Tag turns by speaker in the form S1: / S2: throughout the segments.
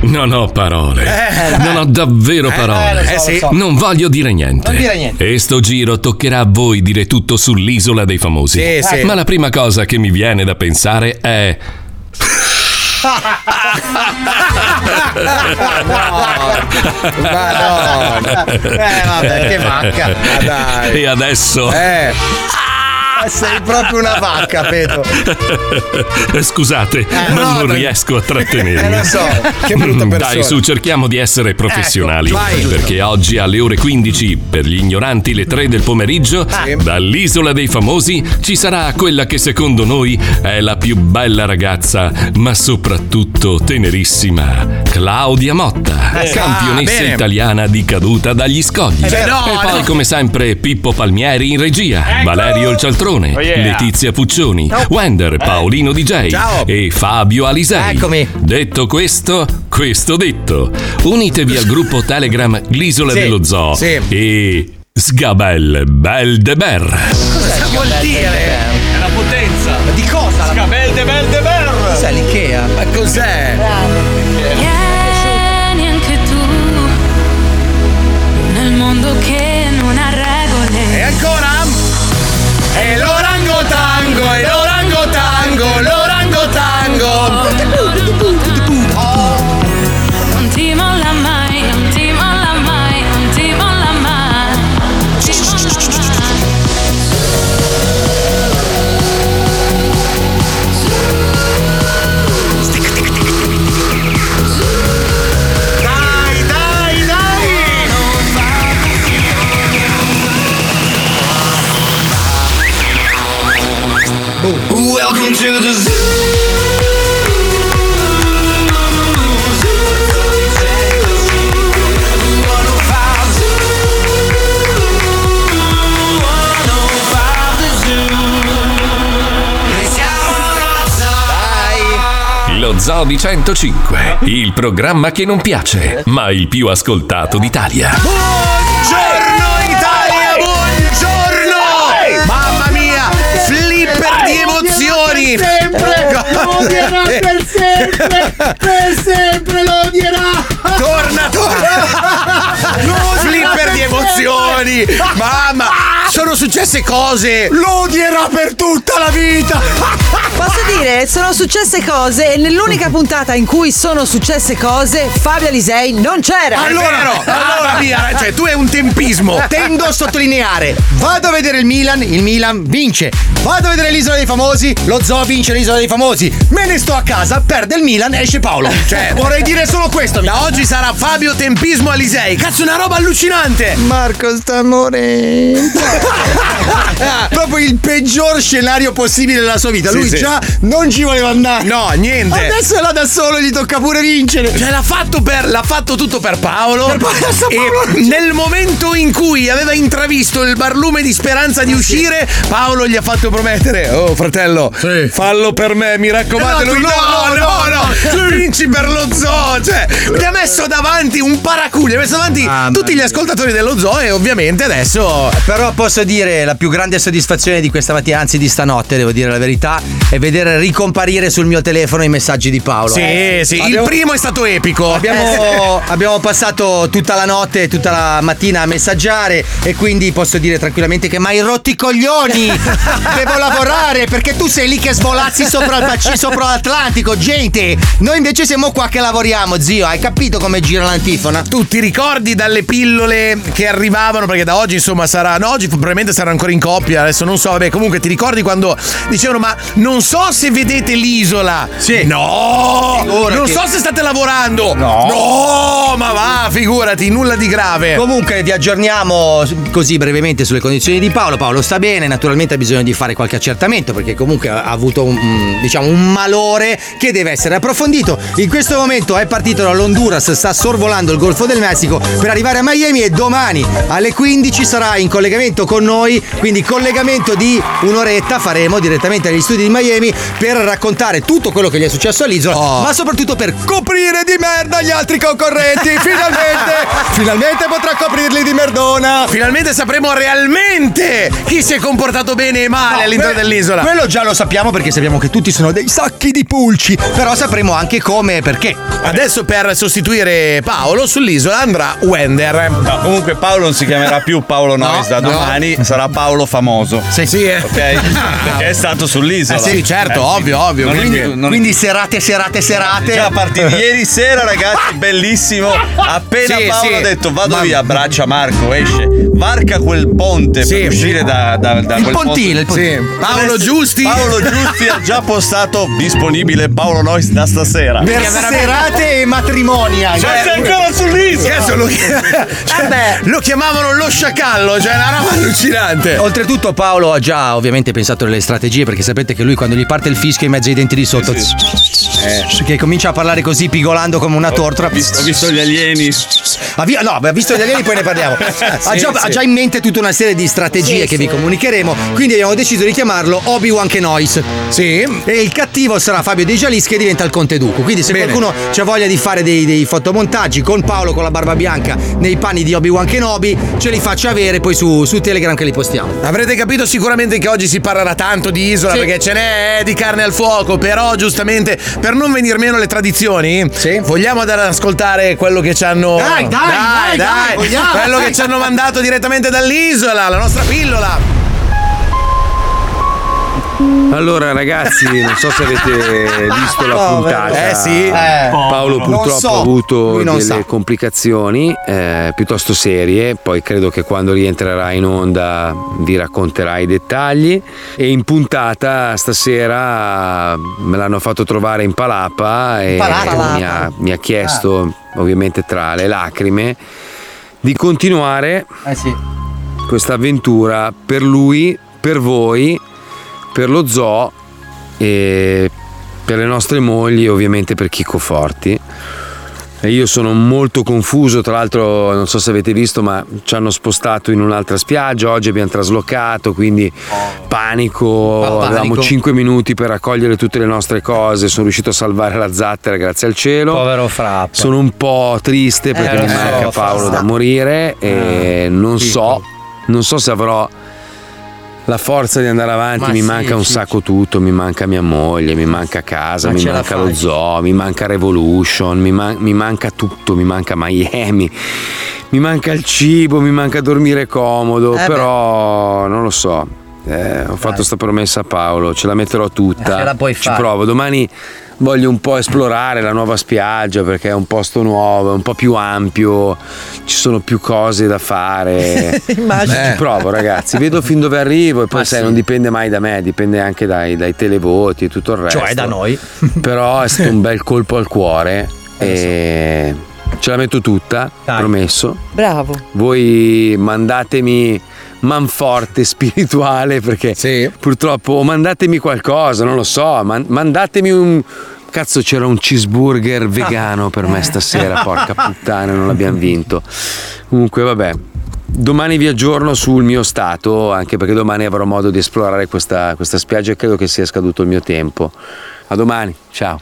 S1: Non ho parole.
S2: Eh.
S1: non ho davvero
S2: Eh,
S1: parole.
S2: eh, lo so, Eh, sì. lo so.
S1: Non voglio dire niente.
S2: Non dire niente.
S1: E sto giro toccherà a voi dire tutto sull'isola dei famosi.
S2: Sì, sì.
S1: Ma la prima cosa che mi viene da pensare è.
S2: Madonna. Eh, vabbè, che vacca. Ma dai.
S1: E adesso.
S2: Eh. Ah, Sei proprio una vacca, Peto. Eh,
S1: Scusate, ma
S2: no,
S1: non
S2: dai.
S1: riesco a trattenermi.
S2: Eh, lo so. Che brutta
S1: Mm,
S2: persona.
S1: Dai, su, cerchiamo di essere professionali.
S2: Ecco, vai.
S1: perché oggi alle ore 15, per gli ignoranti le 3 del pomeriggio, dall'isola dei famosi ci sarà quella che secondo noi è la più bella ragazza, ma soprattutto tenerissima, Claudia Motta,
S3: Eh,
S1: campionessa
S3: ah, bene.
S1: italiana di caduta dagli scogli.
S3: Eh, no,
S1: e
S3: no. Ecco.
S1: poi, come sempre, Pippo Palmieri in regia, Valerio il Cialtrone,
S3: Oh, yeah.
S1: Letizia Puccioni, Wender, Paolino DJ
S3: Eh. Ciao.
S1: e Fabio Alisei. Detto questo, questo detto. Unitevi al gruppo Telegram L'Isola
S3: Sì,
S1: dello Zoo
S3: sì.
S1: e Sgabel Bel de Ber.
S3: Cosa vuol dire? È la potenza. Ma di cosa? Scabel de bel de ber. Cos'è l'Ikea? Ma cos'è?
S4: Vieni anche tu nel mondo che non ha regole.
S2: E ancora? E l'orango tango, e l'orango tango, l'orango tango.
S4: Non ti molla mai, non ti molla mai, non ti molla mai. Non ti molla mai.
S3: Dai, dai, dai! Welcome to the zoo.
S1: Lo Zoo di 105, il programma che non piace, ma il più ascoltato d'Italia.
S2: Buongiorno Italia, buongiorno! Mamma mia, flipper di emozioni! Ecco.
S5: sempre! Per sempre lo odierà!
S2: Torna, torna! Flipper di emozioni! Mamma! Sono successe cose!
S6: Lo odierà per tutta la vita!
S7: Posso dire, sono successe cose e nell'unica puntata in cui sono successe cose, Fabio Alisei non c'era.
S2: Allora, no, allora via, cioè tu è un tempismo.
S6: Tendo a sottolineare, vado a vedere il Milan, il Milan vince. Vado a vedere l'isola dei famosi, lo zoo vince l'isola dei famosi. Me ne sto a casa, perde il Milan, esce Paolo. Cioè, vorrei dire solo questo.
S2: Da oggi sarà Fabio Tempismo Alisei. Cazzo, una roba allucinante!
S6: Marco sta morendo. Eh, Proprio il peggior scenario possibile della sua vita.
S2: Sì,
S6: Lui
S2: sì.
S6: già non ci voleva andare.
S2: No, niente.
S6: Adesso è là da solo, gli tocca pure vincere.
S2: Cioè, l'ha fatto, per, l'ha fatto tutto per Paolo. e nel momento in cui aveva intravisto il barlume di speranza
S6: Eh
S2: di uscire, Paolo gli ha fatto promettere: Oh, fratello, fallo per me, mi raccomando.
S6: Eh no,
S2: Lui,
S6: tu-
S2: no, no, no, vinci per lo zoo. Cioè, gli ha messo davanti un paraculo, gli ha messo davanti tutti gli ascoltatori dello zoo. E ovviamente adesso.
S8: Però posso dire la più grande soddisfazione di questa mattina, anzi di stanotte, devo dire la verità, è vedere ricomparire sul mio telefono i messaggi di Paolo.
S2: Sì,
S8: Eh,
S2: sì, il
S8: abbiamo-
S2: primo è stato epico. Eh,
S8: Abbiamo, abbiamo passato tutta la notte, e tutta la mattina a messaggiare e quindi posso dire tranquillamente che mai rotti i coglioni!
S6: Devo lavorare perché tu sei lì che svolazzi sopra il bacino, sopra l'Atlantico, gente. Noi invece siamo qua che lavoriamo, zio. Hai capito come gira l'antifona?
S2: Tu ti ricordi dalle pillole che arrivavano? Perché da oggi, insomma, sarà. No, oggi probabilmente saranno ancora in coppia. Adesso non so. Vabbè, comunque ti ricordi quando dicevano: Ma non so se vedete l'isola. Sì. No!
S6: Figurati.
S2: Non so se state lavorando. No, ma va, figurati, nulla di grave.
S8: Comunque vi aggiorniamo così brevemente sulle condizioni di Paolo. Paolo sta bene, naturalmente ha bisogno di fare qualche accertamento perché comunque ha avuto un, mm, diciamo, un malore che deve essere approfondito. In questo momento è partito dall'Honduras, sta sorvolando il Golfo del Messico per arrivare a Miami e domani alle 15 sarà in collegamento con noi, quindi collegamento di
S9: Oh.
S8: un'oretta faremo direttamente agli studi di Miami per raccontare tutto quello che gli è successo all'isola, ma soprattutto per coprire di merda gli altri concorrenti. Finalmente, finalmente potrà coprirli di merdona.
S2: Finalmente sapremo realmente chi si è comportato bene e male
S8: No,
S2: all'interno
S8: que-
S2: dell'isola.
S8: Quello già lo sappiamo perché sappiamo che tutti sono dei sacchi di pulci. Però sapremo anche come e perché.
S2: Adesso per sostituire Paolo sull'isola andrà Wender.
S9: No, comunque Paolo non si chiamerà più Paolo Nois da
S2: no.
S9: domani, sarà Paolo Famoso.
S8: Sì,
S2: sì, eh.
S9: Ok? Perché è stato sull'isola.
S2: Eh sì, certo, ovvio, ovvio,
S9: Non-
S2: quindi-
S9: non-
S8: Quindi serate, serate, serate.
S9: Già a partire ieri sera, ragazzi, bellissimo. Appena
S2: Sì,
S9: Paolo
S2: sì.
S9: ha detto vado
S2: Ma-
S9: via, abbraccia Marco, esce, varca quel ponte
S2: Sì.
S9: per uscire da, da, da
S8: Il
S9: quel
S8: pontile, il
S9: posto.
S8: pontile.
S2: Paolo Giusti.
S9: Paolo Giusti ha già postato disponibile Paolo Nois da stasera.
S8: Per serate e matrimonia.
S9: Ma sei ancora sull'isola!
S2: Cazzo, lo, cioè, lo chiamavano lo sciacallo, cioè una roba allucinante.
S8: Oltretutto Paolo ha già ovviamente pensato alle strategie perché sapete che lui quando gli parte il fischio in mezzo ai denti di sotto che comincia a parlare così pigolando come una tortora
S9: Eh. Ho visto gli alieni.
S8: Ha vi- no, beh, visto gli alieni poi ne parliamo. Cioè, ha, già, ha già in mente tutta una serie di strategie che vi comunicheremo, quindi abbiamo deciso di chiamarlo Obi-Wan Kenois.
S2: Sì.
S8: E il cattivo sarà Fabio De Gialis che diventa il Conte Duco. Quindi se
S2: Bene.
S8: qualcuno c'ha voglia di fare dei, dei fotomontaggi con Paolo con la barba bianca nei panni di Obi-Wan Kenobi,
S2: Cioè,
S8: ce li faccia avere poi su, su Telegram che li postiamo.
S2: Avrete capito sicuramente che oggi si parlerà tanto di isola perché ce n'è eh, di carne al fuoco, però giustamente per non venir meno le tradizioni, vogliamo andare ad ascoltare quello che ci hanno
S8: Dai, dai, dai, dai, vogliamo,
S2: quello
S8: dai.
S2: che ci hanno mandato direttamente dall'isola, la nostra pillola.
S10: Allora ragazzi, non so se avete visto la puntata.
S2: Eh, sì.
S10: Paolo purtroppo
S8: so.
S10: ha avuto
S8: Lui non
S10: delle
S8: sa.
S10: complicazioni eh, piuttosto serie, poi credo che quando rientrerai in onda vi racconterai i dettagli e in puntata stasera me l'hanno fatto trovare in Palapa e
S8: Palapa?
S10: Mi, ha, mi ha chiesto
S8: Ah.
S10: ovviamente tra le lacrime di continuare
S8: Eh sì.
S10: questa avventura per lui, per voi, per lo zoo e per le nostre mogli e ovviamente per Chico Forti. E io sono molto confuso, tra l'altro non so se avete visto ma ci hanno spostato in un'altra spiaggia, oggi abbiamo traslocato, quindi panico,
S8: Oh. Ah, panico.
S10: avevamo 5 minuti per raccogliere tutte le nostre cose, sono riuscito a salvare la zattera grazie al cielo.
S8: Frapp.
S10: Sono un po' triste perché
S8: Eh, lo
S10: mi
S8: so, Ah,
S10: manca Paolo
S8: basta.
S10: da morire e non so, non so se avrò la forza di andare avanti,
S8: Ma
S10: mi
S8: sì,
S10: manca un
S8: sì,
S10: sacco tutto, mi manca mia moglie, mi manca casa,
S8: Ma
S10: mi
S8: ce la
S10: manca lo
S8: fai.
S10: zoo, mi manca Revolution, mi, man- mi manca tutto, mi manca Miami. Mi manca il cibo, mi manca dormire comodo,
S8: Eh
S7: beh.
S10: però non lo so. Eh, ho fatto sta promessa a Paolo, ce la metterò tutta.
S8: Ce la puoi
S10: Ci
S8: fare.
S10: provo. Domani voglio un po' esplorare la nuova spiaggia perché è un posto nuovo, è un po' più ampio, ci sono più cose da fare.
S7: Eh, Immagino.
S10: Ci provo, ragazzi. Vedo fin dove arrivo e
S8: Ah,
S10: poi sai, non dipende mai da me, dipende anche dai, dai televoti e tutto il resto.
S8: Cioè da noi.
S10: Però è stato un bel colpo al cuore e ce la metto tutta,
S8: Eh, Dai.
S10: promesso
S7: Bravo.
S10: voi mandatemi manforte spirituale perché
S2: Sì.
S10: purtroppo o mandatemi qualcosa, non lo so, man- mandatemi un cazzo c'era un cheeseburger vegano per
S8: Ah.
S10: me stasera, porca puttana, non l'abbiamo vinto. Comunque vabbè. Domani vi aggiorno sul mio stato, anche perché domani avrò modo di esplorare questa, questa spiaggia e credo che sia scaduto il mio tempo. A domani, ciao.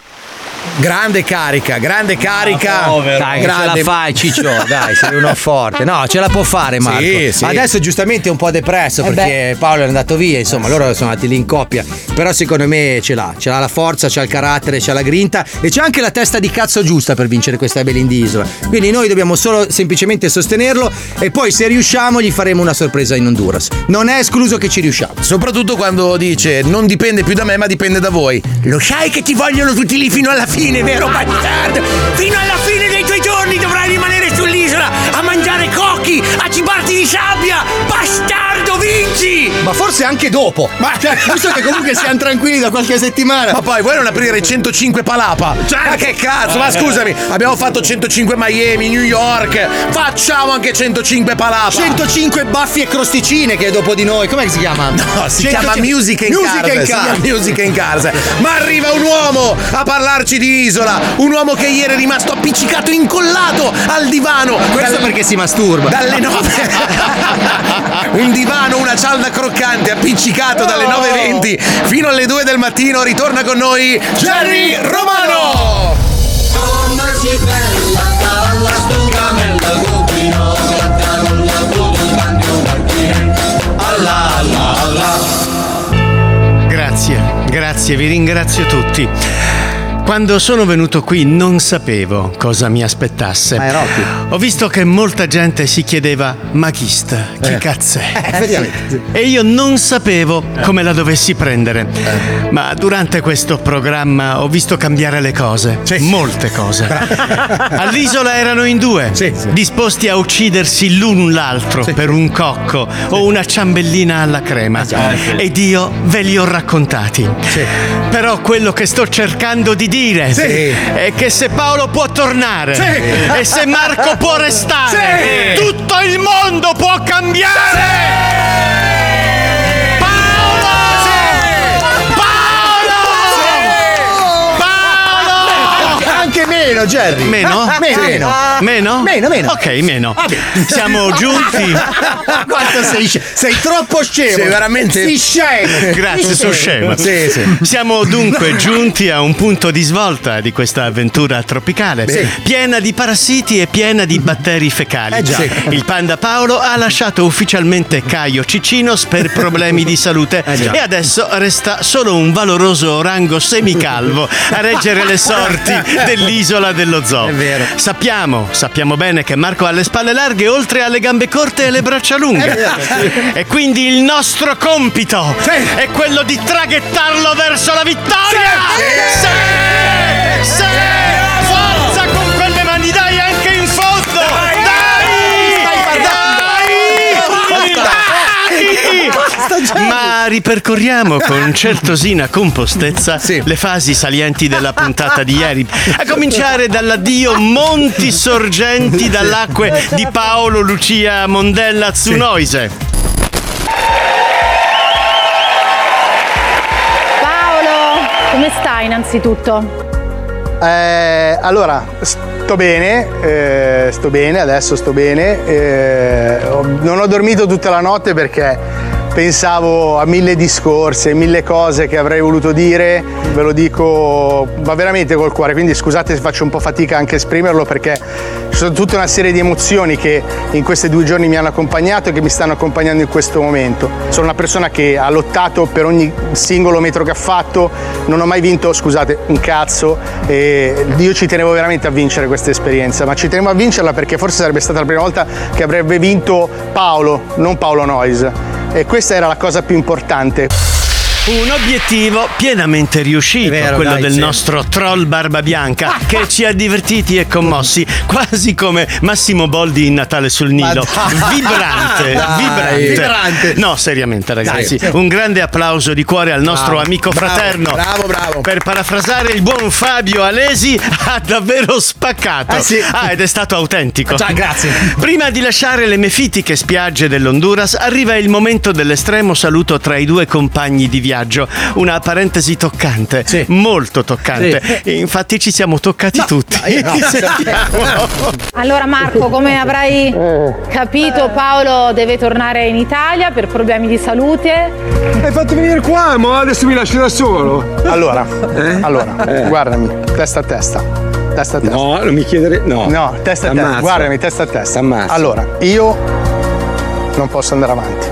S2: Grande carica, grande carica.
S8: Dai, che ce la
S2: grande.
S8: fai, Ciccio. Dai, sei uno forte. No, ce la può fare Marco.
S2: Sì, Eh sì.
S8: Adesso giustamente è un po' depresso perché Paolo è andato via, insomma, loro sono andati lì in coppia. Però secondo me ce l'ha, ce l'ha la forza, c'ha il carattere, c'ha la grinta e c'ha anche la testa di cazzo giusta per vincere questa Belin di Isola. Quindi noi dobbiamo solo semplicemente sostenerlo e poi se riusciamo gli faremo una sorpresa in Honduras. Non è escluso che ci riusciamo.
S2: Soprattutto quando dice non dipende più da me ma dipende da voi. Lo sai che ti vogliono tutti lì fino alla fine, vero bastardo? Fino alla fine dei tuoi giorni dovrai rimanere sull'isola a mangiare cocchi, a cibarti di sabbia! Bastardo, vinci!
S8: Ma forse anche dopo. Ma cioè, visto che comunque siamo tranquilli da qualche settimana. Cioè,
S2: Ma poi vuoi non aprire 105 palapa? Ma che cazzo,
S8: eh.
S2: ma scusami, abbiamo fatto 105 Miami, New York, facciamo anche 105 palapa!
S8: 105 baffi e crosticine che è dopo di noi. Com'è che si chiama?
S2: No, si chiama Music in
S8: Music
S2: Cars.
S8: in
S2: si
S8: Cars.
S2: chiama Music in Cars. Ma arriva un uomo a parlarci di isola. Un uomo che ieri è rimasto appiccicato, incollato al divano.
S8: Questo
S2: Dal-
S8: perché si masturba.
S2: Dalle nove. un divano, una cialda croccante, appiccicato dalle 9.20 fino alle 2 del mattino. Ritorna con noi Jerry Romano.
S11: Grazie, vi ringrazio tutti. Quando sono venuto qui non sapevo cosa mi aspettasse. Ho visto che molta gente si chiedeva ma chi sta? Chi
S12: Eh.
S11: cazzo è?
S12: Eh, effettivamente. Eh.
S11: E io non sapevo come la dovessi prendere. Ma durante questo programma ho visto cambiare le cose, molte cose. All'isola erano in due, disposti a uccidersi l'un l'altro per un cocco o una ciambellina alla crema.
S12: Ah, sì.
S11: Ed io ve li ho raccontati. Però quello che sto cercando di dire
S12: Sì.
S11: è che se Paolo può tornare
S12: Sì.
S11: e se Marco può restare,
S12: Sì.
S11: tutto il mondo può cambiare.
S6: Anche meno, Jerry.
S11: Meno?
S6: Meno,
S11: Sì.
S6: meno.
S11: Meno?
S6: Meno, meno.
S11: Ok, meno. Siamo giunti.
S6: Quanto sei, sce- sei troppo scemo.
S11: Sei veramente-
S6: Sei scemo.
S11: Grazie,
S6: Sei
S11: sono scemo.
S6: Sì, sì.
S11: Siamo dunque giunti a un punto di svolta di questa avventura tropicale,
S12: Sì.
S11: piena di parassiti e piena di batteri fecali.
S12: Eh già. Sì.
S11: Il panda Paolo ha lasciato ufficialmente Caio Cicinos per problemi di salute
S12: già.
S11: e adesso resta solo un valoroso orango semicalvo a reggere le sorti dell'isola dello zoo. È vero. Sappiamo, sappiamo bene che Marco ha le spalle larghe oltre alle gambe corte e le braccia
S12: È
S11: lunghe.
S12: vero, sì.
S11: E quindi il nostro compito è quello di traghettarlo verso la vittoria! Sì! Sì! Forza con quelle mani, dai, anche in fondo! Dai! Dai! Dai! Ma ripercorriamo con certosina compostezza le fasi salienti della puntata di ieri. A cominciare dall'addio monti sorgenti dall'acque di Paolo Lucia Mondella Zunoise.
S13: Paolo, come stai innanzitutto?
S14: Eh, allora, sto bene, eh, sto bene, adesso sto bene. eh, ho- non ho dormito tutta la notte perché pensavo a mille discorsi, mille cose che avrei voluto dire. Ve lo dico, ma veramente col cuore, quindi scusate se faccio un po' fatica anche a esprimerlo perché ci sono tutta una serie di emozioni che in questi due giorni mi hanno accompagnato e che mi stanno accompagnando in questo momento. Sono una persona che ha lottato per ogni singolo metro che ha fatto, non ho mai vinto, scusate, un cazzo e io ci tenevo veramente a vincere questa esperienza, ma ci tenevo a vincerla perché forse sarebbe stata la prima volta che avrebbe vinto Paolo, non Paolo Noyes. E questa era la cosa più importante.
S11: Un obiettivo pienamente riuscito, quello
S14: dai,
S11: del
S14: sì. Ah,
S11: nostro troll Barba Bianca, che ci ha divertiti e commossi, quasi come Massimo Boldi in Natale sul Nilo.
S12: dai.
S11: Vibrante,
S12: Ah, Dai.
S11: Cioè, vibrante.
S12: Vibrante.
S11: No, seriamente, ragazzi.
S12: Dai.
S11: Un grande applauso di cuore al nostro
S12: Bravo,
S11: amico
S12: bravo,
S11: fraterno.
S12: bravo,
S11: Per parafrasare il buon Fabio Alesi, ha davvero spaccato.
S12: Eh sì.
S11: Ah, ed è stato autentico.
S12: Già, grazie.
S11: Prima di lasciare le mefitiche spiagge dell'Honduras, arriva il momento dell'estremo saluto tra i due compagni di viaggio. Una parentesi toccante, molto toccante. Infatti ci siamo toccati tutti.
S13: Allora Marco, come avrai capito Paolo deve tornare in Italia per problemi di salute.
S15: Hai fatto venire qua, ma adesso mi lasci da solo.
S14: Allora, allora, guardami, testa a testa. Testa a testa. Eh. No, non mi chiedere. No. No, testa a testa.
S15: Ammazza.
S14: Guardami, testa a testa. Allora, io non posso andare avanti.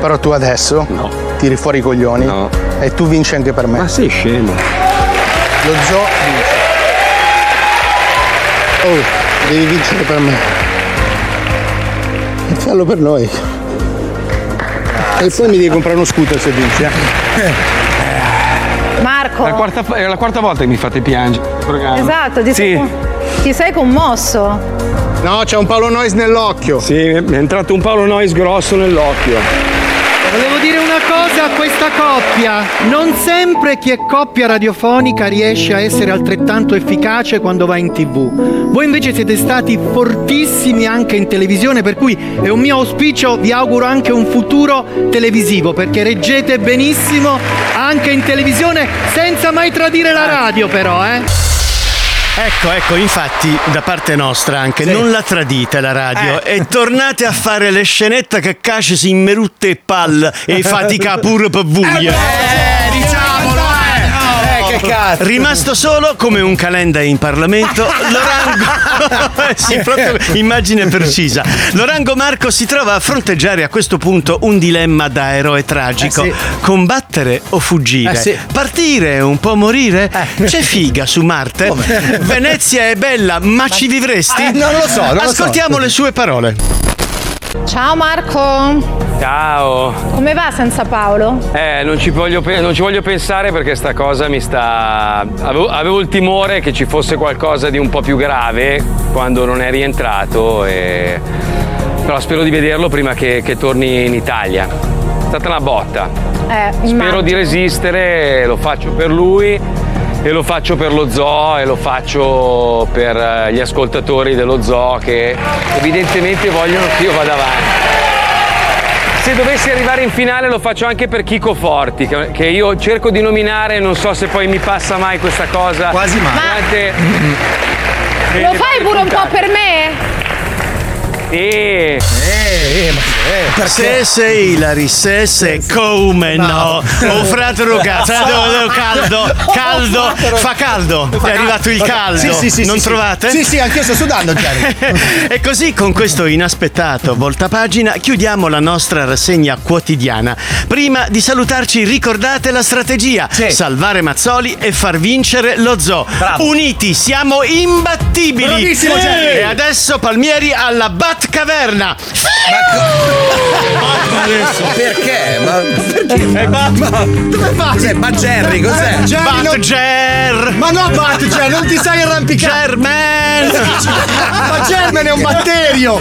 S14: Però tu adesso tiri fuori i coglioni e tu vinci anche per me. Ma sei scemo.
S2: eh,
S14: Lo zoo vince. Oh, devi vincere per me. E fallo per noi. E poi mi devi comprare uno scooter se vinci, eh.
S13: Marco,
S15: È la quarta, è la quarta volta che mi fate piangere. Programma.
S13: esatto, ti, sei, ti sei commosso.
S14: No, c'è un Paolo Nois nell'occhio.
S15: Sì, mi è entrato un Paolo Nois grosso nell'occhio.
S16: Volevo dire una cosa a questa coppia. Non sempre chi è coppia radiofonica riesce a essere altrettanto efficace quando va in tv. Voi invece siete stati fortissimi anche in televisione, per cui è un mio auspicio, vi auguro anche un futuro televisivo, perché reggete benissimo anche in televisione senza mai tradire la radio però, eh.
S11: Ecco, ecco, infatti da parte nostra anche non la tradite la radio e tornate a fare le scenette che cacesi in merutte e pal e fatica pur per vuglia.
S12: diciamolo, eh!
S14: che
S2: cazzo.
S11: Rimasto solo come un calenda in Parlamento, Lorango. sì, proprio immagine precisa. Lorango Marco si trova a fronteggiare a questo punto un dilemma da eroe tragico: combattere o fuggire?
S6: Eh, sì. Eh.
S11: Partire, un po' morire? C'è figa su Marte?
S6: Come?
S11: Venezia è bella, ma ci vivresti?
S6: Eh, non lo so, non lo so.
S11: Ascoltiamo le sue parole.
S17: Ciao Marco,
S10: Ciao.
S17: come va senza Paolo?
S10: Eh, non ci, voglio, pe- non ci voglio pensare perché sta cosa mi sta. Avevo, avevo il timore che ci fosse qualcosa di un po' più grave quando non è rientrato. E... Però spero di vederlo prima che, che torni in Italia. È stata una botta.
S17: Eh,
S10: Spero di resistere, lo faccio per lui e lo faccio per lo zoo e lo faccio per eh, gli ascoltatori dello zoo che evidentemente vogliono che io vada avanti. Se dovessi arrivare in finale lo faccio anche per Chico Forti, che che io cerco di nominare, non so se poi mi passa mai questa cosa. Quasi mai.
S17: Lo fai pure un po' per me?
S10: E... Eh,
S11: Se sei Ilari, se sei come no, oh fratro caldo, caldo, caldo, fa caldo, è arrivato il caldo,
S8: Sì, sì, sì,
S11: non
S8: sì, sì.
S11: trovate?
S8: Sì, sì, anch'io sto sudando, Jerry.
S11: e così con questo inaspettato volta pagina chiudiamo la nostra rassegna quotidiana. Prima di salutarci ricordate la strategia, salvare Mazzoli e far vincere lo zoo. Uniti siamo imbattibili.
S6: Bravissimo, Jerry.
S11: E adesso Palmieri alla Bat Caverna.
S2: Perché? Ma
S10: Eh,
S2: perché?
S11: Ma,
S2: dove
S8: va?
S10: Cioè,
S2: Cos'è? Ma Jerry, cos'è?
S8: Eh, Jerry,
S11: Bat Ger!
S8: Ma no, Bat Ger, non ti sai arrampicare!
S11: Germen!
S8: Ma Germen è un batterio!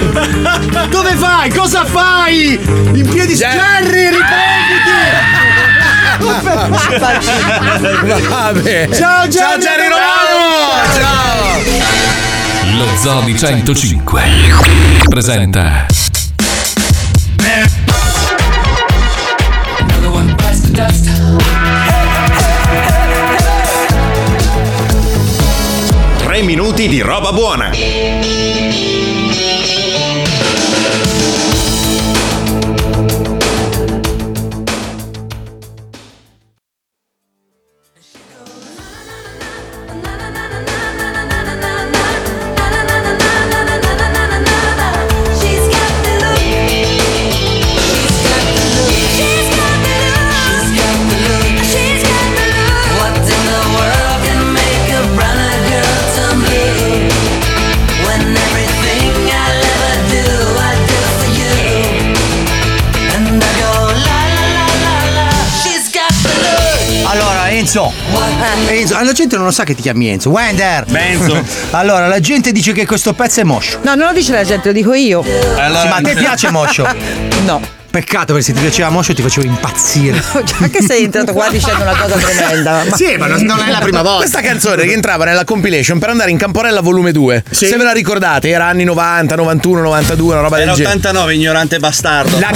S8: Dove vai? Cosa fai? In piedi, Jerry, riprenditi!
S2: Vabbè.
S8: Ciao, Jerry!
S2: Ciao, Jerry Romano!
S1: Lo Zoo di 105 presenta
S18: Tre minuti di roba buona.
S8: Allora, Enzo. Enzo, ah, la gente non lo sa che ti chiami Enzo. Wender.
S19: Benzo.
S8: Allora, la gente dice che questo pezzo è moscio.
S7: No, non lo dice la gente, lo dico io.
S8: Sì, ma a te piace moscio?
S7: No.
S8: Peccato perché se ti piaceva moscio ti facevo impazzire.
S7: Cioè, Anche sei entrato qua dicendo una cosa tremenda.
S8: Sì, ma non- non è la prima volta.
S2: Questa canzone rientrava nella compilation per andare in Camporella volume 2. Se ve la ricordate, era anni 90, 91, 92, una roba
S19: Era
S2: del genere.
S19: 89, ignorante bastardo.
S2: La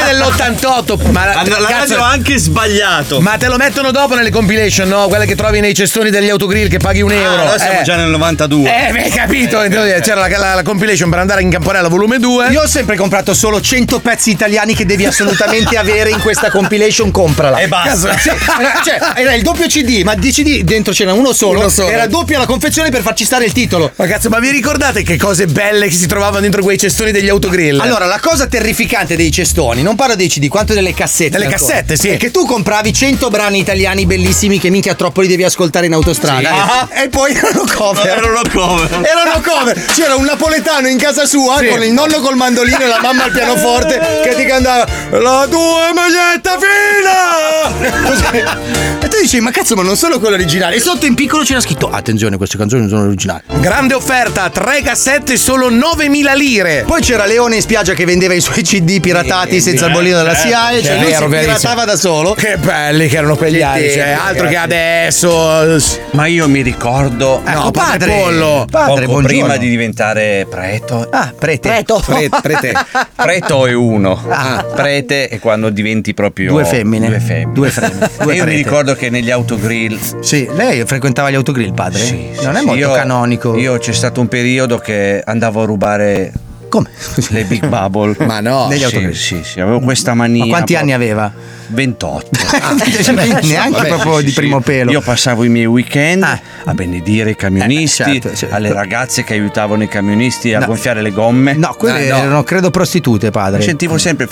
S2: dell'88, ma
S19: Hanno- l'avrebbero anche sbagliato.
S2: Ma te lo mettono dopo nelle compilation, no? Quelle che trovi nei cestoni degli autogrill che paghi un euro.
S19: Ah, noi siamo
S2: Eh.
S19: già nel 92.
S2: Eh, beh, hai capito? intendo dire, C'era la, la- la compilation per andare in Camporella volume 2.
S8: Io ho sempre comprato solo 100 pezzi italiani che devi assolutamente avere in questa compilation, comprala.
S2: E basta.
S8: Sì, cioè, era il doppio CD, ma di CD dentro c'era uno solo.
S2: Uno solo.
S8: Era doppia la confezione per farci stare il titolo.
S2: Ma cazzo, ma vi ricordate che cose belle che si trovavano dentro quei cestoni degli autogrill?
S8: Allora, la cosa terrificante dei cestoni, non parlo dei CD, quanto delle cassette.
S2: Delle
S8: ancora,
S2: cassette, sì.
S8: È che tu compravi 100 brani italiani bellissimi che minchia troppo li devi ascoltare in
S2: Ah.
S8: autostrada. Eh. Ah, E poi erano cover.
S19: Erano cover.
S8: Erano cover. C'era un napoletano in casa sua
S6: Sì.
S8: con il nonno col mandolino e la mamma al pianoforte che ti cantava La tua maglietta fina! Così. E tu dici, ma cazzo, ma non sono quello originale. E sotto in piccolo c'era scritto, attenzione, queste canzoni non sono originali.
S2: Grande offerta, tre cassette solo 9.000 lire.
S8: Poi c'era Leone in spiaggia che vendeva i suoi CD piratati senza il bollino della SIAE, cioè lui si piratava da solo.
S2: Che belli che erano quegli
S8: Che
S2: anni, cioè,
S8: tempi,
S2: altro che
S8: ragazzi.
S2: adesso.
S9: Ma io mi ricordo.
S2: Ecco, padre Pollo.
S8: Padre,
S9: poco
S8: buongiorno.
S9: prima di diventare preto.
S8: Ah, prete.
S9: Pre- prete. Preto è uno. Prete è quando diventi proprio.
S8: Ah. Due femmine.
S9: Due femmine.
S8: Due femmine. Due
S9: E io mi
S8: prete.
S9: ricordo che negli autogrill.
S8: Sì, lei frequentava gli autogrill, padre? non è molto
S9: io-
S8: canonico.
S9: Io c'è stato un periodo che andavo a rubare Come? Le Big Bubble.
S8: Ma no.
S9: Negli
S8: Sì,
S9: autobus. Sì, sì, avevo questa mania.
S8: Ma quanti anni
S9: aveva? 28.
S8: Beh,
S9: Ah. Neanche
S8: vabbè,
S9: proprio
S8: sì,
S9: di
S8: sì.
S9: primo pelo. Ah. Io passavo i miei weekend a benedire i camionisti, alle ragazze che aiutavano i camionisti a
S8: No.
S9: gonfiare le gomme. No,
S8: quelle erano,
S9: credo prostitute, padre. Sentivo sempre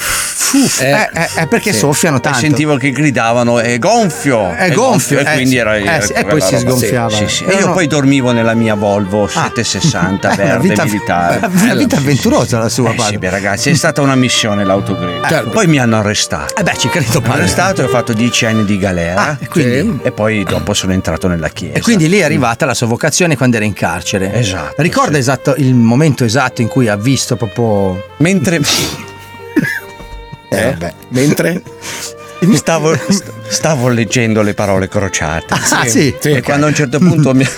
S8: eh, eh, eh, perché soffiano tanto.
S9: E sentivo che gridavano è gonfio,
S8: È gonfio,
S9: e
S8: eh,
S9: quindi
S8: sì.
S9: era,
S8: Eh,
S9: era
S8: sì, e
S9: quella
S8: poi si
S9: roba.
S8: sgonfiava.
S9: Sì, sì. E
S8: Erano-
S9: io poi dormivo nella mia Volvo 760
S8: Eh, una
S9: verde
S8: vita-
S9: militare.
S8: Una vita avventurosa la sua,
S9: Eh sì,
S8: padre.
S9: beh, ragazzi, è stata una missione l'autogrill. Certo. Poi mi hanno arrestato.
S8: Eh beh, ci credo
S9: Mi hanno
S8: padre.
S9: arrestato e ho fatto dieci anni di galera.
S8: Ah, e quindi?
S9: E poi dopo sono entrato nella chiesa.
S8: E quindi lì è arrivata la sua vocazione quando era in carcere.
S9: Esatto,
S8: Ricorda esatto il momento esatto in cui ha visto proprio.
S9: Mentre.
S8: Eh, beh, mentre.
S9: Eh, Stavo, st- stavo leggendo le parole crociate.
S8: Ah, sì.
S9: E quando a un certo punto mi.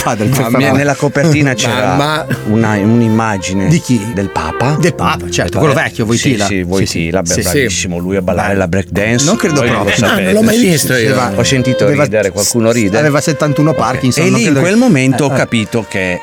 S8: Padre,
S9: Ma
S8: per
S9: mia-
S8: favore.
S9: nella copertina c'era
S8: Mamma.
S9: una- un'immagine
S8: Di chi?
S9: del Papa.
S8: Del Papa, certo,
S9: Eh,
S8: quello vecchio, Voitila.
S9: Sì, sì, Voitila,
S8: Sì,
S9: beh,
S8: sì.
S9: bravissimo lui a ballare la break dance.
S8: Non credo
S9: Voi
S8: proprio.
S9: lo sapete.
S8: No, non l'ho mai
S9: Sì,
S8: visto
S9: sì,
S8: io.
S9: ma Ho sentito
S8: Aveva-
S9: ridere, qualcuno ride.
S8: Aveva 71 Parkinson.
S9: e
S8: non
S9: lì in
S8: credo
S9: quel
S8: che-
S9: momento ho
S8: Eh, eh.
S9: capito che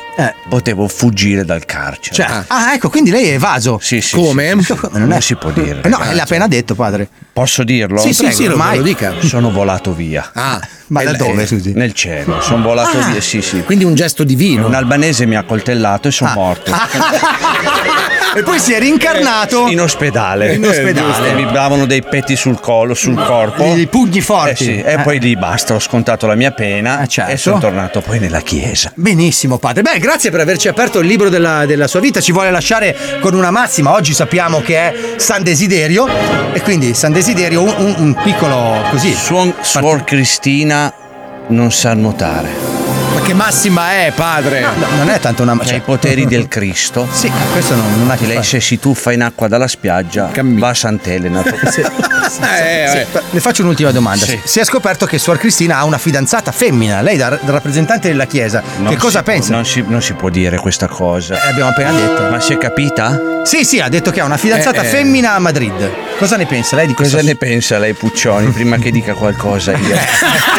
S9: potevo fuggire dal carcere.
S8: Cioè, ah. ecco, quindi lei è evaso.
S9: Sì, sì,
S8: Come?
S9: non, si può dire.
S8: Eh No,
S9: ragazzi.
S8: l'ha appena detto, padre.
S9: Posso dirlo?
S8: Sì, sì,
S9: Prego,
S8: sì, lo-
S9: ormai
S8: lo dica.
S9: Sono volato via.
S8: Ah, ma
S9: Nel-
S8: da dove?
S9: Nel cielo, sono volato
S8: Ah.
S9: via, sì, sì.
S8: Quindi un gesto divino. Ah.
S9: Un albanese mi ha coltellato e sono morto.
S8: e poi si è rincarnato.
S9: In ospedale.
S8: In ospedale.
S9: Eh, Mi davano dei petti sul collo, sul corpo.
S8: I pugni forti. Eh, certo.
S9: Eh sì, E poi lì basta, ho scontato la mia pena e sono tornato poi nella chiesa.
S8: Benissimo, padre. Beh, grazie per averci aperto il libro della, della sua vita. Ci vuole lasciare con una massima. Oggi sappiamo che è San Desiderio. E quindi San Desiderio, un, un- un piccolo così.
S9: Suon, suor Cristina non sa nuotare.
S8: Ma che massima è, padre? non è tanto una.
S9: C'è cioè, i poteri del Cristo.
S8: Sì, questo non, ha che
S9: Lei se si tuffa in acqua dalla spiaggia va a Sant'Elena.
S8: Sì, Le faccio un'ultima domanda.
S9: Sì.
S8: Si è scoperto che Suor Cristina ha una fidanzata femmina, lei da, da rappresentante della Chiesa. che
S9: Non
S8: cosa
S9: si-
S8: pensa? Eh,
S9: Non si, non si può dire questa cosa.
S8: Abbiamo appena detto.
S9: Ma si è capita?
S8: Sì, sì, ha detto che ha una fidanzata
S9: Eh, eh.
S8: femmina a Madrid. Cosa ne pensa lei di questo? Eh.
S9: Cosa ne pensa lei Puccioni prima che dica qualcosa io?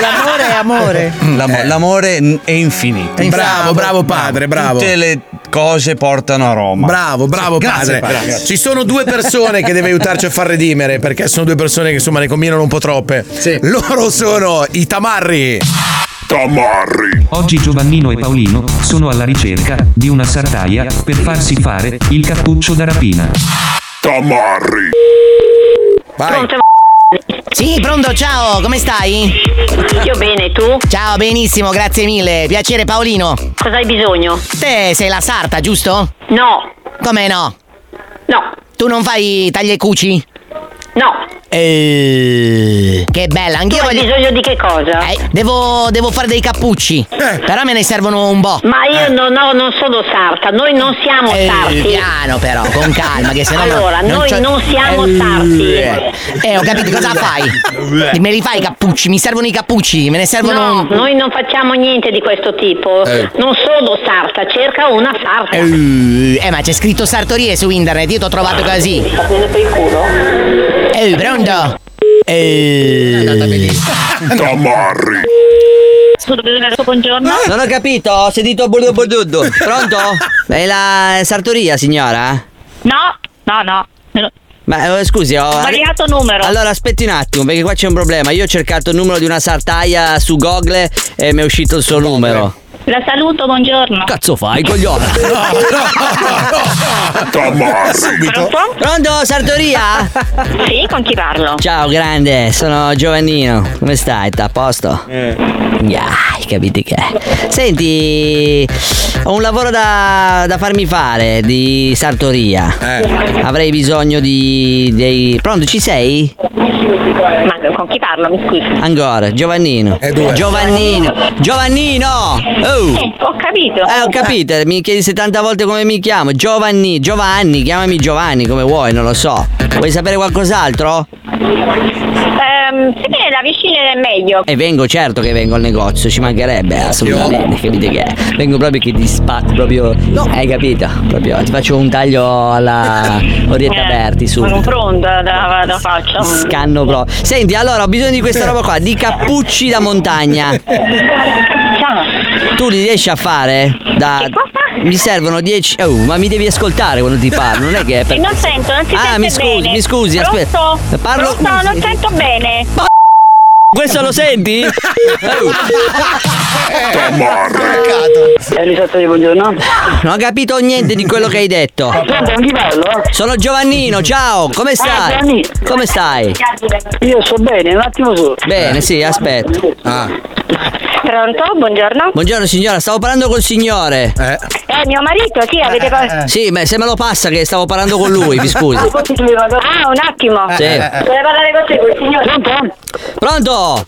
S7: L'amore è amore.
S9: L'amo- L'amore è infinito.
S2: È Bravo, infinito. bravo padre, bravo.
S9: Tutte le cose portano a Roma.
S2: Bravo, bravo padre. Ci sono due persone che deve aiutarci a far redimere perché sono due persone che insomma ne combinano un po' troppe. Loro sono i tamarri.
S10: Tamarri. Oggi Giovannino e Paolino sono alla ricerca di una sardaia per farsi fare il cappuccio da rapina. Tamarri.
S20: Pronto? Sì, pronto, ciao, come stai? Io bene, tu? Ciao, benissimo, grazie mille. Piacere Paolino. Cosa hai bisogno? Te sei la sarta, giusto? No. Come no? No. Tu non fai tagli e cuci? No. Che bella, anch'io
S16: Tu hai
S20: bisogno di che cosa? devo, devo fare dei cappucci. Però me ne servono un Eh. po'.
S16: Ma io non ho- non sono sarta, noi non siamo
S20: Eh,
S16: sarti.
S20: piano però, con calma, che sennò
S16: Allora,
S20: non- non
S16: noi
S20: c'ho-
S16: non siamo sarti.
S20: Eh, eh, ho capito cosa fai? Me li fai i cappucci? Mi servono i cappucci, me ne servono
S16: No, noi non facciamo niente di questo tipo.
S20: Eh.
S16: Non sono sarta, cerca una sarta.
S20: Eh, eh, ma c'è scritto sartorie su internet, io t'ho trovato così. Eh, pronto? Eh.
S10: Tamarri.
S20: Buongiorno.
S21: Non ho capito, ho sentito bordo bordudo. Pronto? È la sartoria, signora? No, no, no. Ma eh, scusi, ho
S16: Sbagliato numero.
S21: Allora aspetti un attimo, perché qua c'è un problema. Io ho cercato il numero di una sartaia su Google e mi è uscito il suo numero.
S16: La saluto, buongiorno.
S21: Cazzo fai, coglione?
S16: Subito.
S21: Pronto, sartoria?
S16: Sì, con chi parlo?
S21: Ciao, grande, sono Giovannino. Come stai? T'è a posto? Yeah, hai capito che. è. Senti, ho un lavoro da, da farmi fare di sartoria. Avrei bisogno di. dei. Pronto, ci sei?
S16: Ma con chi parlo, mi scusi?
S21: Ancora, Giovannino.
S16: due.
S21: Giovannino! Giovannino! Oh!
S16: Eh, ho capito.
S21: Eh, ho capito, mi chiedi 70 volte come mi chiamo. Giovanni, Giovanni, chiamami Giovanni come vuoi, non lo so. Vuoi sapere qualcos'altro?
S16: Ehm, se me ne da vicino è meglio.
S21: E vengo, certo che vengo al negozio, ci mancherebbe, assolutamente, capite che è? Vengo proprio che ti spazio, proprio. Hai capito? Proprio ti faccio un taglio alla Orietta
S16: Eh,
S21: Berti su.
S16: Sono pronta, la, la faccio.
S21: Scanno proprio. Senti, allora ho bisogno di questa roba qua, di
S7: Eh,
S8: Ah,
S21: cappucci da montagna. Tu li riesci a fare? Da. mi servono 10. Oh, ma mi devi ascoltare quando ti parlo, non è che. È per...
S16: Non sento, non si
S21: ah,
S16: sente
S21: mi scusi,
S16: bene.
S21: mi scusi, aspetta.
S16: Pronto?
S21: Parlo.
S16: Pronto? non sento bene.
S21: Questo lo senti?
S22: Elisetta Eh, di buongiorno.
S21: Non ho capito niente di quello che hai detto.
S22: eh.
S21: Sono Giovannino, ciao, come
S22: Ah,
S21: stai?
S22: Giovannino.
S21: Come stai?
S22: Io sto bene, un attimo su.
S21: Bene, sì, aspetta. Ah.
S16: Pronto? Buongiorno.
S21: Buongiorno signora, stavo parlando col signore.
S16: Eh, mio marito, sì, avete cosa?
S21: Sì, ma se me lo passa che stavo parlando con lui, mi scusi.
S16: Ah, così mi vado- ah, un attimo.
S21: Sì.
S16: Vuole parlare con te, col signore? Pronto?
S21: Pronto?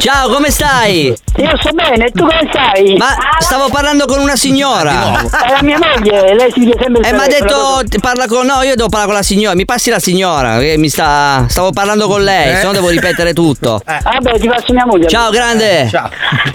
S21: Ciao, come stai?
S22: Io sto bene, tu come stai?
S21: Ma stavo parlando con una signora.
S22: È la mia moglie, lei si dice sempre il
S21: Eh, ma ha
S22: telefono.
S21: detto ti parla con. No, io devo parlare con la signora. Mi passi la signora. Che mi sta. Stavo parlando con lei,
S22: Eh.
S21: se no devo ripetere tutto.
S22: Vabbè, ti faccio mia moglie.
S21: Ciao, grande. Ciao.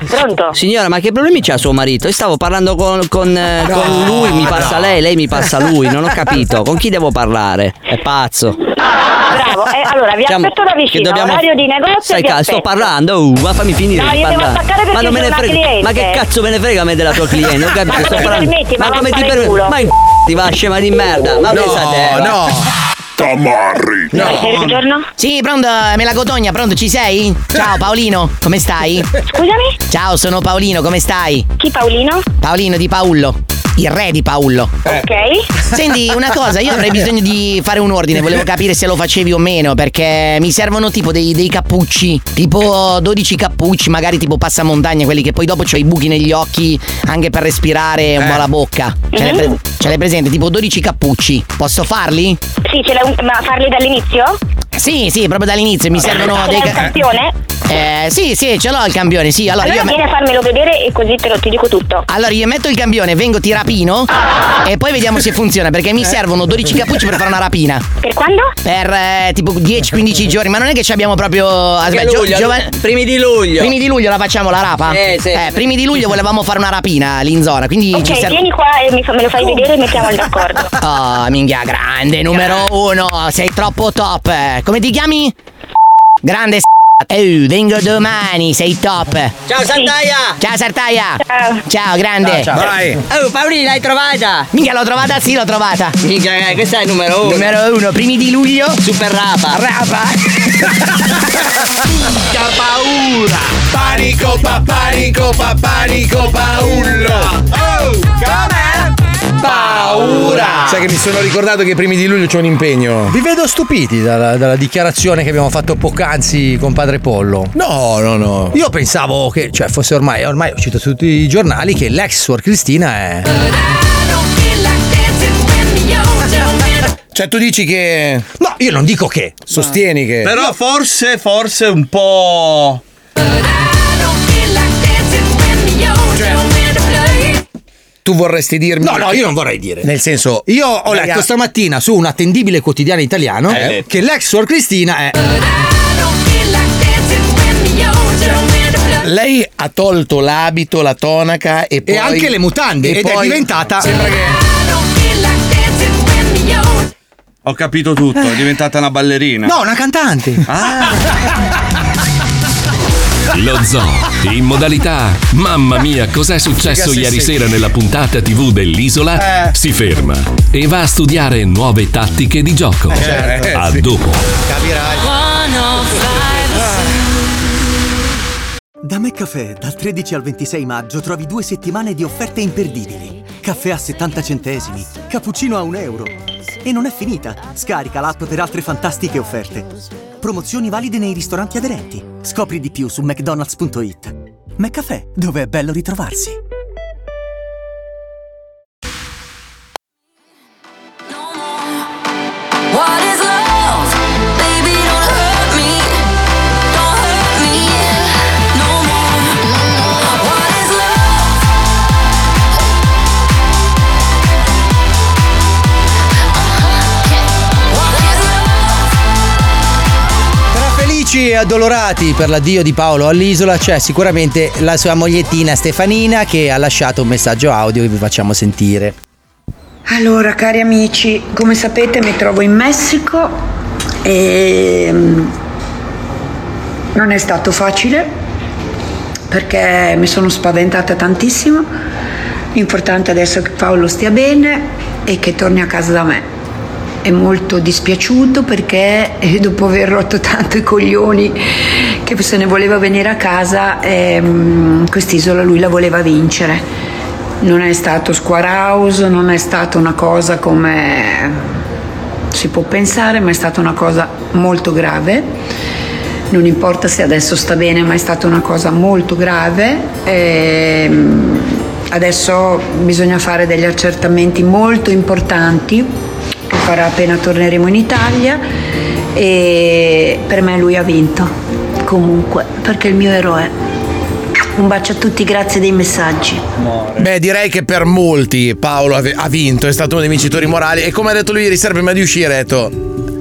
S22: Pronto?
S21: Signora, ma che problemi c'ha suo marito? Io stavo parlando con, con, eh, con lui, mi passa lei, lei mi passa lui. Non ho capito. Con chi devo parlare? È pazzo.
S16: Bravo. Eh, allora, vi
S21: Siamo-
S16: aspetto da
S21: che
S16: vicino.
S21: dobbiamo-
S16: Orario di negozio.
S21: Stai
S16: vi
S21: calmo, sto
S16: aspetto.
S21: parlando, uh, ma fammi finire
S16: No,
S21: di
S16: io devo
S21: parlare.
S16: attaccare perché
S21: ma non me
S16: sono
S21: ne
S16: una
S21: frega.
S16: cliente.
S21: Ma che cazzo me ne frega a me della tua cliente? Ho
S16: Ma
S21: capito, sto
S16: come ti
S21: parlando.
S16: permetti? Ma non
S21: come ti
S16: fare il
S21: permetti?
S16: culo.
S21: Ma inc***i va scema di merda. Ma
S2: No,
S21: pensa a te. va.
S2: no. Tamarri.
S20: Sì, pronto, me la cotogna, pronto, ci sei? Ciao Paolino, come stai?
S16: Scusami?
S20: Ciao, sono Paolino, come stai?
S16: Chi Paolino? Eh.
S20: Paolino di Paullo. Il re di Paullo.
S16: Ok.
S20: Senti, una cosa, io avrei bisogno di fare un ordine, volevo capire se lo facevi o meno, perché mi servono tipo dei, dei cappucci, tipo 12 cappucci, magari tipo passamontagna, quelli che poi dopo c'ho i buchi negli occhi, anche per respirare un
S16: Eh.
S20: po' la bocca. Ce
S16: Mhm.
S20: l'hai pre- ce l'hai presente? Tipo 12 cappucci. Posso farli?
S16: Sì, ce l'hai un- ma farli dall'inizio?
S20: Sì, sì, proprio dall'inizio mi servono
S16: Ce
S20: dei
S16: l'hai il campione?
S20: Eh, sì, sì, ce l'ho il campione, sì. Allora,
S16: Allora
S20: io me-
S16: vieni a farmelo vedere e così te lo ti dico tutto.
S20: Allora io metto il campione, vengo ti rapino e poi vediamo se funziona perché
S21: Eh.
S20: mi servono 12 cappucci per fare una rapina.
S16: Per quando?
S20: Per eh, tipo 10-15 giorni, ma non è che ci abbiamo proprio...
S21: Perché
S20: Gio-
S21: luglio, eh,
S20: Giova-
S21: primi di luglio.
S20: Primi di luglio la facciamo la rapa?
S16: Eh, sì.
S20: primi di luglio volevamo fare una rapina lì in zona, quindi ci
S16: Ok,
S20: serve...
S16: vieni qua e mi fa- me lo fai vedere e mettiamo il d'accordo.
S20: Oh, minchia, grande, numero uno, sei troppo top. Come ti chiami? Grande s***. Eh, vengo domani, sei top.
S21: Ciao Santaia!
S20: Ciao Sartaia! Ciao, grande!
S21: Ciao, ciao. Vai.
S20: Oh, Paolina, l'hai trovata? Minchia, l'ho trovata? Sì, l'ho trovata!
S21: Minchia, ragazzi, questa è il numero uno.
S20: Numero uno, primi di luglio.
S21: Super rapa.
S20: Rapa.
S4: Minchia paura! Panico, pa, panico, pa, panico, paura! Oh, com'è? Paura!
S2: Sai che mi sono ricordato che i primi di luglio c'è un impegno.
S8: Vi vedo stupiti dalla, dalla dichiarazione che abbiamo fatto poc'anzi con padre Pollo.
S2: No, no, no.
S8: Io pensavo che cioè, fosse ormai, ormai è uscito su tutti i giornali che l'ex suor Cristina è.
S2: Cioè, tu dici che.
S8: No, io non dico che.
S2: Sostieni che.
S9: Però forse, forse un po'.
S4: Cioè.
S2: Tu vorresti dirmi.
S8: No, no, io non vorrei dire.
S2: Nel senso.
S8: Io ho
S2: Raga-
S8: letto ecco, stamattina su un attendibile quotidiano italiano
S2: Eh.
S8: eh, che l'ex suor Cristina è.
S2: Lei ha tolto l'abito, la tonaca e poi.
S8: anche le mutande, ed è diventata-
S2: Sembra che.
S9: Ho capito tutto, è diventata una ballerina.
S8: No, Ah. una cantante.
S1: Lo zoo in modalità Mamma mia, cos'è successo
S9: Sì, sì,
S1: ieri
S9: sì.
S1: sera nella puntata TV dell'isola?
S9: Eh.
S1: Si ferma e va a studiare nuove tattiche di gioco.
S4: Eh, certo.
S1: A
S4: Eh, sì.
S1: dopo.
S4: Capirai. oh
S6: Da McCaffè dal 13 al 26 maggio trovi due settimane di offerte imperdibili. Caffè a 70 centesimi, cappuccino a 1 euro. E non è finita. Scarica l'app per altre fantastiche offerte. Promozioni valide nei ristoranti aderenti. Scopri di più su mcdonalds.it. McCaffè, dove è bello ritrovarsi.
S8: Tra felici e addolorati per l'addio di Paolo all'isola c'è sicuramente la sua mogliettina Stefanina che ha lasciato un messaggio audio che vi facciamo sentire.
S23: Allora, cari amici, come sapete mi trovo in Messico e mm, non è stato facile perché mi sono spaventata tantissimo L'importante adesso è che Paolo stia bene e che torni a casa da me. È molto dispiaciuto perché eh, dopo aver rotto tanto i coglioni che se ne voleva venire a casa, ehm, quest'isola lui la voleva vincere. Non è stato squarauso, non è stata una cosa come si può pensare, ma è stata una cosa molto grave. Non importa se adesso sta bene, ma è stata una cosa molto grave. Ehm, adesso bisogna fare degli accertamenti molto importanti, lo farà appena torneremo in Italia e per me lui ha vinto, comunque, perché è il mio eroe. Un bacio a tutti, grazie dei messaggi.
S2: Beh, direi che per molti Paolo ave- ha vinto, è stato uno dei vincitori morali. E come ha detto lui ieri sera prima di uscire, ha detto: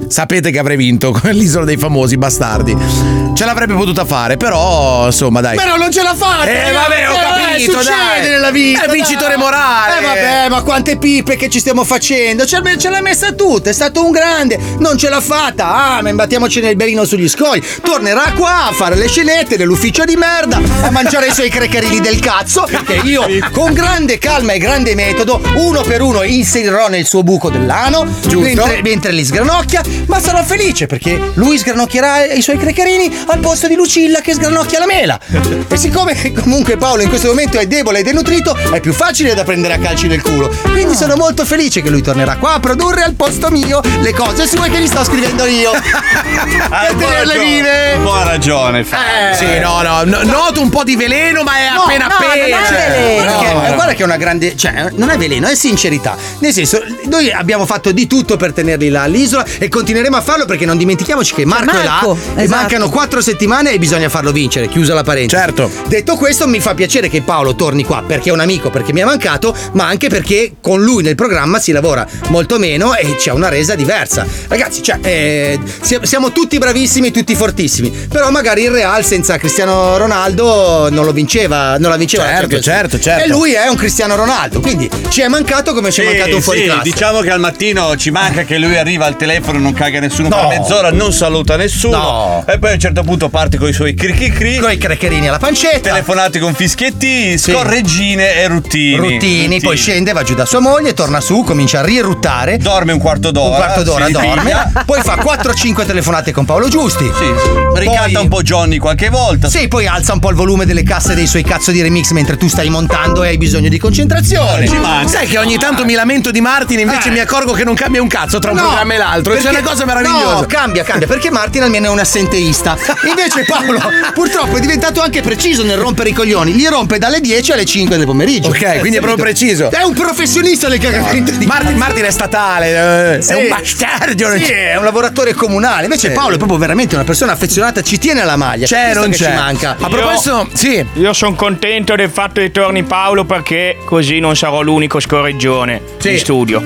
S2: Sapete che avrei vinto con l'isola dei famosi bastardi. Ce l'avrebbe potuta fare, però insomma, dai.
S8: Però non ce la fate!
S2: Eh, vabbè, ho capito,
S8: Succede
S2: dai.
S8: nella vita!
S24: Eh,
S2: È vincitore
S8: dai.
S2: morale.
S8: Eh vabbè, ma quante pipe che ci stiamo facendo! Ce l'ha, ce l'ha messa tutta, è stato un grande! Non ce l'ha fatta! Ah, ma imbattiamoci nel belino sugli scogli! Tornerà qua a fare le scenette nell'ufficio di merda, a mangiare i suoi crecherini del cazzo, perché io, con grande calma e grande metodo, uno per uno inserirò nel suo buco dell'ano, mentre, mentre li sgranocchia, ma sarò felice perché lui sgranocchierà i suoi crecherini al posto di Lucilla che sgranocchia la mela. E siccome comunque Paolo in questo momento è debole e denutrito, è più facile da prendere a calci nel culo. Quindi sono molto felice che lui tornerà qua a produrre al posto mio le cose sue che gli sto scrivendo io.
S9: Ah,
S8: per
S9: un po'
S8: tenerle
S9: ragione-
S8: vive.
S9: Un po' ha ragione, fa.
S8: Eh.
S2: Sì, no, no, no, noto un po' di veleno, ma è
S8: No,
S2: appena
S8: no,
S2: appena.
S8: non è
S2: Cioè,
S8: veleno.
S2: no,
S8: Guarda che-
S2: no.
S8: Guarda che è una grande. Cioè, non è veleno, è sincerità. Nel senso, noi abbiamo fatto di tutto per tenerli là all'isola e continueremo a farlo perché non dimentichiamoci che Marco,
S6: Marco,
S8: è là e
S6: esatto.
S8: mancano quattro settimane e bisogna farlo vincere. Chiusa la parentesi. Certo. Detto questo, mi fa piacere che Paolo torni qua perché è un amico, perché mi è mancato, ma anche perché con lui nel programma si lavora molto meno e c'è una resa diversa. Ragazzi, cioè, eh, si- siamo tutti bravissimi, tutti fortissimi. Però magari il Real senza Cristiano Ronaldo non lo vinceva, non la vinceva. la
S2: Certo,
S8: Champions League.
S2: certo, certo.
S8: E lui è un Cristiano Ronaldo, quindi ci è mancato come ci è mancato un fuori
S9: sì,
S8: classe.
S9: diciamo che al mattino ci manca che lui arriva al telefono, non caga nessuno
S8: No.
S9: per mezz'ora, non saluta nessuno. E poi a un certo punto parte con i suoi crichicri. Con
S8: i crecherini alla pancetta.
S9: Telefonate con fischietti, scorreggine e ruttini.
S8: Ruttini, poi scende, va giù da sua moglie, torna su, comincia a riruttare.
S9: Dorme un quarto d'ora.
S8: Un quarto d'ora
S9: si
S8: dorme.
S9: ripiglia.
S8: poi fa 4-5 telefonate con Paolo Giusti. Sì.
S9: Ricatta un po' Johnny qualche volta.
S8: Sì, poi alza un po' il volume delle casse dei suoi cazzo di remix mentre tu stai montando e hai bisogno di concentrazione.
S2: Sai che ogni tanto mi lamento di Martin, invece
S8: Eh.
S2: mi accorgo che non cambia un cazzo tra un
S8: No,
S2: programma e l'altro. C'è
S8: perché-
S2: una cosa meravigliosa.
S8: No, cambia, cambia, perché Martin almeno è un assenteista. Invece Paolo purtroppo è diventato anche preciso nel rompere i coglioni. Li rompe dalle 10 alle 5 del pomeriggio.
S2: Ok, quindi è proprio preciso.
S8: È un professionista del cagacento di
S2: Martin, Martin è statale, eh, è un bastardo.
S8: Sì, è un lavoratore comunale. Invece
S2: Sì.
S8: Paolo è proprio veramente una persona affezionata, ci tiene alla maglia.
S2: C'è,
S8: Questo
S2: non
S8: che
S2: c'è.
S8: ci manca.
S2: A proposito, sì.
S24: Io sono contento del fatto che torni Paolo perché così non sarò l'unico scorreggione in studio.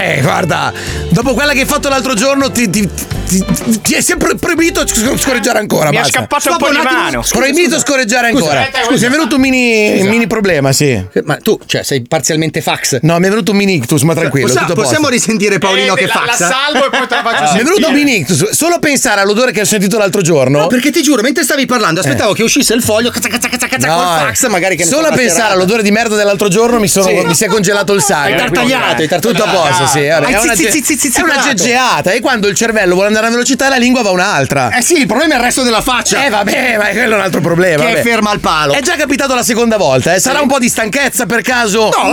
S2: Eh, guarda, dopo quella che hai fatto l'altro giorno, ti, ti- ti- ti- ti è sempre proibito sc- scoreggiare ancora.
S24: Mi è
S2: basta.
S24: scappato un po' di
S2: un attimo,
S24: mano.
S2: scusa, Proibito
S8: scusa.
S2: scoreggiare
S8: Scusa,
S2: ancora.
S8: aspetta,
S2: Scusi, è venuto un mini,
S8: Scusa.
S2: un mini problema, sì.
S8: Ma tu, cioè, sei parzialmente fax?
S2: No, mi è venuto un mini ictus, ma tranquillo.
S8: Possiamo-
S2: tutto a posto.
S8: possiamo risentire Paolino Eh, che la- la faxa? salvo e poi te la faccio
S2: Mi è venuto un
S8: sentire.
S2: mini ictus. Solo pensare all'odore che ho sentito l'altro giorno.
S8: No, perché ti giuro, mentre stavi parlando, aspettavo
S2: Eh.
S8: che uscisse il foglio, cazza, cazza, cazza, cazza, col
S2: No,
S8: fax,
S2: eh.
S8: magari che ne so,
S2: Solo a
S8: una
S2: pensare
S8: serata.
S2: all'odore di merda dell'altro giorno mi, sono-
S8: Sì.
S2: mi si è congelato il sangue.
S8: Hai tartagliato, hai tartagliato.
S2: Tutto a posto, sì. vabbè.
S8: Hai
S2: È una,
S8: zizi-
S2: ge-
S8: zizi- zizi-
S2: è una
S8: zizzato.
S2: geggeata. E quando il cervello vuole andare a velocità, la lingua va un'altra.
S8: Eh sì, il problema è il resto della faccia.
S2: Eh vabbè, ma quello è un altro problema.
S8: Che è
S2: vabbè.
S8: ferma al palo.
S2: È già capitato la seconda volta, eh. Sarà un po' di stanchezza per caso? no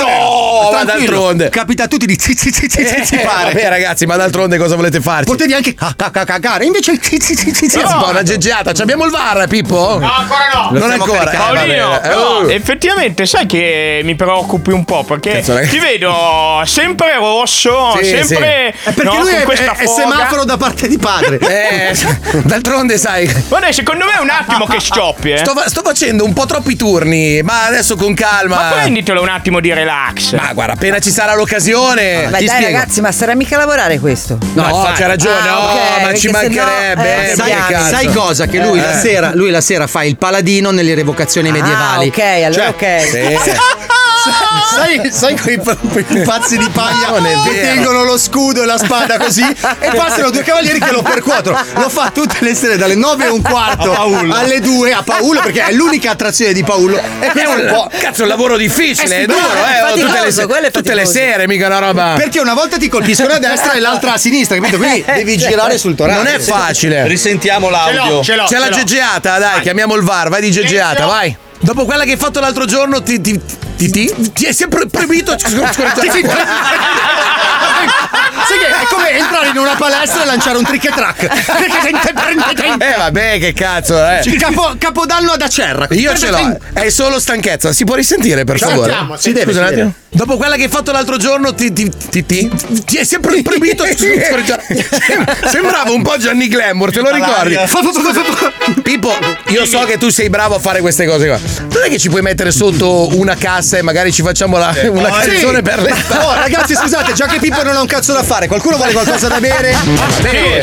S8: tranquillo.
S2: ma d'altronde.
S8: Capita a tutti di
S2: Eh,
S8: zizzizzare.
S2: vabbè ragazzi, ma d'altronde cosa volete farci?
S8: Potevi anche ca- ca- ca- cagare, invece
S2: Sì, è un po' una geggeata. Ci abbiamo il VAR, Pippo? No, ancora
S24: no.
S2: Non ancora. eh,
S24: Paolino,
S2: va bene.
S24: però
S8: uh.
S2: Eh,
S24: effettivamente sai che mi preoccupi un po' perché
S2: Cazzo, ragazzi.
S24: ti vedo sempre rosso,
S2: Sì,
S24: sempre
S8: Eh,
S2: sì. È perché
S24: no,
S2: lui
S24: con
S2: è-
S24: questa
S2: è- è
S24: foga.
S2: semaforo da
S8: parte di padre.
S2: Eh, d'altronde sai.
S24: Guarda, secondo me è un attimo che scioppi, eh.
S2: Sto, fa- sto facendo un po' troppi turni, ma adesso con calma.
S24: Ma prenditelo un attimo di relax.
S2: Ma guarda, appena ci sarà l'occasione,
S7: Ma dai
S2: ti spiego.
S7: ragazzi, ma sarà mica lavorare questo?
S2: No,
S7: infatti.
S8: eh,
S2: c'ha ragione,
S7: Ah,
S2: no,
S7: ok,
S2: ma
S7: perché
S2: ci
S7: se no,
S2: mancherebbe,
S7: eh,
S2: eh,
S8: Sai,
S7: bianco.
S2: cazzo.
S8: sai cosa? Che lui,
S2: Eh.
S8: la sera, lui la sera fa il paladino nelle revocazioni medievali.
S7: Ah, ok, allora ok.
S8: Sì. sai, sai quei p- pazzi di paglia
S6: Non è
S8: che
S6: vero.
S8: tengono lo scudo e la spada così e passano due cavalieri che lo percuotono. Lo fa tutte le sere dalle 9 e un quarto
S6: A Paolo.
S8: alle 2 a Paolo perché è l'unica attrazione di Paolo. E
S2: È
S8: questo
S2: un,
S8: un po'.
S2: cazzo, è un lavoro difficile,
S8: Eh sì,
S2: è duro,
S8: bravo,
S2: eh,
S8: faticoso,
S2: tutte, le, se-
S8: quello è
S2: tutte le
S8: faticoso.
S2: sere, mica una roba.
S8: Perché una volta ti colpiscono a destra e l'altra a sinistra, capito? Quindi devi girare sul torace.
S2: Eh, Non è facile. C'è la geggeata, dai, chiamiamo il VAR, vai di geggeata, vai. Dopo quella che hai fatto l'altro giorno, ti. ti. ti. ti, ti è sempre proibito. Ti
S8: Sai che è come entrare in una palestra e lanciare un trick e track.
S2: Eh vabbè, che cazzo, eh.
S8: Ci- capo- capodanno ad Acerra.
S2: Io ce l'ho. È solo stanchezza. Si può risentire, per
S8: Ci
S2: favore? Eh,
S8: sentiamo,
S2: si
S8: sì.
S2: deve.
S8: Scusa un
S2: si
S8: attimo.
S2: deve. Dopo quella che hai fatto l'altro giorno, ti. ti. ti. ti, ti è sempre proibito. Sembrava un po' Gianni Glamour, te lo ricordi? Pippo, io so che tu sei bravo a fare queste cose qua. Non è che ci puoi mettere sotto una cassa e magari ci facciamo la- una
S8: Eh, Sì.
S2: canzone per le.
S8: Oh, ragazzi, scusate, già che Pippo non ha un cazzo da fare, qualcuno vuole qualcosa da bere?
S2: Sì,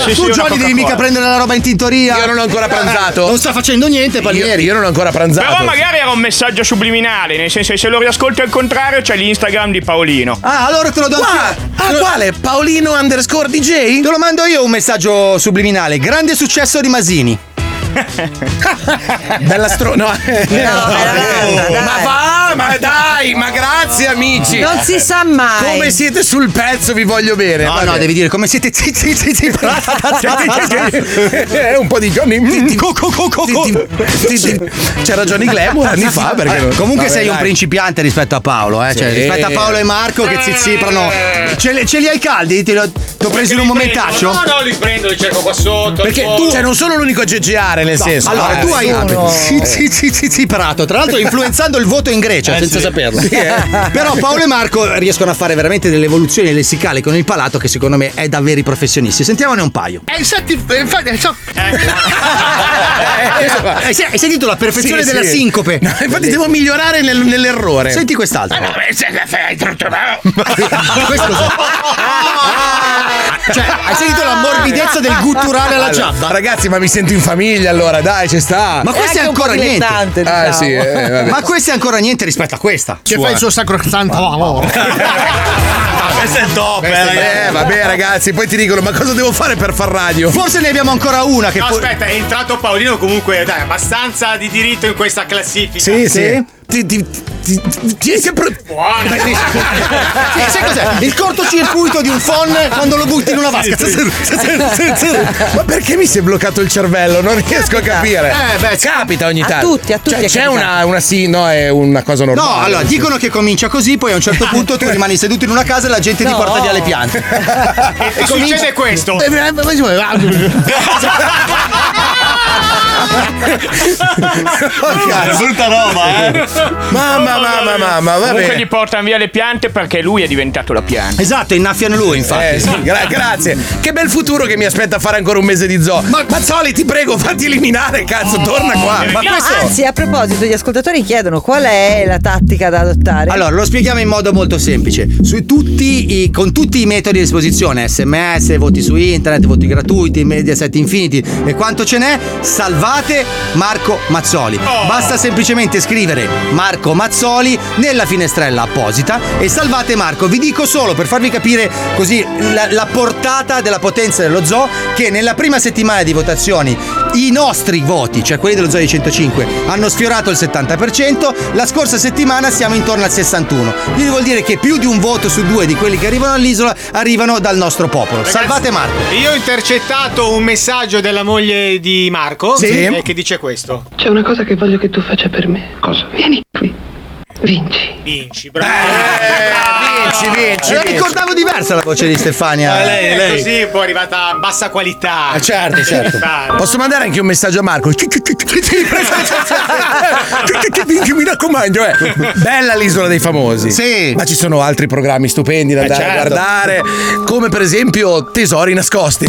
S2: sì, sì,
S8: tu, Johnny,
S2: una
S8: devi
S2: Coca-Cola.
S8: mica prendere la roba in tintoria.
S2: Io non ho ancora pranzato.
S8: Eh, Non sta facendo niente, Palmieri.
S2: Io, io non ho ancora pranzato.
S24: Però magari era un messaggio subliminale, nel senso che se lo riascolti al contrario c'è l'Instagram di Paolino.
S8: Ah, allora te lo do
S24: Qua-
S8: anch'io.
S2: Ah, quale? Paolino underscore DJ?
S8: Te lo mando io un messaggio subliminale. Grande successo di Masini.
S2: Bella stro. No, ma va, ma dai, ma grazie amici.
S7: Non si sa mai.
S2: Come siete sul pezzo, vi voglio bene.
S8: No,
S2: Vabbè.
S8: no, devi dire come siete zitti, zitti, zitti.
S2: Eh, un po' di Johnny. Sì, sì. C'era Johnny Glamour anni fa. Perché
S8: Allora,
S2: non-
S8: comunque
S2: Vabbè,
S8: sei un
S2: dai.
S8: principiante rispetto a Paolo, eh?
S2: Sì.
S8: Cioè, rispetto a Paolo e Marco che zizziprano. Ce li, ce li hai caldi? Te li ho, ti ho preso in un momentaccio?
S15: No, no, li prendo, li cerco qua sotto.
S2: Perché tu, cioè, non sono l'unico a geggeare, nel
S8: No,
S2: senso. Ah, eh,
S8: allora, tu hai
S2: Nessuno.
S8: sì, sì, sì, sì, sì, prato. Tra l'altro, influenzando il voto in Grecia,
S2: Eh,
S8: senza
S2: sì.
S8: saperlo.
S2: Sì, eh.
S8: Però Paolo e Marco riescono a fare veramente delle evoluzioni lessicali con il palato che secondo me è da veri professionisti. Sentiamone un paio.
S6: Eh, infatti, eh, infatti, eh, so-
S8: Hai se- Eh, hai sentito la perfezione
S2: Sì,
S8: della
S2: sì.
S8: sincope?
S2: No, infatti, devo migliorare nel- nell'errore.
S8: Senti quest'altro.
S2: Eh, Questo
S8: Cioè, hai sentito la morbidezza del gutturale alla
S2: Allora,
S8: giabba?
S2: Ragazzi, ma mi sento in famiglia allora, dai, ci sta.
S8: Ma questo è, ancora niente. diciamo.
S2: Ah, sì, eh, vabbè.
S8: Ma questo è ancora niente rispetto a questa.
S6: Che fa il suo sacrosanto
S2: questo è top,
S6: eh, ragazzi.
S2: eh, vabbè, ragazzi, poi ti dicono, ma cosa devo fare per far radio?
S8: Forse ne abbiamo ancora una che
S10: No,
S8: può-
S10: aspetta, è entrato Paolino comunque, dai, abbastanza di diritto in questa classifica.
S2: Sì, sì. Ti, ti, ti, ti- ti è sempre.
S10: Buona.
S8: Eh, sai cos'è? Il cortocircuito di un phon quando lo butti in una vasca.
S2: Ma perché mi si è bloccato il cervello? Non riesco a capire.
S8: Eh, beh, sì.
S2: capita ogni
S8: A
S2: tanto.
S8: tutti, a tutti
S2: Cioè,
S8: è
S2: c'è
S8: capitato.
S2: una, una sì, no, è una cosa normale.
S8: No, allora dicono che comincia così, poi a un certo punto tu rimani seduto in una casa e la gente ti
S2: No.
S8: porta via le piante.
S10: E, e succede questo.
S8: Eh, eh, ma-
S24: cazzo.
S9: Brutta roba, eh.
S2: Mamma, mamma, mamma, va
S24: Ah, Comunque
S2: bene.
S24: gli portano via le piante perché lui è diventato la pianta.
S8: Esatto, innaffiano lui, infatti.
S2: Eh, sì, gra- grazie. Che bel futuro che mi aspetta fare ancora un mese di zoo. Ma Mazzoli, ti prego, fatti eliminare, cazzo, torna qua. Ma
S7: Eh, No,
S2: questo-
S7: anzi, a proposito, gli ascoltatori chiedono qual è la tattica da adottare.
S8: Allora, lo spieghiamo in modo molto semplice. Su tutti i- con tutti i metodi a disposizione, sms, voti su internet, voti gratuiti, media set infiniti e quanto ce n'è, salvate Marco Mazzoli. Basta semplicemente scrivere Marco Mazzoli nella finestrella apposita e salvate Marco. Vi dico solo per farvi capire così la, la portata della potenza dello zoo che nella prima settimana di votazioni i nostri voti, cioè quelli dello zoo di 105, hanno sfiorato il 70%, la scorsa settimana siamo intorno al 61. Quindi vuol dire che più di un voto su due di quelli che arrivano all'isola arrivano dal nostro popolo. Salvate Marco.
S10: Io ho intercettato un messaggio della moglie di Marco
S8: Sì.
S10: eh, che dice questo.
S14: C'è una cosa che voglio che tu faccia per me. Cosa? Vieni qui. Vinci.
S10: Vinci, bravo.
S8: vinci, vinci. La ricordavo diversa la voce di Stefania.
S10: Eh, lei, lei. Così poi è arrivata a bassa qualità.
S2: Ah, certo, certo. Posso mandare anche un messaggio a Marco? Ti- ti- ti- ti- ti- ti- ti- Mi raccomando, eh. Bella l'isola dei famosi.
S8: Sì.
S2: Ma ci sono altri programmi stupendi da
S8: Eh,
S2: andare a
S8: certo.
S2: guardare, come per esempio Tesori nascosti.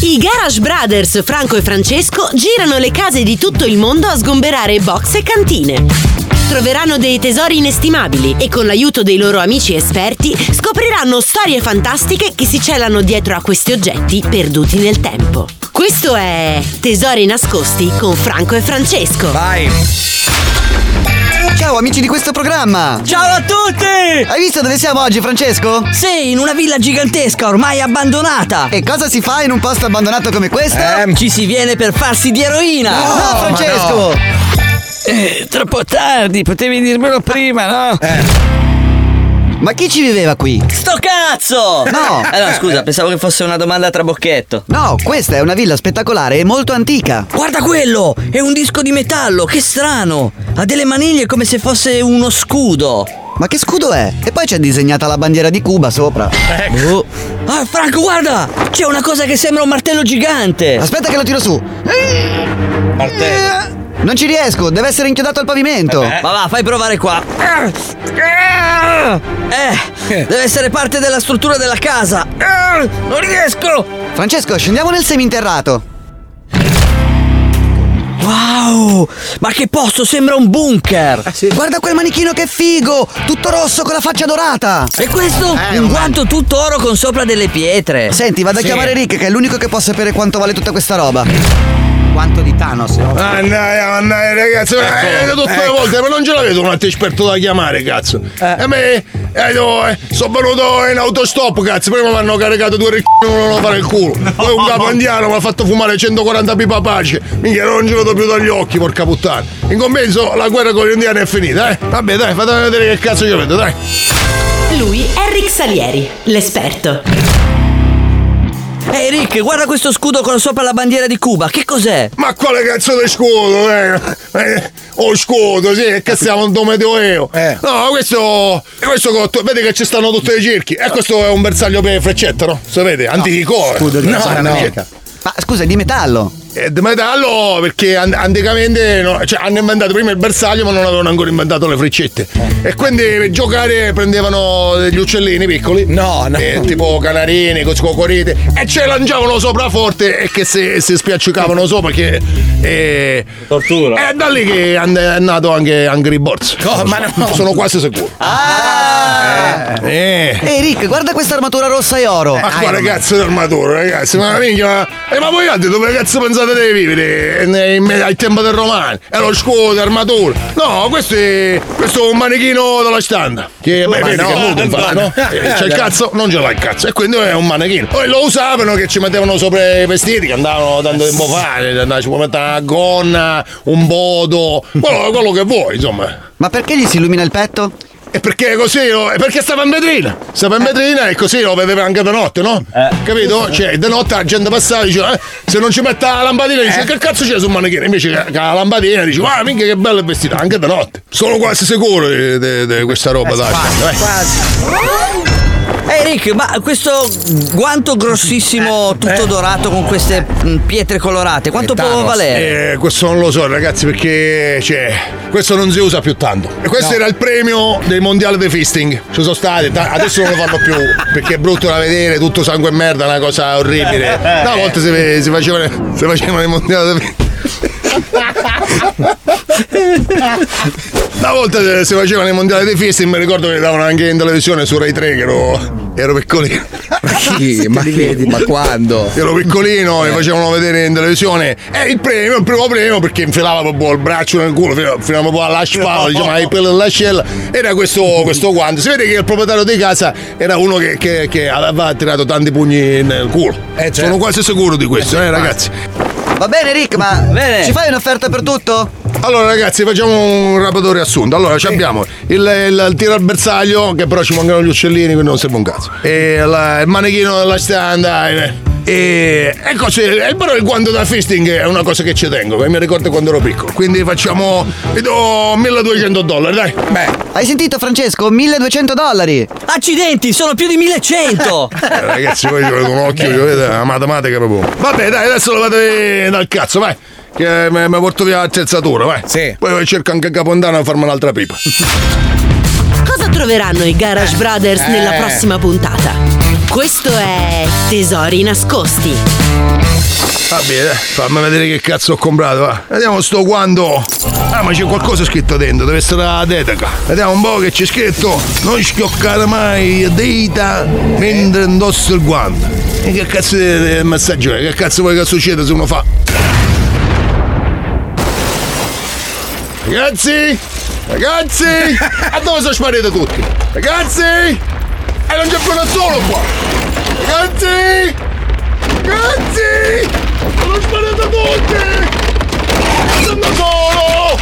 S16: I Garage Brothers Franco e Francesco girano le case di tutto il mondo a sgomberare box e cantine. Troveranno dei tesori inestimabili e con l'aiuto dei loro amici esperti scopriranno storie fantastiche che si celano dietro a questi oggetti perduti nel tempo. Questo è Tesori nascosti con Franco e Francesco.
S2: Vai!
S22: Ciao amici di questo programma! Ciao a tutti! Hai visto dove siamo oggi, Francesco? Sì, in una villa gigantesca, ormai abbandonata! E cosa si fa in un posto abbandonato come questo? Ci si viene per farsi di eroina! No, no ma Francesco! no. Eh, troppo tardi, potevi dirmelo prima, no? Eh. Ma chi ci viveva qui?
S21: Sto cazzo!
S22: No.
S21: Allora, scusa, pensavo che fosse una domanda a trabocchetto.
S22: No, questa è una villa spettacolare e molto antica.
S21: Guarda quello! È un disco di metallo, che strano! Ha delle maniglie come se fosse uno scudo.
S22: Ma che scudo è? E poi c'è disegnata la bandiera di Cuba sopra. Boh.
S21: Ah, Franco, guarda! C'è una cosa che sembra un martello gigante!
S22: Aspetta che lo tiro su.
S8: Eh,
S21: Martello. Eh
S22: Non ci riesco, deve essere inchiodato al pavimento.
S21: Ma va, fai provare qua. Eh, deve essere parte della struttura della casa. Eh, Non riesco!
S22: Francesco, scendiamo nel seminterrato.
S21: Wow! Ma che posto, sembra un bunker!
S22: Guarda quel manichino che figo! Tutto rosso con la faccia dorata!
S21: E questo? Eh, un guanto tutto oro con sopra delle pietre.
S22: Senti, vado a chiamare Rick, che è l'unico che può sapere quanto vale tutta questa roba.
S8: Quanto di Thanos? eh?
S2: Ah,
S13: Andaia, andaia, ragazzi,
S6: Ecco.
S13: ma eh, tutte le volte, ma non ce l'avete un altro esperto da chiamare, cazzo. E me, eh, no, eh, sono venuto in autostop, cazzo. Prima mi hanno caricato due ricchi, non lo fare il culo. Poi un capandiano mi ha fatto fumare 140 pipa pace. Minchia, non ce lo do più dagli occhi, porca puttana. In compenso, la guerra con gli indiani è finita, eh. Vabbè, dai, fatemi vedere che cazzo ci avete, dai.
S16: Lui è Rick Salieri, l'esperto.
S21: Ehi Rick, guarda questo scudo con sopra la bandiera di Cuba, che cos'è?
S13: Ma quale cazzo di scudo? Eh? Eh, Oh scudo, sì, che cazzo siamo un medioevo.
S22: Eh.
S13: No, questo. Questo cotto, vedi che ci stanno tutti i cerchi. E questo è un bersaglio per freccetta, no? Sapete? Antico. eh.
S22: Scudo di
S13: no,
S22: Sud
S13: no.
S22: America. Ma scusa, è di metallo.
S13: È Eh, di metallo perché an- anticamente no, cioè, hanno inventato prima il bersaglio ma non avevano ancora inventato le freccette. E quindi per giocare prendevano degli uccellini piccoli. No, no. tipo canarini, co- cocorite. E ce lanciavano sopra forte e che se, se spiaccicavano sopra che. eh, È da lì che and- è nato anche Angry Birds. ma Sono quasi sicuro. Ah! Eh.
S22: Ehi Rick, guarda questa armatura rossa e oro.
S13: Ma
S22: Iron
S13: qua
S22: Man.
S13: ragazzi d'armatura, ragazzi, ma minchia, ma, eh, ma voi altri dove cazzo pensate di vivere? Eh, nei- me- al tempo del romano? È lo scudo, armatura. No, questo è. questo è un manichino della standa. Che Ma beh, vedi no, che è muto, infatti, no? no. Eh, C'è il cazzo, non ce l'ha il cazzo. E quindi è un manichino. Poi lo usavano che ci mettevano sopra i vestiti, che andavano tanto tempo fa, andavano- ci può mettere una gonna, un bodo, quello, quello che vuoi, insomma.
S22: Ma perché gli si illumina il petto?
S13: E perché così? oh, e perché stava in vetrina? Stava in vetrina e così lo vedeva anche di notte, no? Capito? Cioè, di notte la gente passava e diceva, eh, se non ci mette la lampadina, dice, che cazzo c'è sul manichino? Invece che, che la lampadina dice, ah, minchia che bello il vestito, anche di notte. Sono quasi sicuro di, di- di questa roba,
S21: Eh,
S13: dai. dai.
S21: Ehi eh, Rick, ma questo guanto grossissimo, tutto dorato con queste mm, pietre colorate, quanto può
S13: Thanos.
S21: valere?
S13: Eh, questo non lo so, ragazzi, perché cioè, questo non si usa più tanto. E questo era il premio del mondiale di fisting. Ci sono state, ta- adesso non lo fanno più perché è brutto da vedere, tutto sangue e merda, una cosa orribile. No, a volte si, si facevano, si facevano il mondiale di fisting. Una volta si facevano il mondiale dei fisting, mi ricordo che davano anche in televisione su Rai 3 che ero, ero piccolino. Ma
S8: chi? Ma chi? Ma quando?
S13: Ero piccolino e facevano vedere in televisione. E il premio, il primo premio, perché infilava proprio il braccio nel culo, fino, fino proprio alla spalla, diciamo, ai peli dell'ascella. Era questo, questo guanto. Si vede che il proprietario di casa era uno che, che- che aveva tirato tanti pugni nel culo. Sono quasi sicuro di questo, eh, ragazzi.
S22: Va bene Rick, ma
S13: Bene.
S22: ci fai un'offerta per tutto?
S13: Allora ragazzi facciamo un rapido riassunto Allora ci abbiamo il, il- il tiro al bersaglio Che però ci mancano gli uccellini Quindi non serve un cazzo E
S8: Eh,
S13: la-
S2: Eh,
S13: il manichino della standa E e, e cose- e però il guanto da fisting è una cosa che ci tengo Che mi ricordo quando ero piccolo Quindi facciamo Vi do 1200 dollari dai Beh
S22: Hai sentito Francesco? 1200 dollari!
S21: Accidenti, sono più di 1100!
S13: Eh, Ragazzi voi ci volete un occhio eh. ci volete La
S15: é
S13: matematica proprio Vabbè dai adesso lo vado via dal cazzo vai Che mi mi porto via l'attrezzatura vai Sì Poi cerco anche Capondano a farmi un'altra pipa
S16: Cosa troveranno i Garage Brothers
S13: eh.
S16: nella prossima puntata? Questo è Tesori nascosti.
S13: Vabbè, dai, fammi vedere che cazzo ho comprato, va. Vediamo sto quando. Ah, ma c'è qualcosa scritto dentro, deve essere la teteca. Vediamo un po' che c'è scritto. Non schioccare mai le dita mentre indosso il guanto. E che cazzo è il messaggio è? Che cazzo vuoi che succeda se uno fa? Ragazzi, Ragazzi! A dove sono spariti tutti? Ragazzi! E non c'è più nessuno qua! Ragazzi! Ragazzi! Sono spariti tutti! Sono da solo!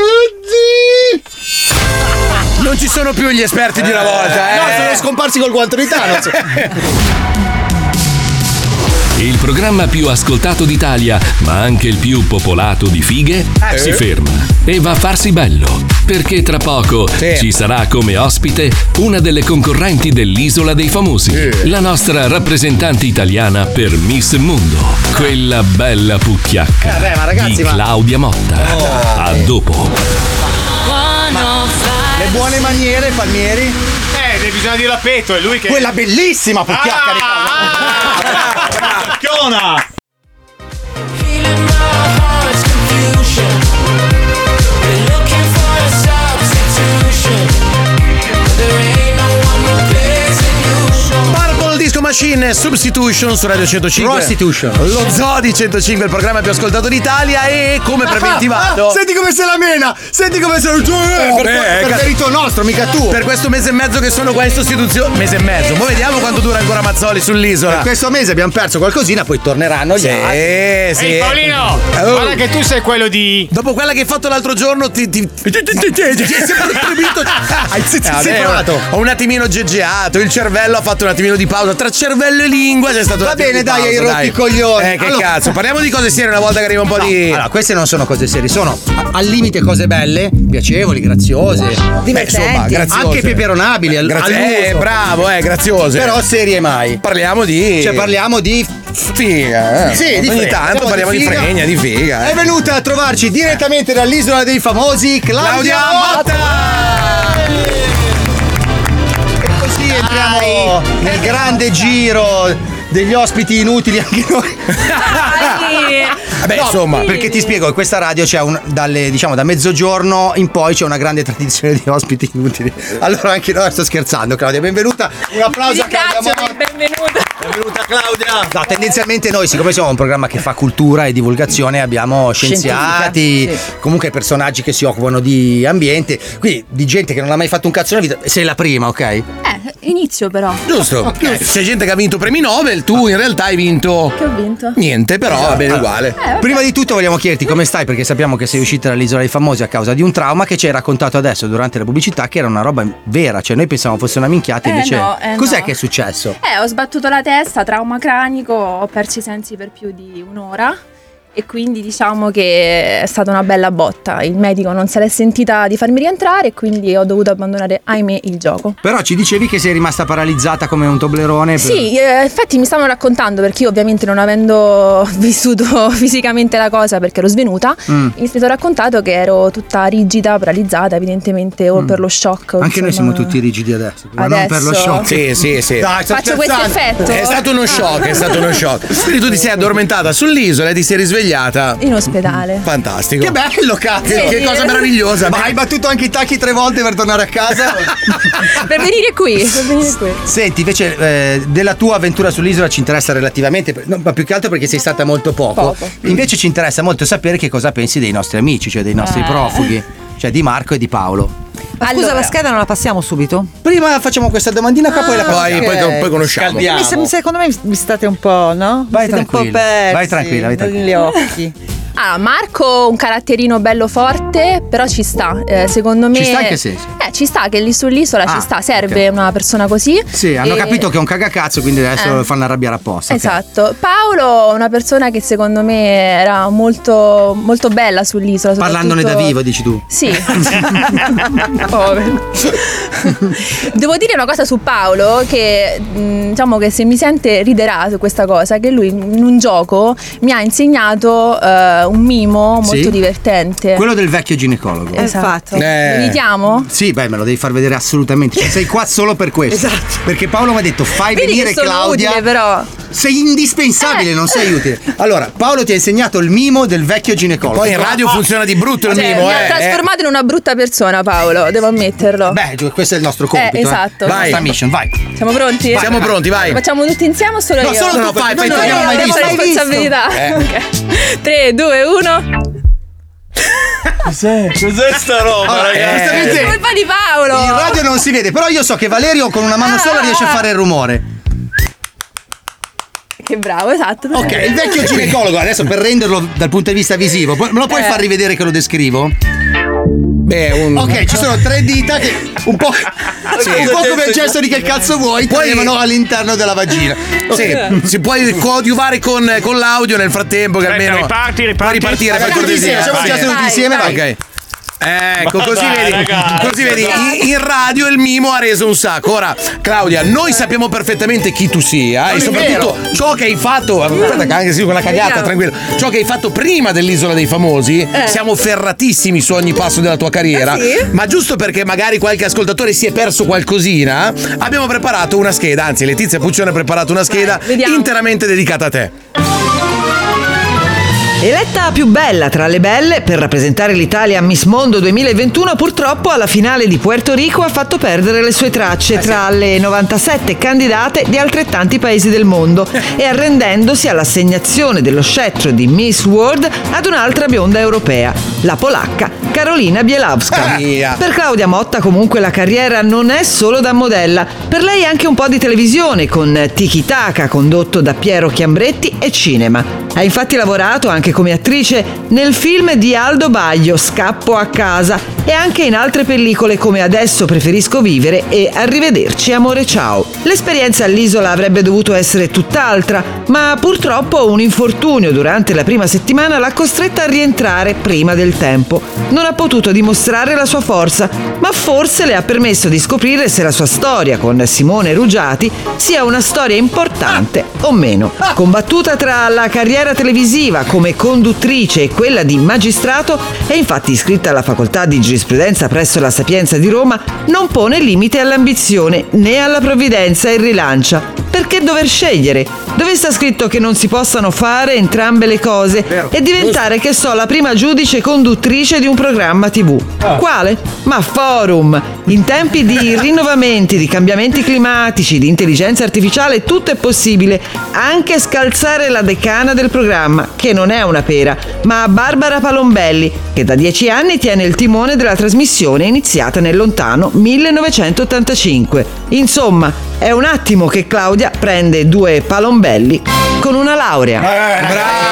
S13: Ragazzi!
S2: Non ci sono più gli esperti di una volta, eh!
S8: No, sono scomparsi col guanto di Thanos.
S1: Il programma più ascoltato d'Italia, ma anche il più popolato di fighe,
S2: Eh?
S1: si ferma e va a farsi bello. Perché tra poco ci sarà come ospite una delle concorrenti dell'Isola dei Famosi, la nostra rappresentante italiana per Miss Mondo, quella bella pucchiacca
S8: Eh, vabbè, ma ragazzi,
S1: di
S8: ma- Oh.
S1: Claudia Motta. a dopo.
S8: Le buone maniere, Palmieri. Eh, bisogna dire la Peto, è lui che. Ah, Quella bellissima pucchiacca di ah.
S10: Chiona!
S2: Purple Disco Machine Substitution su Radio 105
S8: Prostitution.
S2: Lo zoo di 105 il programma più ascoltato d'Italia e come preventivato
S8: Ah, ah, senti come se la mena! Senti come se. Eh, per, per merito nostro, mica tuo.
S2: ecco. Per questo mese e mezzo che sono qua in sostituzione Mese e mezzo Poi vediamo quanto dura ancora Mazzoli sull'isola
S8: Per questo mese abbiamo perso qualcosina, poi torneranno gli altri.
S2: Eh, sì.
S8: Ehi, Paolino, guarda
S2: che tu sei quello di. Eh, oh. Dopo quella che hai fatto l'altro giorno, ti. ti. ti. ti. ti. ti. ti. Hai
S8: provato.
S2: Eh, Ho un attimino geggeato, il cervello ha fatto un attimino di pausa. Tra cervello e lingua c'è stato
S8: Va
S2: un attimo
S8: bene,
S2: di
S8: dai, hai
S2: pausa,
S8: rotto i coglioni.
S2: Eh, che
S8: Allora-
S2: cazzo, parliamo di cose serie una volta che arriva un po'
S8: No,
S2: di.
S8: Allora, queste non sono cose serie, sono a- al limite cose belle, piacevoli, graziose.
S2: Divertenti.
S8: Beh, insomma, graziose. Anche peperonabili. Al,
S2: Grazie-
S8: all'uso.
S2: eh, bravo, eh, graziose.
S8: Però serie mai.
S2: Parliamo di.
S8: Cioè, parliamo di.
S2: Figa, eh.
S8: Sì, di
S2: Ogni
S8: frega.
S2: tanto parliamo di
S8: figa.
S2: fregna, di figa, eh.
S8: È venuta a trovarci direttamente dall'isola dei famosi Claudia,
S2: Claudia Motta.
S8: E così entriamo nel grande giro degli ospiti inutili anche noi.
S2: Vabbè,
S8: No,
S2: insomma.
S8: perché ti spiego, in questa radio c'è un, dalle, diciamo, da mezzogiorno in poi c'è una grande tradizione di ospiti inutili. Allora anche noi sto scherzando, Claudia, benvenuta. Un applauso a Claudia Motta.
S12: benvenuta.
S8: Benvenuta Claudia. No, tendenzialmente noi, siccome siamo un programma che fa cultura e divulgazione, abbiamo scienziati, comunque personaggi che si occupano di ambiente, quindi di gente che non ha mai fatto un cazzo nella vita. Sei la prima, ok?
S12: Eh, inizio però.
S2: Giusto. Eh, C'è gente che ha vinto premi Nobel, tu in realtà hai vinto.
S12: Che ho vinto?
S2: Niente, però
S12: Esatto.
S2: va bene
S12: Eh,
S2: uguale.
S8: Prima di tutto vogliamo chiederti come stai perché sappiamo che sei uscita dall'isola dei famosi a causa di un trauma che ci hai raccontato adesso durante la pubblicità che era una roba vera, cioè noi pensavamo fosse una minchiata
S12: Eh,
S8: invece
S12: no, eh,
S8: cos'è
S12: no.
S8: che è successo?
S12: Eh, ho sbattuto la testa, trauma cranico, ho perso i sensi per più di un'ora e quindi diciamo che è stata una bella botta. Il medico non se l'è sentita di farmi rientrare e quindi ho dovuto abbandonare, ahimè, il gioco.
S8: Però ci dicevi che sei rimasta paralizzata come un toblerone. per-
S12: Sì, eh, infatti mi stavano raccontando perché io ovviamente non avendo vissuto fisicamente la cosa perché ero svenuta,
S8: Mm.
S12: mi è stato raccontato che ero tutta rigida, paralizzata evidentemente o per lo shock. o
S8: Mm. Anche noi siamo
S12: insomma.
S8: tutti rigidi adesso, ma non
S12: Adesso-
S8: per lo shock.
S2: Sì, sì, sì.
S8: Dai, sto
S12: Faccio questo
S8: scherzando.
S12: effetto?
S2: È stato uno shock, è stato uno shock. Quindi tu ti sei addormentata sull'isola e ti sei risvegliata.
S12: In ospedale.
S2: Fantastico.
S8: Che bello, cazzo!
S2: Che, che cosa meravigliosa.
S8: Ma hai battuto anche i tacchi tre volte per tornare a casa?
S12: per venire qui, per venire qui.
S8: Senti, invece eh, della tua avventura sull'isola ci interessa relativamente, no, ma più che altro perché sei stata molto poco.
S12: Poco.
S8: Invece ci interessa molto sapere che cosa pensi dei nostri amici, cioè dei nostri
S12: Eh.
S8: profughi, cioè di Marco e di Paolo.
S7: Ma scusa, la scheda non la passiamo subito? Ah,
S8: Prima facciamo questa domandina qua, poi la passiamo. Poi- poi- poi conosciamo. Scaldiamo.
S7: Mi sem- secondo me mi state un po', no? Vai siete un po'
S8: tranquilla,
S7: persi.
S8: vai tranquilla, vai
S7: Gli
S8: tranquilla.
S7: occhi.
S12: Ah, Marco un caratterino bello forte, però ci sta. eh, secondo me.
S8: Ci sta in che senso?
S12: Eh, ci sta che lì sull'isola
S8: Ah,
S12: ci sta, serve
S8: ok.
S12: una persona così.
S8: Sì, hanno
S12: E-
S8: capito che è un cagacazzo, quindi adesso
S12: Eh.
S8: lo fanno arrabbiare apposta. ok.
S12: Esatto, Paolo è una persona che secondo me era molto, molto bella sull'isola.
S8: Parlandone da
S12: soprattutto-
S8: vivo, dici tu.
S12: Sì. Povero. Devo dire una cosa su Paolo che mh, diciamo che se mi sente riderà su questa cosa che lui in un gioco mi ha insegnato eh, un mimo molto
S8: Sì?
S12: divertente.
S8: Quello del vecchio ginecologo. Eh.
S12: Esatto. Lo ridiamo?
S8: Sì, beh, me lo devi far vedere assolutamente. Cioè, sei qua solo per questo.
S12: Esatto.
S8: Perché Paolo mi ha detto: fai
S12: Vedi
S8: venire
S12: che sono
S8: Claudia.
S12: utile, però. Eh.
S8: Sei indispensabile, non sei utile. Allora, Paolo ti ha insegnato il mimo del vecchio ginecologo.
S2: Poi in radio funziona di brutto il eh,
S12: Cioè, mi
S8: eh,
S12: ha trasformato in una brutta persona Paolo, devo ammetterlo.
S8: Beh, giu- questo è il nostro compito.
S12: Eh, esatto.
S8: La nostra
S12: Vai.
S8: mission, vai.
S12: Siamo pronti?
S8: Siamo pronti, vai.
S12: Lo Facciamo tutti insieme o solo
S8: No,
S12: io?
S8: solo tu fai, fai
S12: no,
S8: tu,
S12: no,
S8: non
S12: io
S8: l'hai
S12: devo
S2: Eh.
S8: visto.
S12: responsabilità.
S8: Eh.
S12: Ok. 3, 2, 1.
S9: Cos'è? Cos'è sta roba,
S8: Allora,
S9: ragazzi?
S8: giustamente-
S12: Colpa di Paolo! Ah,
S8: In radio non si vede, però io so che Valerio con una mano sola riesce a fare il rumore.
S12: Che bravo, esatto.
S8: Ok, il vecchio ginecologo, adesso per renderlo dal punto di vista visivo, pu- me lo puoi
S12: Eh.
S8: far rivedere che lo descrivo? Beh,
S2: un-
S8: Ok, ci sono tre dita che un po',
S2: Sì.
S8: un po' come il gesto di che cazzo vuoi,
S2: Poi-
S8: tenevano all'interno della vagina.
S2: Sì, si può coadiuvare con, eh, con l'audio nel frattempo che
S8: Aspetta,
S2: almeno
S8: riparti, riparti.
S2: puoi ripartire per
S8: Tutti insieme,
S2: cortesia
S8: siamo
S2: vai.
S8: già seduti insieme, vai.
S2: Ok. Ecco,
S8: Ma
S2: così
S8: dai,
S2: vedi,
S8: ragazzi,
S2: così vedi
S8: dai.
S2: in, in radio il mimo ha reso un sacco. Ora, Claudia, noi sappiamo perfettamente chi tu sia eh,
S6: Non
S2: e
S6: è
S2: soprattutto ciò che hai fatto. Aspetta, che anche sì, quella cagata,
S6: Vediamo.
S2: tranquilla. Ciò che hai fatto prima dell'isola dei famosi,
S6: Eh.
S2: siamo ferratissimi su ogni passo della tua carriera.
S6: Eh sì.
S2: Ma giusto perché magari qualche ascoltatore si è perso qualcosina, abbiamo preparato una scheda. Anzi, Letizia Puccione ha preparato una scheda interamente dedicata a te.
S7: Eletta più bella tra le belle per rappresentare l'Italia a Miss Mondo 2021, purtroppo alla finale di Puerto Rico ha fatto perdere le sue tracce tra le 97 candidate di altrettanti paesi del mondo e arrendendosi all'assegnazione dello scettro di Miss World ad un'altra bionda europea, la polacca Carolina Bielawska.
S2: Via.
S7: Per Claudia Motta comunque la carriera non è solo da modella, per lei anche un po' di televisione con Tiki Taka condotto da Piero Chiambretti e cinema. Ha infatti lavorato anche come attrice nel film di Aldo Baglio Scappo a casa e anche in altre pellicole come Adesso preferisco vivere e Arrivederci amore ciao. L'esperienza all'isola avrebbe dovuto essere tutt'altra, ma purtroppo un infortunio durante la prima settimana l'ha costretta a rientrare prima del tempo. Non ha potuto dimostrare la sua forza, ma forse le ha permesso di scoprire se la sua storia con Simone Ruggiati sia una storia importante o meno. Combattuta tra la carriera televisiva come conduttrice e quella di magistrato, è infatti iscritta alla facoltà di giurisprudenza presso la Sapienza di Roma, non pone limite all'ambizione né alla provvidenza e rilancia. Perché dover scegliere? Dove sta scritto che non si possano fare entrambe le cose e diventare, che so, la prima giudice conduttrice di un programma TV? Quale? Ma forum! In tempi di rinnovamenti, di cambiamenti climatici, di intelligenza artificiale, tutto è possibile. Anche scalzare la decana del programma, che non è una pera, ma Barbara Palombelli, che da dieci anni tiene il timone della trasmissione iniziata nel lontano 1985. Insomma, è un attimo che Claudia prende due palombelli con una laurea.
S8: Eh,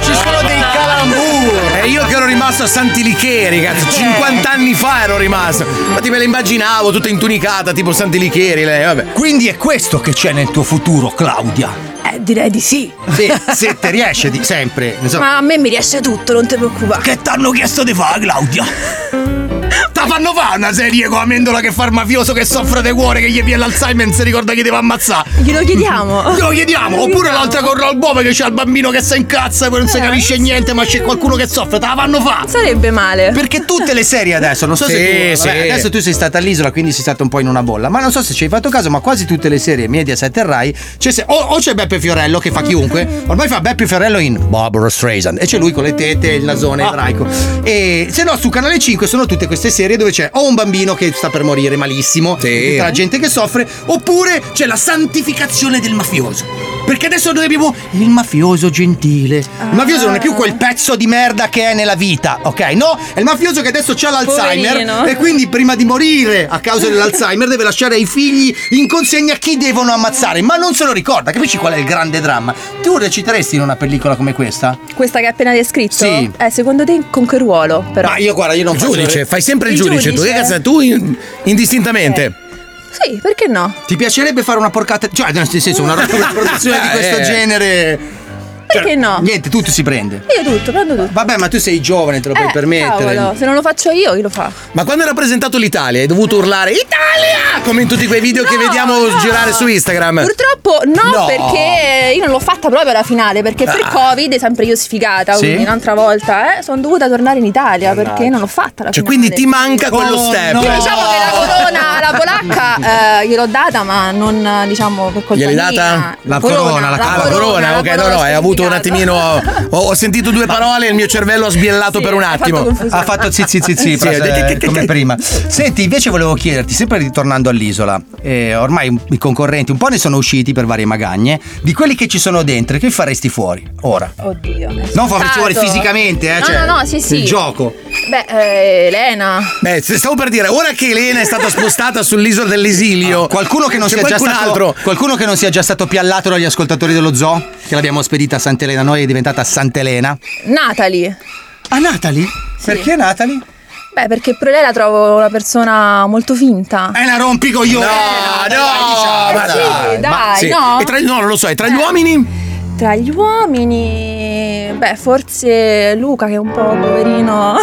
S8: Ci sono dei calambur. Eh.
S2: E io che ero rimasto a Santilicheri, cazzo, 50 anni fa ero rimasto. Infatti me la immaginavo tutta intunicata, tipo Santilicheri, lei, vabbè.
S8: Quindi è questo che c'è nel tuo futuro, Claudia.
S12: Eh, direi di sì.
S8: Se, se ti riesce di sempre, insomma.
S12: Ma a me mi riesce tutto, non ti preoccupare.
S8: Che t'hanno chiesto di fare, Claudia? Ta fanno fare una serie con Amendola che fa il mafioso che soffre di cuore, che gli viene l'Alzheimer e non si ricorda chi deve ammazzare.
S12: Glielo chiediamo. Eh.
S8: Glielo chiediamo. Oppure l'altra con Roll Bob che c'ha il bambino che si incazza e poi non si capisce niente, ma c'è qualcuno che soffre. Te la fanno fare.
S12: Sarebbe male.
S8: Perché tutte le serie adesso, non so se tu,
S6: Sì,
S8: vabbè,
S6: sì.
S8: adesso tu sei stata all'isola, quindi sei stata un po' in una bolla, ma non so se ci hai fatto caso, ma quasi tutte le serie Mediaset e Rai c'è se- o, o c'è Beppe Fiorello che fa chiunque, ormai fa Beppe Fiorello in Barbara Streisand e c'è lui con le tete, il nasone ebraico. E se no su Canale 5 sono tutte queste serie dove c'è o un bambino che sta per morire malissimo, tutta la gente che soffre, oppure c'è la santificazione del mafioso. Perché adesso noi abbiamo il mafioso gentile. Il mafioso non è più quel pezzo di merda che è nella vita, ok? No, è il mafioso che adesso c'ha l'Alzheimer
S6: Poverino.
S8: e quindi prima di morire a causa dell'Alzheimer deve lasciare ai figli in consegna chi devono ammazzare, ma non se lo ricorda. Capisci qual è il grande dramma? Tu reciteresti in una pellicola come questa?
S12: Questa che hai appena descritto?
S8: Sì.
S12: Eh, secondo te con che ruolo però?
S8: Ma io guarda, io non faccio-
S2: Giudice, fai sempre il,
S8: Il
S2: giudice, tu,
S8: giudice? Eh.
S2: che cazzo, tu in- indistintamente.
S12: Sì, perché no?
S8: Ti piacerebbe fare una porcata, cioè nel senso una roba- una produzione di questo
S2: Eh.
S8: genere?
S12: Perché no?
S8: Niente, tutto si prende.
S12: Io tutto, prendo tutto.
S8: Vabbè, ma tu sei giovane, te lo puoi
S12: Eh,
S8: permettere.
S12: cavolo, se non lo faccio io, chi lo fa?
S2: Ma quando era presentato l'Italia hai dovuto urlare Italia! Come in tutti quei video che vediamo girare su Instagram.
S12: Purtroppo no,
S2: No.
S12: perché io non l'ho fatta proprio alla finale, perché per
S2: Ah.
S12: Covid, sempre io sfigata,
S2: Sì.
S12: quindi un'altra volta, eh, sono dovuta tornare in Italia perché non l'ho fatta la
S2: Cioè,
S12: finale.
S2: quindi ti manca quello step.
S12: Diciamo che la corona, la polacca eh, gliel'ho data, ma non diciamo per colpa
S2: Gliel'hai
S12: mia.
S2: data?
S12: La corona, la
S2: Ah, la
S12: corona,
S2: corona,
S12: la
S2: ok, no,
S12: corona
S2: no, hai avuto un attimino. Ho, ho sentito due parole e il mio cervello ha sbiellato per un attimo.
S8: Ha fatto zit zit zit zit,
S2: Sì,
S8: eh,
S2: eh,
S8: come prima. Senti, invece volevo chiederti, sempre ritornando all'isola, eh, ormai un- i concorrenti un po' ne sono usciti per varie magagne, di quelli che ci sono dentro, che faresti fuori ora?
S12: Oddio.
S8: Non faresti fuori
S12: Stato.
S8: fisicamente, eh,
S12: No,
S8: cioè,
S12: no, no, sì, sì.
S8: Il gioco.
S12: Beh, eh, Elena.
S2: Beh, se- stavo per dire, ora che Elena è stata spostata sull'isola dell'esilio,
S8: Ah, Qualcuno che non
S2: c'è
S8: sia già
S2: qualcun
S8: stato
S2: altro.
S8: qualcuno che non sia già stato piallato dagli ascoltatori dello zoo, che l'abbiamo spedita a Sant'Elena, noi è diventata Sant'Elena.
S12: Natalie.
S8: Ah, Natalie? Perché Natalie?
S12: Beh, perché per lei la trovo una persona molto finta.
S8: È una rompicoglione!
S12: No,
S2: Ah, ma
S12: Sì, dai,
S2: ma- sì.
S12: no?
S2: E tra, no, non lo so, e tra gli uomini?
S12: Tra gli uomini, beh, forse Luca che è un po' poverino.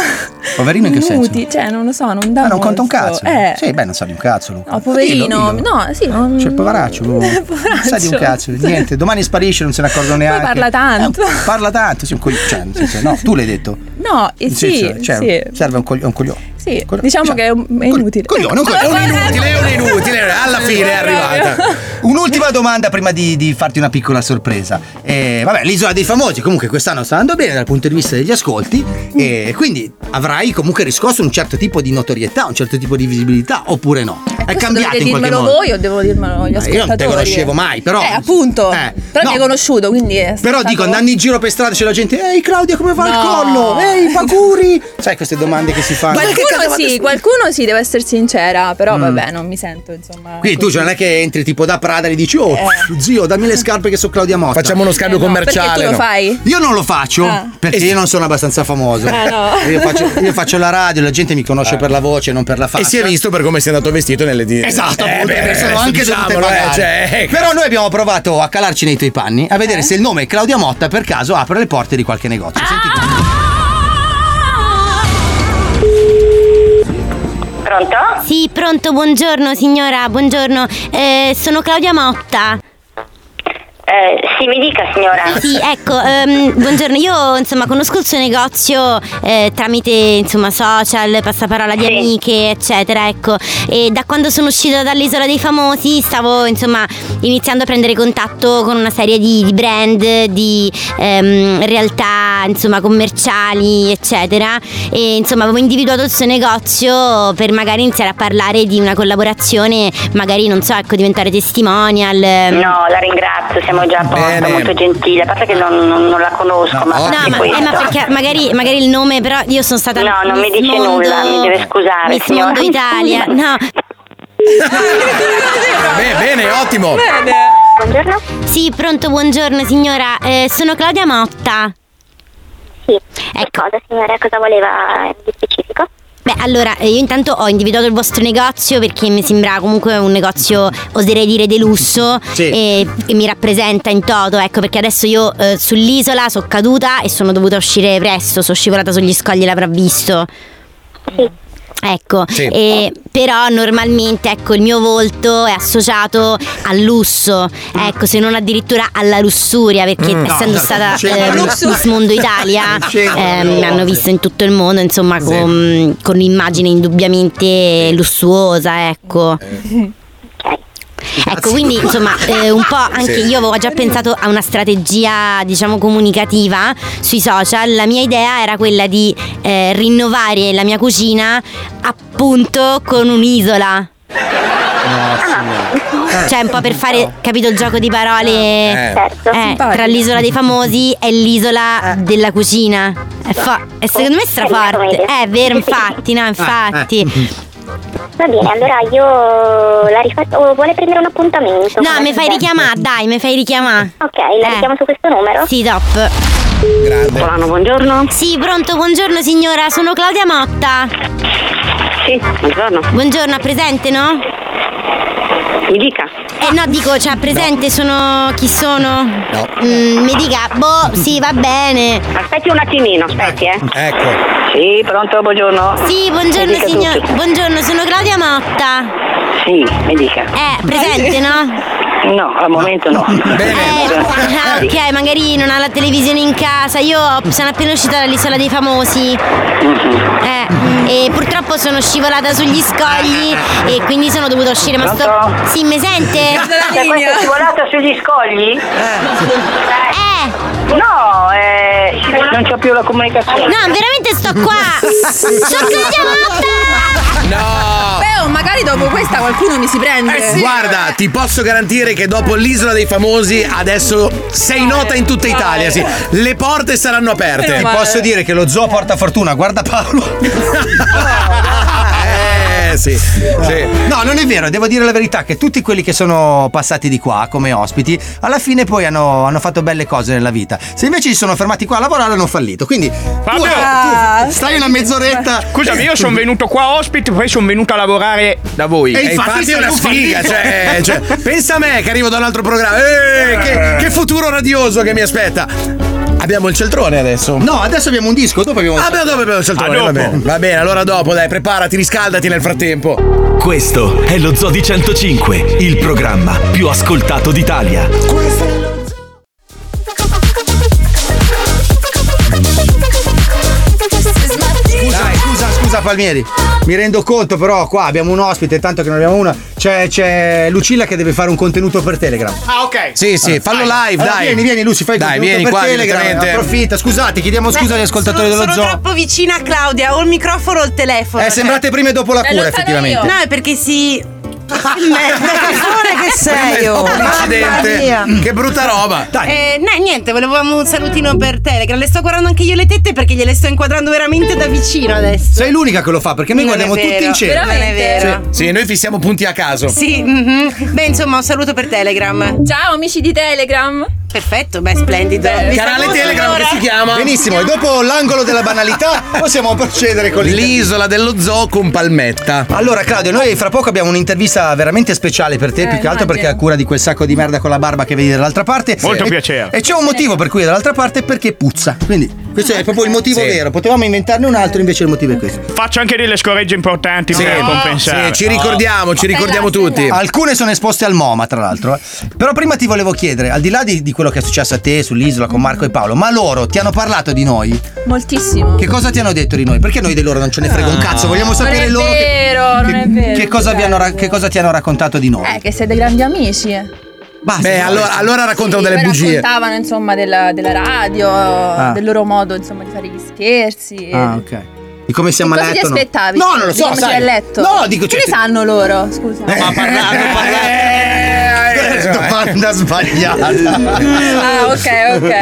S8: Poverino in che senso?
S12: Muti, cioè, non lo so, non dà.
S8: Ah, non conta un
S12: molto.
S8: cazzo.
S12: Eh.
S8: Sì, beh, non sa di un cazzo, Luca.
S12: No, poverino.
S8: Dillo, dillo.
S12: No, sì, non.
S8: Cioè, poveraccio, oh.
S12: Eh,
S8: non sa di un cazzo,
S12: poveraccio.
S8: niente, domani sparisce, non se ne accorgono neanche.
S12: parla tanto.
S8: Eh, parla tanto, sì, un coglione. Cioè, nel senso, no, tu l'hai detto.
S12: No, eh,
S8: Nel
S12: sì,
S8: senso, cioè,
S12: sì.
S8: serve un, cogli- un coglione.
S12: Sì, diciamo che è, un- è inutile.
S8: coglione, un coglione.
S12: Ma
S8: È un
S12: guarda-
S8: inutile,
S2: è un inutile, alla fine è arrivata.
S8: Un'ultima domanda prima di, di farti una piccola sorpresa. Eh, vabbè, l'isola dei famosi comunque quest'anno sta andando bene dal punto di vista degli ascolti e quindi avrai comunque riscosso un certo tipo di notorietà, un certo tipo di visibilità oppure no? È
S12: Questo
S8: cambiato
S12: dovete
S8: in qualche
S12: dirmelo
S8: modo.
S12: voi o devo dirmelo agli
S8: Ma io non te
S12: ascoltatori?
S8: conoscevo mai, però-
S12: Eh, appunto. però mi hai conosciuto, quindi. è
S8: Però
S12: stato-
S8: dico, andando in giro per strada c'è la gente, ehi Claudia come va
S12: No.
S8: il collo? Ehi Pacuri! Sai queste domande che si fanno?
S12: Qualcuno sì, qualcuno sì, deve essere sincera, però
S8: Mm.
S12: vabbè, non mi sento, insomma.
S8: Quindi tu cioè, non è che entri tipo da Prada e gli dici
S2: Eh.
S8: oh zio dammi le scarpe che sono Claudia Motta Facciamo uno scambio
S12: Eh no, commerciale, perché tu lo no? fai?
S8: Io non lo faccio
S12: Ah.
S8: perché
S2: Eh
S8: io non sono abbastanza famoso
S12: Eh, no.
S8: io, faccio, io faccio la radio la gente mi conosce per la voce non per la faccia
S2: E si è visto per come sei andato vestito nelle di-
S8: Esatto,
S2: Eh,
S8: appunto,
S2: beh,
S8: perché sono
S2: adesso
S8: anche dovute
S2: diciamolo, eh,
S8: pagare.
S2: cioè, eh,
S8: Però noi abbiamo provato a calarci nei tuoi panni, a
S12: Eh?
S8: vedere se il nome Claudia Motta per caso apre le porte di qualche negozio. Sentite.
S25: Pronto? Sì, pronto, buongiorno signora, buongiorno. Eh, sono Claudia Motta.
S23: Eh, sì, mi dica signora.
S25: Sì, ecco, ehm, buongiorno, io insomma conosco il suo negozio eh, tramite insomma social, passaparola di amiche, eccetera, ecco. E da quando sono uscita dall'isola dei famosi stavo insomma iniziando a prendere contatto con una serie di, di brand, di ehm, realtà insomma commerciali, eccetera. E insomma avevo individuato il suo negozio per magari iniziare a parlare di una collaborazione, magari non so, ecco, diventare testimonial. ehm.
S23: No, la ringrazio, siamo già a posto,
S25: Bene.
S23: molto gentile. A parte che non, non- non la conosco, ma a
S25: No,
S23: parte
S25: ma, eh,
S23: questo.
S25: ma perché magari, magari il nome, però io sono stata.
S23: No, non mi
S25: Miss
S23: dice
S25: Mondo-
S23: nulla, mi deve scusare,
S25: Miss
S23: signora.
S25: Mondo Italia. No.
S2: Beh, bene, ottimo.
S25: Buongiorno. Sì, pronto, buongiorno signora. Eh, sono Claudia Motta. Sì. Ecco. Cosa, signora, cosa voleva di specifico? Beh, allora, eh, io intanto ho individuato il vostro negozio perché mi sembra comunque un negozio, oserei dire, di lusso e, e mi rappresenta in toto, ecco, perché adesso io eh, sull'isola sono caduta e sono dovuta uscire presto, sono scivolata sugli scogli, l'avrà visto. Ecco, e- però normalmente ecco, il mio volto è associato al lusso, ecco, se non addirittura alla lussuria, perché Mm. No, essendo no, stata c'è eh, la lussuria. Miss Mondo Italia, C'è la eh, mi lussuria. hanno visto in tutto il mondo, insomma, con, con un'immagine indubbiamente lussuosa, ecco. Ecco, quindi insomma, eh, un po' anche Sì. io avevo già pensato a una strategia, diciamo, comunicativa sui social. La mia idea era quella di eh, rinnovare la mia cucina appunto con un'isola. Cioè, un po' per fare, capito, il gioco di parole
S16: Eh. Certo.
S25: eh, tra l'isola dei famosi e l'isola della cucina. È, fa- è secondo me straforte. Eh. È vero, infatti, no, infatti.
S8: Ah,
S16: Va bene, allora io la rifaccio. oh, vuole prendere un appuntamento?
S25: No, mi fai richiamare, dai, mi fai richiamare. Eh.
S16: Ok, la richiamo su questo numero?
S25: Sì, top. buongiorno. Sì, pronto, buongiorno signora, sono Claudia Motta. Sì, buongiorno. Buongiorno, ha presente, no? Mi dica. Eh no, dico, cioè, ha presente sono chi sono? No. mi dica, boh, sì, va bene. Aspetti un attimino, aspetti, eh.
S2: Ecco.
S25: Sì, pronto, buongiorno. Sì, buongiorno
S16: Mi dica
S25: signor.
S16: tutto.
S25: Buongiorno, sono Claudia Motta.
S16: Sì, mi dica.
S25: Eh, presente, no?
S23: No, al momento no.
S24: Eh,
S25: Ah, ok, magari non ha la televisione in casa. Io sono appena uscita dall'isola dei famosi.
S23: Mm-hmm.
S25: Eh, e purtroppo sono scivolata sugli scogli e quindi sono dovuta uscire. Ma sto. Sì, mi sente?
S23: Da Cioè, questa scivolata sugli scogli? Eh. No, eh, non c'ho più la
S8: eh.
S23: comunicazione.
S25: No, veramente sto qua!
S2: No!
S12: Beh, oh, magari dopo questa qualcuno mi si prende.
S2: Guarda, ti posso garantire che dopo l'isola dei famosi adesso sei nota in tutta Italia. Sì. Le porte saranno aperte.
S8: Ti posso dire che lo zoo porta fortuna, guarda Paolo. Ah,
S2: Eh sì, sì.
S8: No, non è vero, devo dire la verità che tutti quelli che sono passati di qua come ospiti, alla fine poi hanno, hanno fatto belle cose nella vita. Se invece si sono fermati qua a lavorare hanno fallito. Quindi tu, tu stai una mezz'oretta.
S24: Scusami, io sono venuto qua ospite, poi sono venuto a lavorare da voi.
S2: E infatti, è una sfiga. Cioè, cioè, pensa a me che arrivo da un altro programma. Eh, che, che futuro radioso che mi aspetta. Abbiamo il celtrone adesso.
S8: No, adesso abbiamo un disco, dopo abbiamo.
S2: Ah, beh, dopo abbiamo il celtrone.
S8: Ah,
S2: va,
S8: dopo.
S2: bene. va bene, allora dopo, dai, preparati, riscaldati nel frattempo.
S6: Questo è lo Zoo di 105, il programma più ascoltato d'Italia.
S8: Dai, scusa, scusa Palmieri. Mi rendo conto però qua abbiamo un ospite, tanto che non abbiamo uno. C'è, c'è Lucilla che deve fare un contenuto per Telegram.
S26: Ah, ok.
S2: Sì, sì, fallo live,
S8: Allora,
S2: dai.
S8: Vieni, vieni Luci, fai il
S2: Dai,
S8: contenuto
S2: vieni
S8: per
S2: qua
S8: Telegram.
S2: direttamente.
S8: Approfitta, scusate, chiediamo scusa agli ascoltatori
S16: sono,
S8: dello
S16: sono
S8: zoo.
S16: troppo vicina a Claudia, o il microfono o il telefono.
S8: Eh, sembrate prima e dopo la
S16: Beh,
S8: cura,
S16: lo farò
S8: effettivamente.
S16: io. No, è perché si. Merda, che fuori che sei!
S8: Prima e
S16: oh.
S8: dopo, Mm,
S16: Mamma
S2: accidente.
S16: mia.
S2: Che brutta roba. Dai.
S16: Eh, no, niente, volevamo un salutino per Telegram. Le sto guardando anche io le tette perché gliele sto inquadrando veramente da vicino adesso.
S8: Sei l'unica che lo fa perché noi
S16: Non è
S8: guardiamo tutti
S16: vero,
S8: in cielo.
S16: veramente. Vero.
S2: Sì, sì, noi fissiamo punti a caso.
S16: Sì, mhm. beh, insomma, un saluto per Telegram. Ciao, amici di Telegram. Perfetto, beh, splendido. Vi saluto allora.
S8: Benissimo, e dopo l'angolo della banalità possiamo procedere con
S2: L'isola dello zoo con palmetta.
S8: Allora Claudio, noi fra poco abbiamo un'intervista veramente speciale per te,
S2: Eh,
S8: più che altro
S2: immagino.
S8: perché ha cura di quel sacco di merda con la barba che vedi dall'altra parte.
S24: Molto
S8: E-
S24: piacere.
S8: E c'è un motivo per cui è dall'altra parte perché puzza. Quindi questo è proprio il motivo
S24: Sì.
S8: vero. Potevamo inventarne un altro, invece il motivo è questo.
S24: Faccio anche delle scoregge importanti
S8: Sì.
S24: per compensare.
S8: Sì, ci ricordiamo, ci ricordiamo tutti. Esatto, Alcune sono esposte al MoMA, tra l'altro. eh. Però prima ti volevo chiedere, al di là di, di quello che è successo a te sull'isola con Marco e Paolo, ma loro ti hanno parlato di noi?
S12: Moltissimo.
S8: Che cosa ti hanno detto di noi? Perché noi di loro non ce ne frega un cazzo, vogliamo sapere
S12: non è
S8: loro che-
S12: Vero, non è vero.
S8: che cosa, vi hanno ra- che cosa ti hanno raccontato di noi.
S12: Eh, che siete grandi amici. eh.
S2: Beh, allora, allora raccontano
S12: Sì,
S2: delle
S12: poi
S2: bugie.
S12: raccontavano insomma della, della radio,
S8: Ah.
S12: del loro modo insomma di fare gli scherzi.
S8: Ah, ok. Di come siamo a
S12: Cosa ti
S8: letto? no?
S12: aspettavi?
S8: No, non lo
S12: Di
S8: so.
S12: come
S8: sai.
S12: sei a letto?
S8: No, dico cioè,
S12: Che ne sanno loro? Scusa.
S8: Eh, domanda sbagliata.
S12: ah, ok, ok.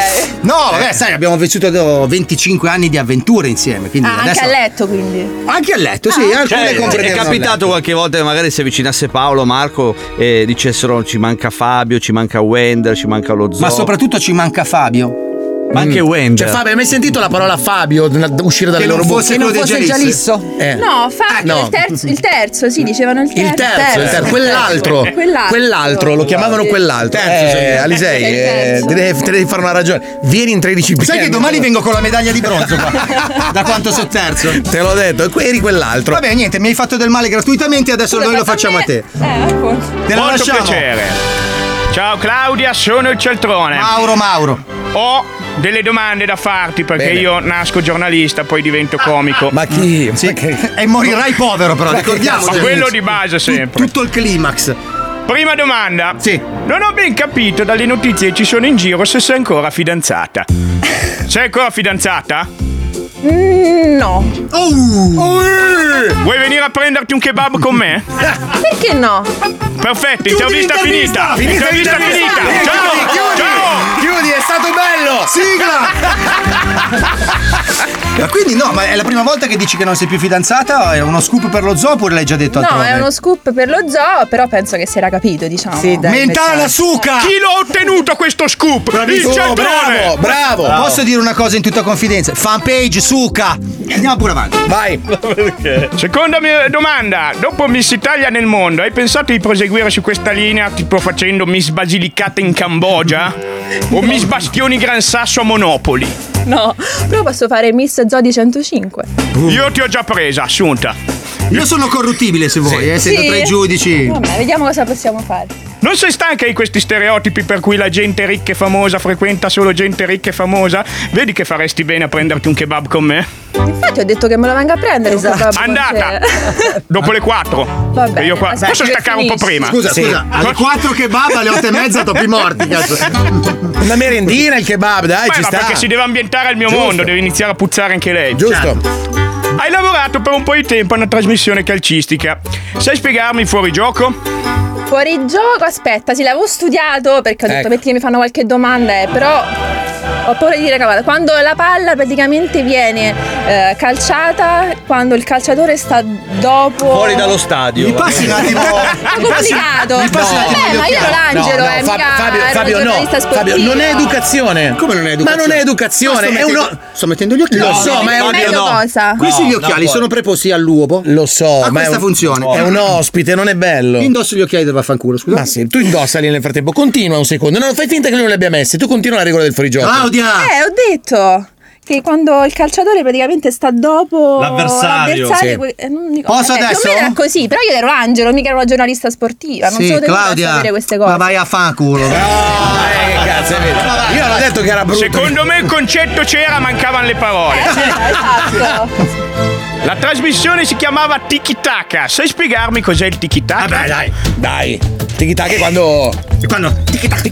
S8: No, vabbè, sai, abbiamo vissuto do- 25 anni di avventure insieme. Quindi
S12: Ah,
S8: adesso.
S12: anche a letto quindi.
S8: Anche a letto, Eh, sì,
S12: Ah,
S8: alcune
S9: Cioè, è
S8: comprendono
S9: capitato qualche volta che magari si avvicinasse Paolo, Marco e dicessero ci manca Fabio, ci manca Wender, ci manca lo zoo.
S8: Ma soprattutto ci manca Fabio. Mm.
S9: Ma anche Wender.
S2: Cioè, Fabio, hai mai sentito la parola Fabio n- uscire dalle
S8: Che non
S2: loro
S8: fosse Che non quello dei fosse Gialisso. Gialisso.
S2: Eh.
S12: No,
S8: Ah,
S12: Fabio,
S2: no.
S12: il terzo, il terzo, sì, dicevano il terzo.
S2: Il terzo, il terzo, quell'altro,
S12: Quell'altro.
S2: quell'altro, lo chiamavano quell'altro.
S8: Terzo,
S2: Eh,
S8: sì.
S2: Alisei,
S8: Il
S2: eh,
S8: terzo.
S2: te devi, te devi fare una ragione. Vieni in 13
S8: Sai che domani vengo con la medaglia di bronzo qua. da quanto sono terzo.
S2: Te l'ho detto, que- eri quell'altro.
S8: Vabbè, niente, mi hai fatto del male gratuitamente, adesso noi lo facciamo a te. Te la
S24: Molto
S8: lasciamo.
S24: piacere. Ciao Claudia, sono il Celtrone.
S8: Mauro, Mauro.
S24: Ho delle domande da farti perché
S8: Bene.
S24: io nasco giornalista, poi divento comico.
S2: Ma chi?
S8: E morirai povero, però,
S24: Ma
S8: ricordiamocelo.
S24: quello di base sempre.
S8: Tutto il climax.
S24: Prima domanda. Sì. Non ho ben capito dalle notizie che ci sono in giro se sei ancora fidanzata. Sei ancora fidanzata?
S12: Mm, no.
S8: Oh.
S24: Vuoi venire a prenderti un kebab con me?
S12: Perché no?
S24: Perfetto, intervista finita.
S2: Finita
S24: Intervista
S2: l'intervista.
S24: finita.
S2: Vieni,
S24: Ciao.
S2: chiudi,
S24: Ciao.
S2: Chiudi, chiudi, è stato bello.
S8: Ma quindi no, ma è la prima volta che dici che non sei più fidanzata? È uno scoop per lo zoo oppure l'hai già detto
S12: No,
S8: altrove?
S12: è uno scoop per lo zoo, però penso che si era capito, diciamo. Eh, Sì,
S8: suca!
S24: Chi l'ha ottenuto questo scoop?
S8: Bravissimo, Oh,
S24: Il Celtrone!
S8: Posso dire una cosa in tutta confidenza? Fanpage suca! Andiamo pure avanti.
S2: Vai!
S24: Seconda mia domanda, dopo Miss Italia nel mondo, hai pensato di proseguire su questa linea tipo facendo Miss Basilicata in Cambogia? O Miss Bastioni Gran Sasso a Monopoli?
S12: No, però posso fare Miss Zoo di 105.
S24: Io ti ho già presa, assunta.
S8: Io sono Uh. corruttibile se vuoi, eh,
S12: Sì? Vabbè, vediamo cosa possiamo fare.
S24: Non sei stanca di questi stereotipi per cui la gente ricca e famosa frequenta solo gente ricca e famosa? Vedi che faresti bene a prenderti un kebab con me?
S12: Infatti ho detto che me la venga a prendere. Esatto.
S24: Andata! Dopo le 4.
S12: Vabbè,
S24: Io qua-
S12: aspetta
S24: Posso
S12: che
S24: staccare un po'
S12: finisci.
S24: prima?
S8: Ah. Scusa, scusa, alle 4 che bava, alle 8 e mezza topi morti, cazzo.
S2: Una merendina il kebab, Ah, dai,
S24: Beh,
S2: ci
S24: ma
S2: sta.
S24: perché si deve ambientare al mio
S2: Giusto.
S24: mondo, deve iniziare a puzzare anche lei.
S2: Giusto.
S24: Hai lavorato per un po' di tempo a una trasmissione calcistica. Sai spiegarmi il fuorigioco?
S12: cioè, Fuori gioco, aspetta, sì, l'avevo studiato perché ho detto
S24: Ecco.
S12: metti che mi fanno qualche domanda, eh, però ho paura di dire cavolo. Quando la palla praticamente viene eh, calciata, quando il calciatore sta dopo.
S9: Fuori dallo stadio. Mi
S8: passi un attimo-
S12: Ah, complicato!
S2: Mi passi un attimo
S12: Vabbè,
S2: il
S12: eh, ma io ero
S2: piano.
S12: l'angelo,
S2: No, no,
S12: eh,
S2: Fab-
S12: mica
S2: Fabio,
S12: ero
S2: Fabio, no.
S12: giornalista sportivo.
S2: Fabio, non è educazione.
S8: Come non è educazione?
S2: Ma non è educazione,
S8: Ma
S2: è
S8: sto
S2: uno.
S8: mettendo- Sto mettendo gli occhiali.
S2: Lo so, ma è un-
S8: Fabio,
S2: Meglio cosa?
S8: Questi
S2: No,
S8: gli
S2: no,
S8: occhiali
S2: poi-
S8: sono preposti all'uopo.
S2: Lo so,
S8: A
S2: ma
S8: Ah, questa
S2: è un,
S8: funzione.
S2: È un ospite, non è bello.
S8: Indosso gli occhiali del vaffanculo, scusa.
S2: Ma sì, tu indossali nel frattempo. Continua un secondo. No, fai finta che lui non li abbia messi. Tu continua la regola del fuorigioco.
S12: Eh, ho detto che quando il calciatore praticamente sta dopo
S2: L'avversario.
S12: l'avversario,
S2: Sì.
S12: que- eh, non dico-
S8: Posso
S12: vabbè, più o
S8: adesso?
S12: meno era così, però io ero angelo, mica ero una giornalista sportiva, non
S8: Sì,
S12: sono tenuta a
S8: Claudia,
S12: sapere queste cose.
S8: ma vai a fanculo.
S2: Eh, cazzo è vero? Io l'ho detto che era brutto.
S24: Secondo me il concetto c'era, mancavano le parole. La trasmissione si chiamava Tiki Taka. Sai spiegarmi cos'è il Tiki Taka? Vabbè,
S2: Ah, dai, dai. Tiki Taka è quando.
S8: Quando. Tiki
S2: Taka.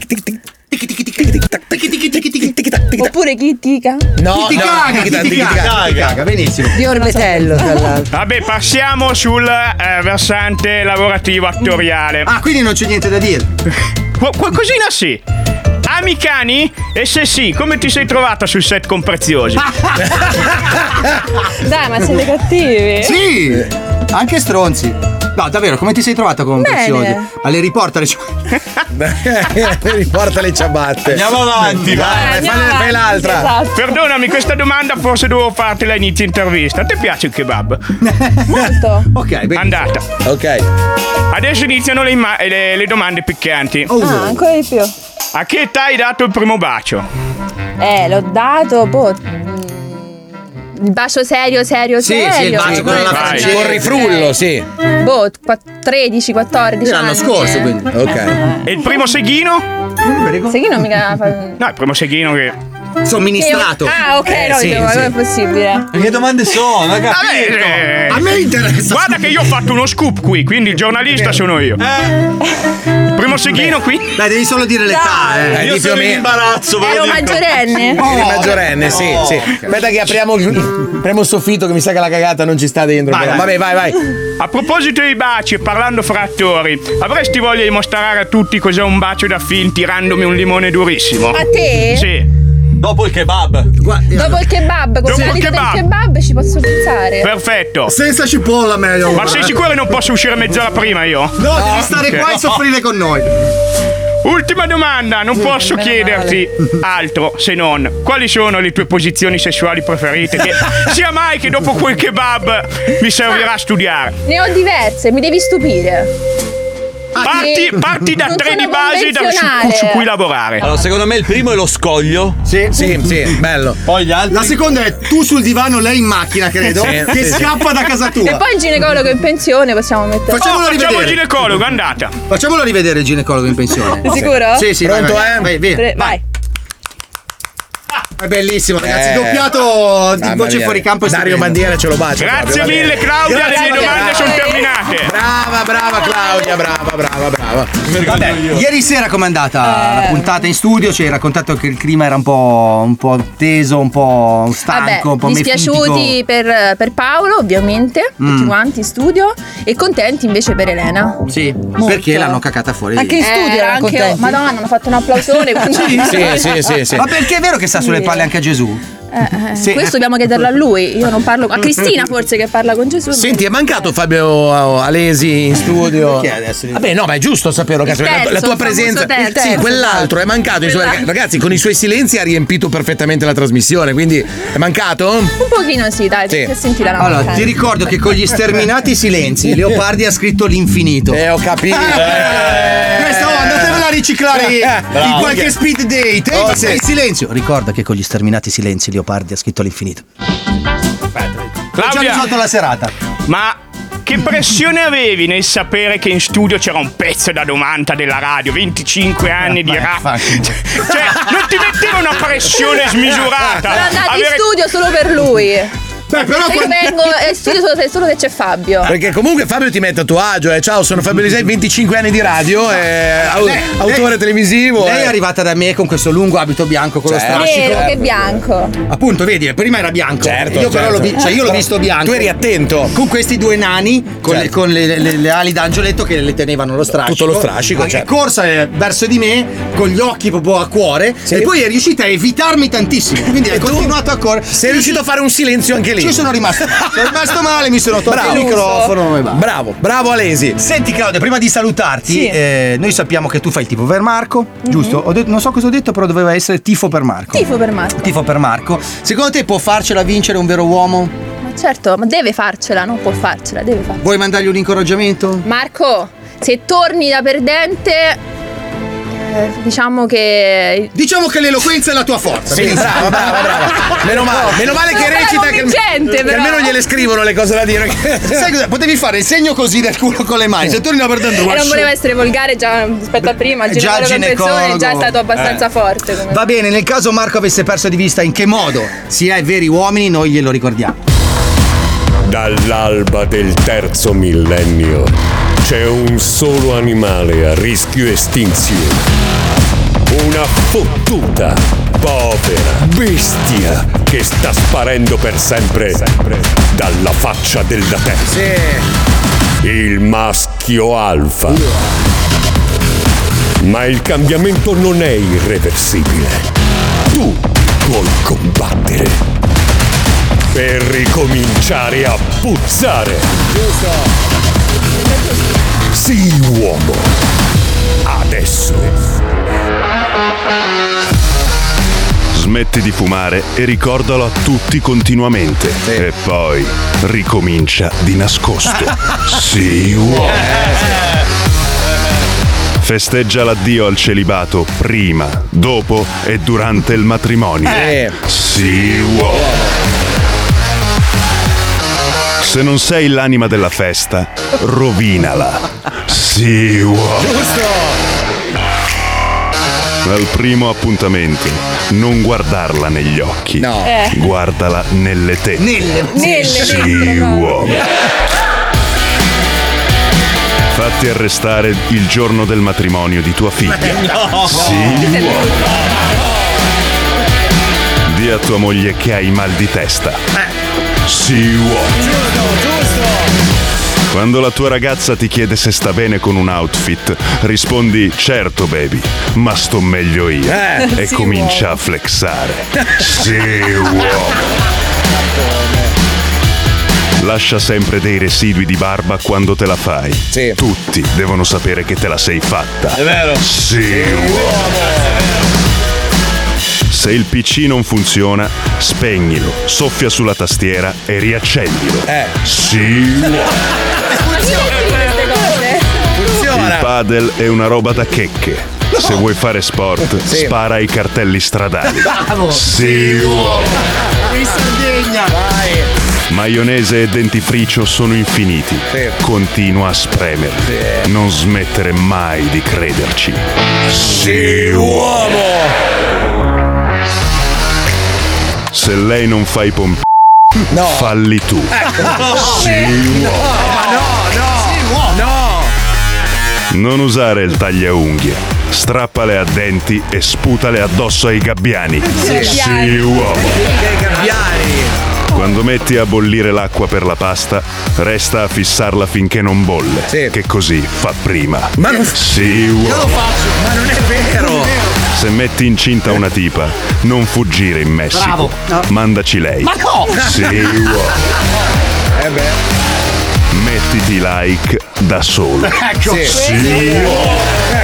S12: Oppure chi tica?
S2: No,
S8: Chi ti caga, chi ti caga, chi ti caga, benissimo.
S7: Di Orbetello, tra l'altro.
S24: Vabbè, passiamo sul eh, versante lavorativo attoriale.
S8: Ah, quindi non c'è niente da dire.
S24: Qu- qualcosina sì. Ami i cani? E se sì, come ti sei trovata sul set con Preziosi?
S12: Dai, ma siete cattivi.
S8: Sì, anche stronzi. No, davvero, come ti sei trovata con
S12: Bene.
S8: Preziosi? Alle riporta le
S2: riporta le ciabatte.
S8: Andiamo avanti,
S2: vai, vai, fai- fai l'altra.
S12: esatto.
S24: Perdonami, questa domanda forse dovevo fartela a inizio intervista. A te piace il kebab?
S12: Molto.
S8: ok,
S24: Andata.
S2: Ok.
S24: Adesso iniziano le, imma- le- le domande piccanti.
S8: Oh.
S2: Oh.
S12: Ah, ancora di più.
S24: A che età hai dato il primo bacio?
S12: Eh, l'ho dato, boh. mm, Il bacio serio, serio, serio.
S24: Vai.
S2: Con rifrullo, sì.
S12: Boh, qua- 13, 14. anni, eh.
S2: Ok.
S24: E il primo seghino?
S12: Seghino mica fa-
S24: No, il primo seghino che.
S12: Che- Ah, ok,
S8: Eh,
S2: Eh,
S12: no, dicevo, come è possibile?
S9: Che domande sono?
S24: Vabbè, eh,
S8: A me interessa.
S24: Guarda che io ho fatto uno scoop qui, quindi il giornalista sono io. Primo seghino qui.
S8: Dai, devi solo dire l'età, eh.
S2: Io sono in imbarazzo,
S12: ve lo Ero dico. maggiorenne?
S8: Oh,
S2: Eri
S12: No.
S2: maggiorenne, sì,
S12: No.
S2: sì. Aspetta che apriamo il, apriamo il soffitto che mi sa che la cagata non ci sta dentro.
S24: Vai,
S2: però.
S24: vai.
S2: Vabbè, vai, vai.
S24: A proposito di baci, e parlando fra attori, avresti voglia di mostrare a tutti cos'è un bacio da film tirandomi un limone durissimo?
S12: A te?
S24: Sì. Dopo il kebab.
S12: Dopo il kebab, con
S24: Dopo
S12: la
S24: il
S12: lista del
S24: kebab.
S12: kebab ci posso pensare.
S24: Perfetto.
S8: Senza cipolla meglio. eh.
S24: Ma sei sicuro che non posso uscire mezz'ora prima io? Ah,
S8: No, devi stare qua e soffrire con noi.
S24: Ultima domanda, non posso chiederti altro se non quali sono le tue posizioni sessuali preferite? Che sia mai che dopo quel kebab mi servirà a studiare.
S12: Ne ho diverse, mi devi stupire.
S24: Parti, Ah, parti da
S12: Non
S24: tre
S12: sono
S24: di base da- su,
S12: convenzionale.
S24: su cui lavorare.
S9: Allora, secondo me il primo è lo scoglio.
S8: Sì, sì,
S2: sì, bello.
S9: Poi gli altri.
S8: La seconda è tu sul divano, lei in macchina, credo.
S9: Sì,
S8: che
S9: sì, sì.
S8: scappa da casa tua.
S12: E poi il ginecologo in pensione possiamo mettere.
S8: Facciamolo rivedere.
S24: Oh, ginecologo, andata.
S8: Facciamolo rivedere il ginecologo in pensione.
S12: Sei sicuro?
S8: Sì, sì, vai,
S12: Pronto,
S8: vai,
S12: eh?
S8: Vai, via.
S12: Pre- vai.
S8: È bellissimo, ragazzi.
S2: Eh.
S8: doppiato di
S2: Mamma
S8: voce
S2: mia.
S8: fuori campo. è
S2: Dario
S8: stupendo.
S2: Bandiera ce lo bacia.
S24: Grazie
S2: Fabio, va
S24: mille,
S2: bene.
S24: Claudia,
S2: Grazie,
S24: le mie
S2: Claudia.
S24: domande sono terminate.
S2: Brava, brava Claudia, brava, brava, brava.
S8: Vabbè, ieri sera com'è andata
S12: Eh.
S8: la puntata in studio? Ci hai raccontato che il clima era un po', un po teso, un po' stanco,
S12: Vabbè,
S8: un po'
S12: dispiaciuti
S8: mefitico.
S12: per, per Paolo, ovviamente,
S8: Mm.
S12: tutti quanti in studio, e contenti invece per Elena.
S8: Sì, perché l'hanno cacata fuori?
S12: Eh, anche- Madonna, hanno fatto un applausone. quindi-
S8: Ma perché è vero che sta sulle palle anche a Gesù?
S12: Eh, eh,
S8: Sì.
S12: Questo dobbiamo chiederlo a lui. Io non parlo a Cristina, forse che parla con Gesù.
S2: Senti, è mancato Fabio oh, Alesi in studio?
S8: Perché adesso?
S2: Vabbè, no, ma è giusto saperlo,
S8: Il
S2: cazzo,
S8: terzo,
S2: la, la tua
S8: il famoso
S2: presenza.
S8: terzo,
S2: sì,
S8: esatto.
S2: quell'altro è mancato. insomma,
S12: Quell'altro.
S2: ragazzi, con i suoi silenzi ha riempito perfettamente la trasmissione, quindi è mancato?
S12: Un pochino sì, dai,
S2: Sì.
S12: si è sentita la
S8: Allora,
S12: mancanza.
S8: ti ricordo che con gli sterminati silenzi Leopardi ha scritto l'infinito.
S2: Eh, ho capito.
S8: Questa oh, andatevela a riciclare
S2: Eh. Bravo.
S8: in qualche speed date. Eh,
S2: Oh,
S8: sì.
S2: sì.
S8: il silenzio. Ricorda che con gli sterminati silenzi Leopardi ha scritto l'infinito. Ho già
S24: Claudia,
S8: risolto la serata.
S24: ma Che pressione avevi nel sapere che in studio c'era un pezzo da domanda della radio?
S2: Eh,
S24: 25 anni di rap. Cioè, non ti metteva una pressione smisurata.
S12: Sono andati
S24: Avere-
S12: in studio solo per lui.
S2: però
S12: Io
S2: quando-
S12: vengo in studio solo, se- solo se c'è Fabio.
S2: Perché comunque Fabio ti mette a tatuaggio, eh. ciao sono Fabio Lisei, 25 anni di radio, eh,
S8: Ah,
S2: au-
S8: Lei-
S2: autore televisivo.
S8: Lei
S2: eh.
S8: è arrivata da me con questo lungo abito bianco con
S2: Certo.
S8: lo strascico.
S12: Nero, che bianco.
S8: Appunto, vedi, prima era bianco.
S2: Certo,
S8: io però
S2: certo.
S8: l'ho, vi- cioè, io l'ho
S2: Però
S8: visto bianco.
S2: tu eri attento. Certo.
S8: Con questi due nani, con, le, con le- le- le ali d'angioletto che le tenevano lo strascico.
S2: Tutto lo strascico,
S8: Ma che
S2: certo.
S8: corsa eh, verso di me, con gli occhi proprio a cuore. E poi è riuscita a evitarmi tantissimo. Quindi ha continuato a correre. Sei
S2: riuscito a fare un silenzio anche lì.
S8: Ci sono rimasto. sono rimasto male, mi sono tolto
S2: Bravo.
S8: il microfono. e basta.
S2: Bravo, bravo Alesi.
S8: Senti Claudio, prima di salutarti,
S2: Sì.
S8: eh, noi sappiamo che tu fai il tifo per Marco,
S12: Mhm.
S8: giusto? Ho detto- non so cosa ho detto, però doveva essere tifo per Marco.
S12: Tifo per Marco.
S8: Tifo per Marco. Secondo te può farcela vincere un vero uomo?
S12: Ma certo, ma deve farcela, non può farcela, deve farcela.
S8: Vuoi mandargli un incoraggiamento?
S12: Marco, se torni da perdente, eh, diciamo che.
S8: Diciamo che l'eloquenza è la tua forza.
S2: Sì, brava, brava, brava. Meno male, meno male che
S12: Però
S2: recita
S12: era
S2: che,
S12: convincente,
S2: che
S12: però.
S2: almeno gliele scrivono le cose da dire.
S8: Sai cosa? Potevi fare il segno così del culo con le mani. Se torni da perdente,
S12: E
S8: guarda
S12: non
S8: su.
S12: voleva essere volgare già rispetto a prima, il
S8: Già
S12: ginecologo in persona è già
S8: ginecologo.
S12: stato abbastanza
S8: Eh.
S12: forte. Come...
S8: Va bene, nel caso Marco avesse perso di vista in che modo si è veri uomini, noi glielo ricordiamo.
S15: Dall'alba del terzo millennio c'è un solo animale a rischio estinzione. Una fottuta, povera bestia che sta sparendo per sempre, dalla faccia della terra. Il maschio alfa. Ma il cambiamento non è irreversibile. Tu vuoi combattere per ricominciare a puzzare. Sii uomo. Adesso.
S18: Smetti di fumare e ricordalo a tutti continuamente. E poi ricomincia di nascosto. Sii uomo. Festeggia l'addio al celibato prima, dopo e durante il matrimonio. Sii uomo. Se non sei l'anima della festa, rovinala. Sii uomo. Al primo appuntamento, non guardarla negli occhi.
S23: Eh.
S18: Guardala nelle tette.
S23: Nelle- Nelle
S18: Sì,
S23: tette, no.
S18: uomo. Fatti arrestare il giorno del matrimonio di tua figlia. Sì, uomo. Di a tua moglie che hai mal di testa.
S23: Eh.
S18: Sì, uomo. Quando la tua ragazza ti chiede se sta bene con un outfit, rispondi certo baby, ma sto meglio io.
S23: Eh.
S18: e
S23: Sì,
S18: comincia a flexare. Sì, uomo. Lascia sempre dei residui di barba quando te la fai. Tutti devono sapere che te la sei fatta. È vero. Sì, uomo. Se il PC non funziona, spegnilo, soffia sulla tastiera e riaccendilo. Eh. Sì, uomo. Il padel è una roba da checche. Se vuoi fare sport,
S23: Sì.
S18: spara ai cartelli stradali.
S23: Bravo.
S18: Sì, uomo.
S23: In Sardegna.
S18: Maionese e dentifricio sono infiniti. Continua a spremerli. Non smettere mai di crederci. Sì, Se lei non fa i pompi, falli tu.
S2: Ecco.
S6: Ecco.
S18: Sì, uomo.
S2: No, no.
S18: Non usare il tagliaunghie. Strappale a denti e sputale addosso ai gabbiani.
S2: Sì.
S18: Sì, uomo.
S2: Che gabbiani.
S18: Quando metti a bollire l'acqua per la pasta, resta a fissarla finché non bolle. Che così fa prima.
S2: Ma non-
S18: Sì, uomo.
S2: faccio, ma non è vero.
S18: Se metti incinta una tipa, non fuggire in Messico.
S2: Bravo. No.
S18: Mandaci lei.
S23: Ma no!
S18: Sì, uomo.
S2: Eh beh.
S18: Mettiti like da solo.
S23: Ecco.
S18: Sì,
S23: Sì.
S18: uomo.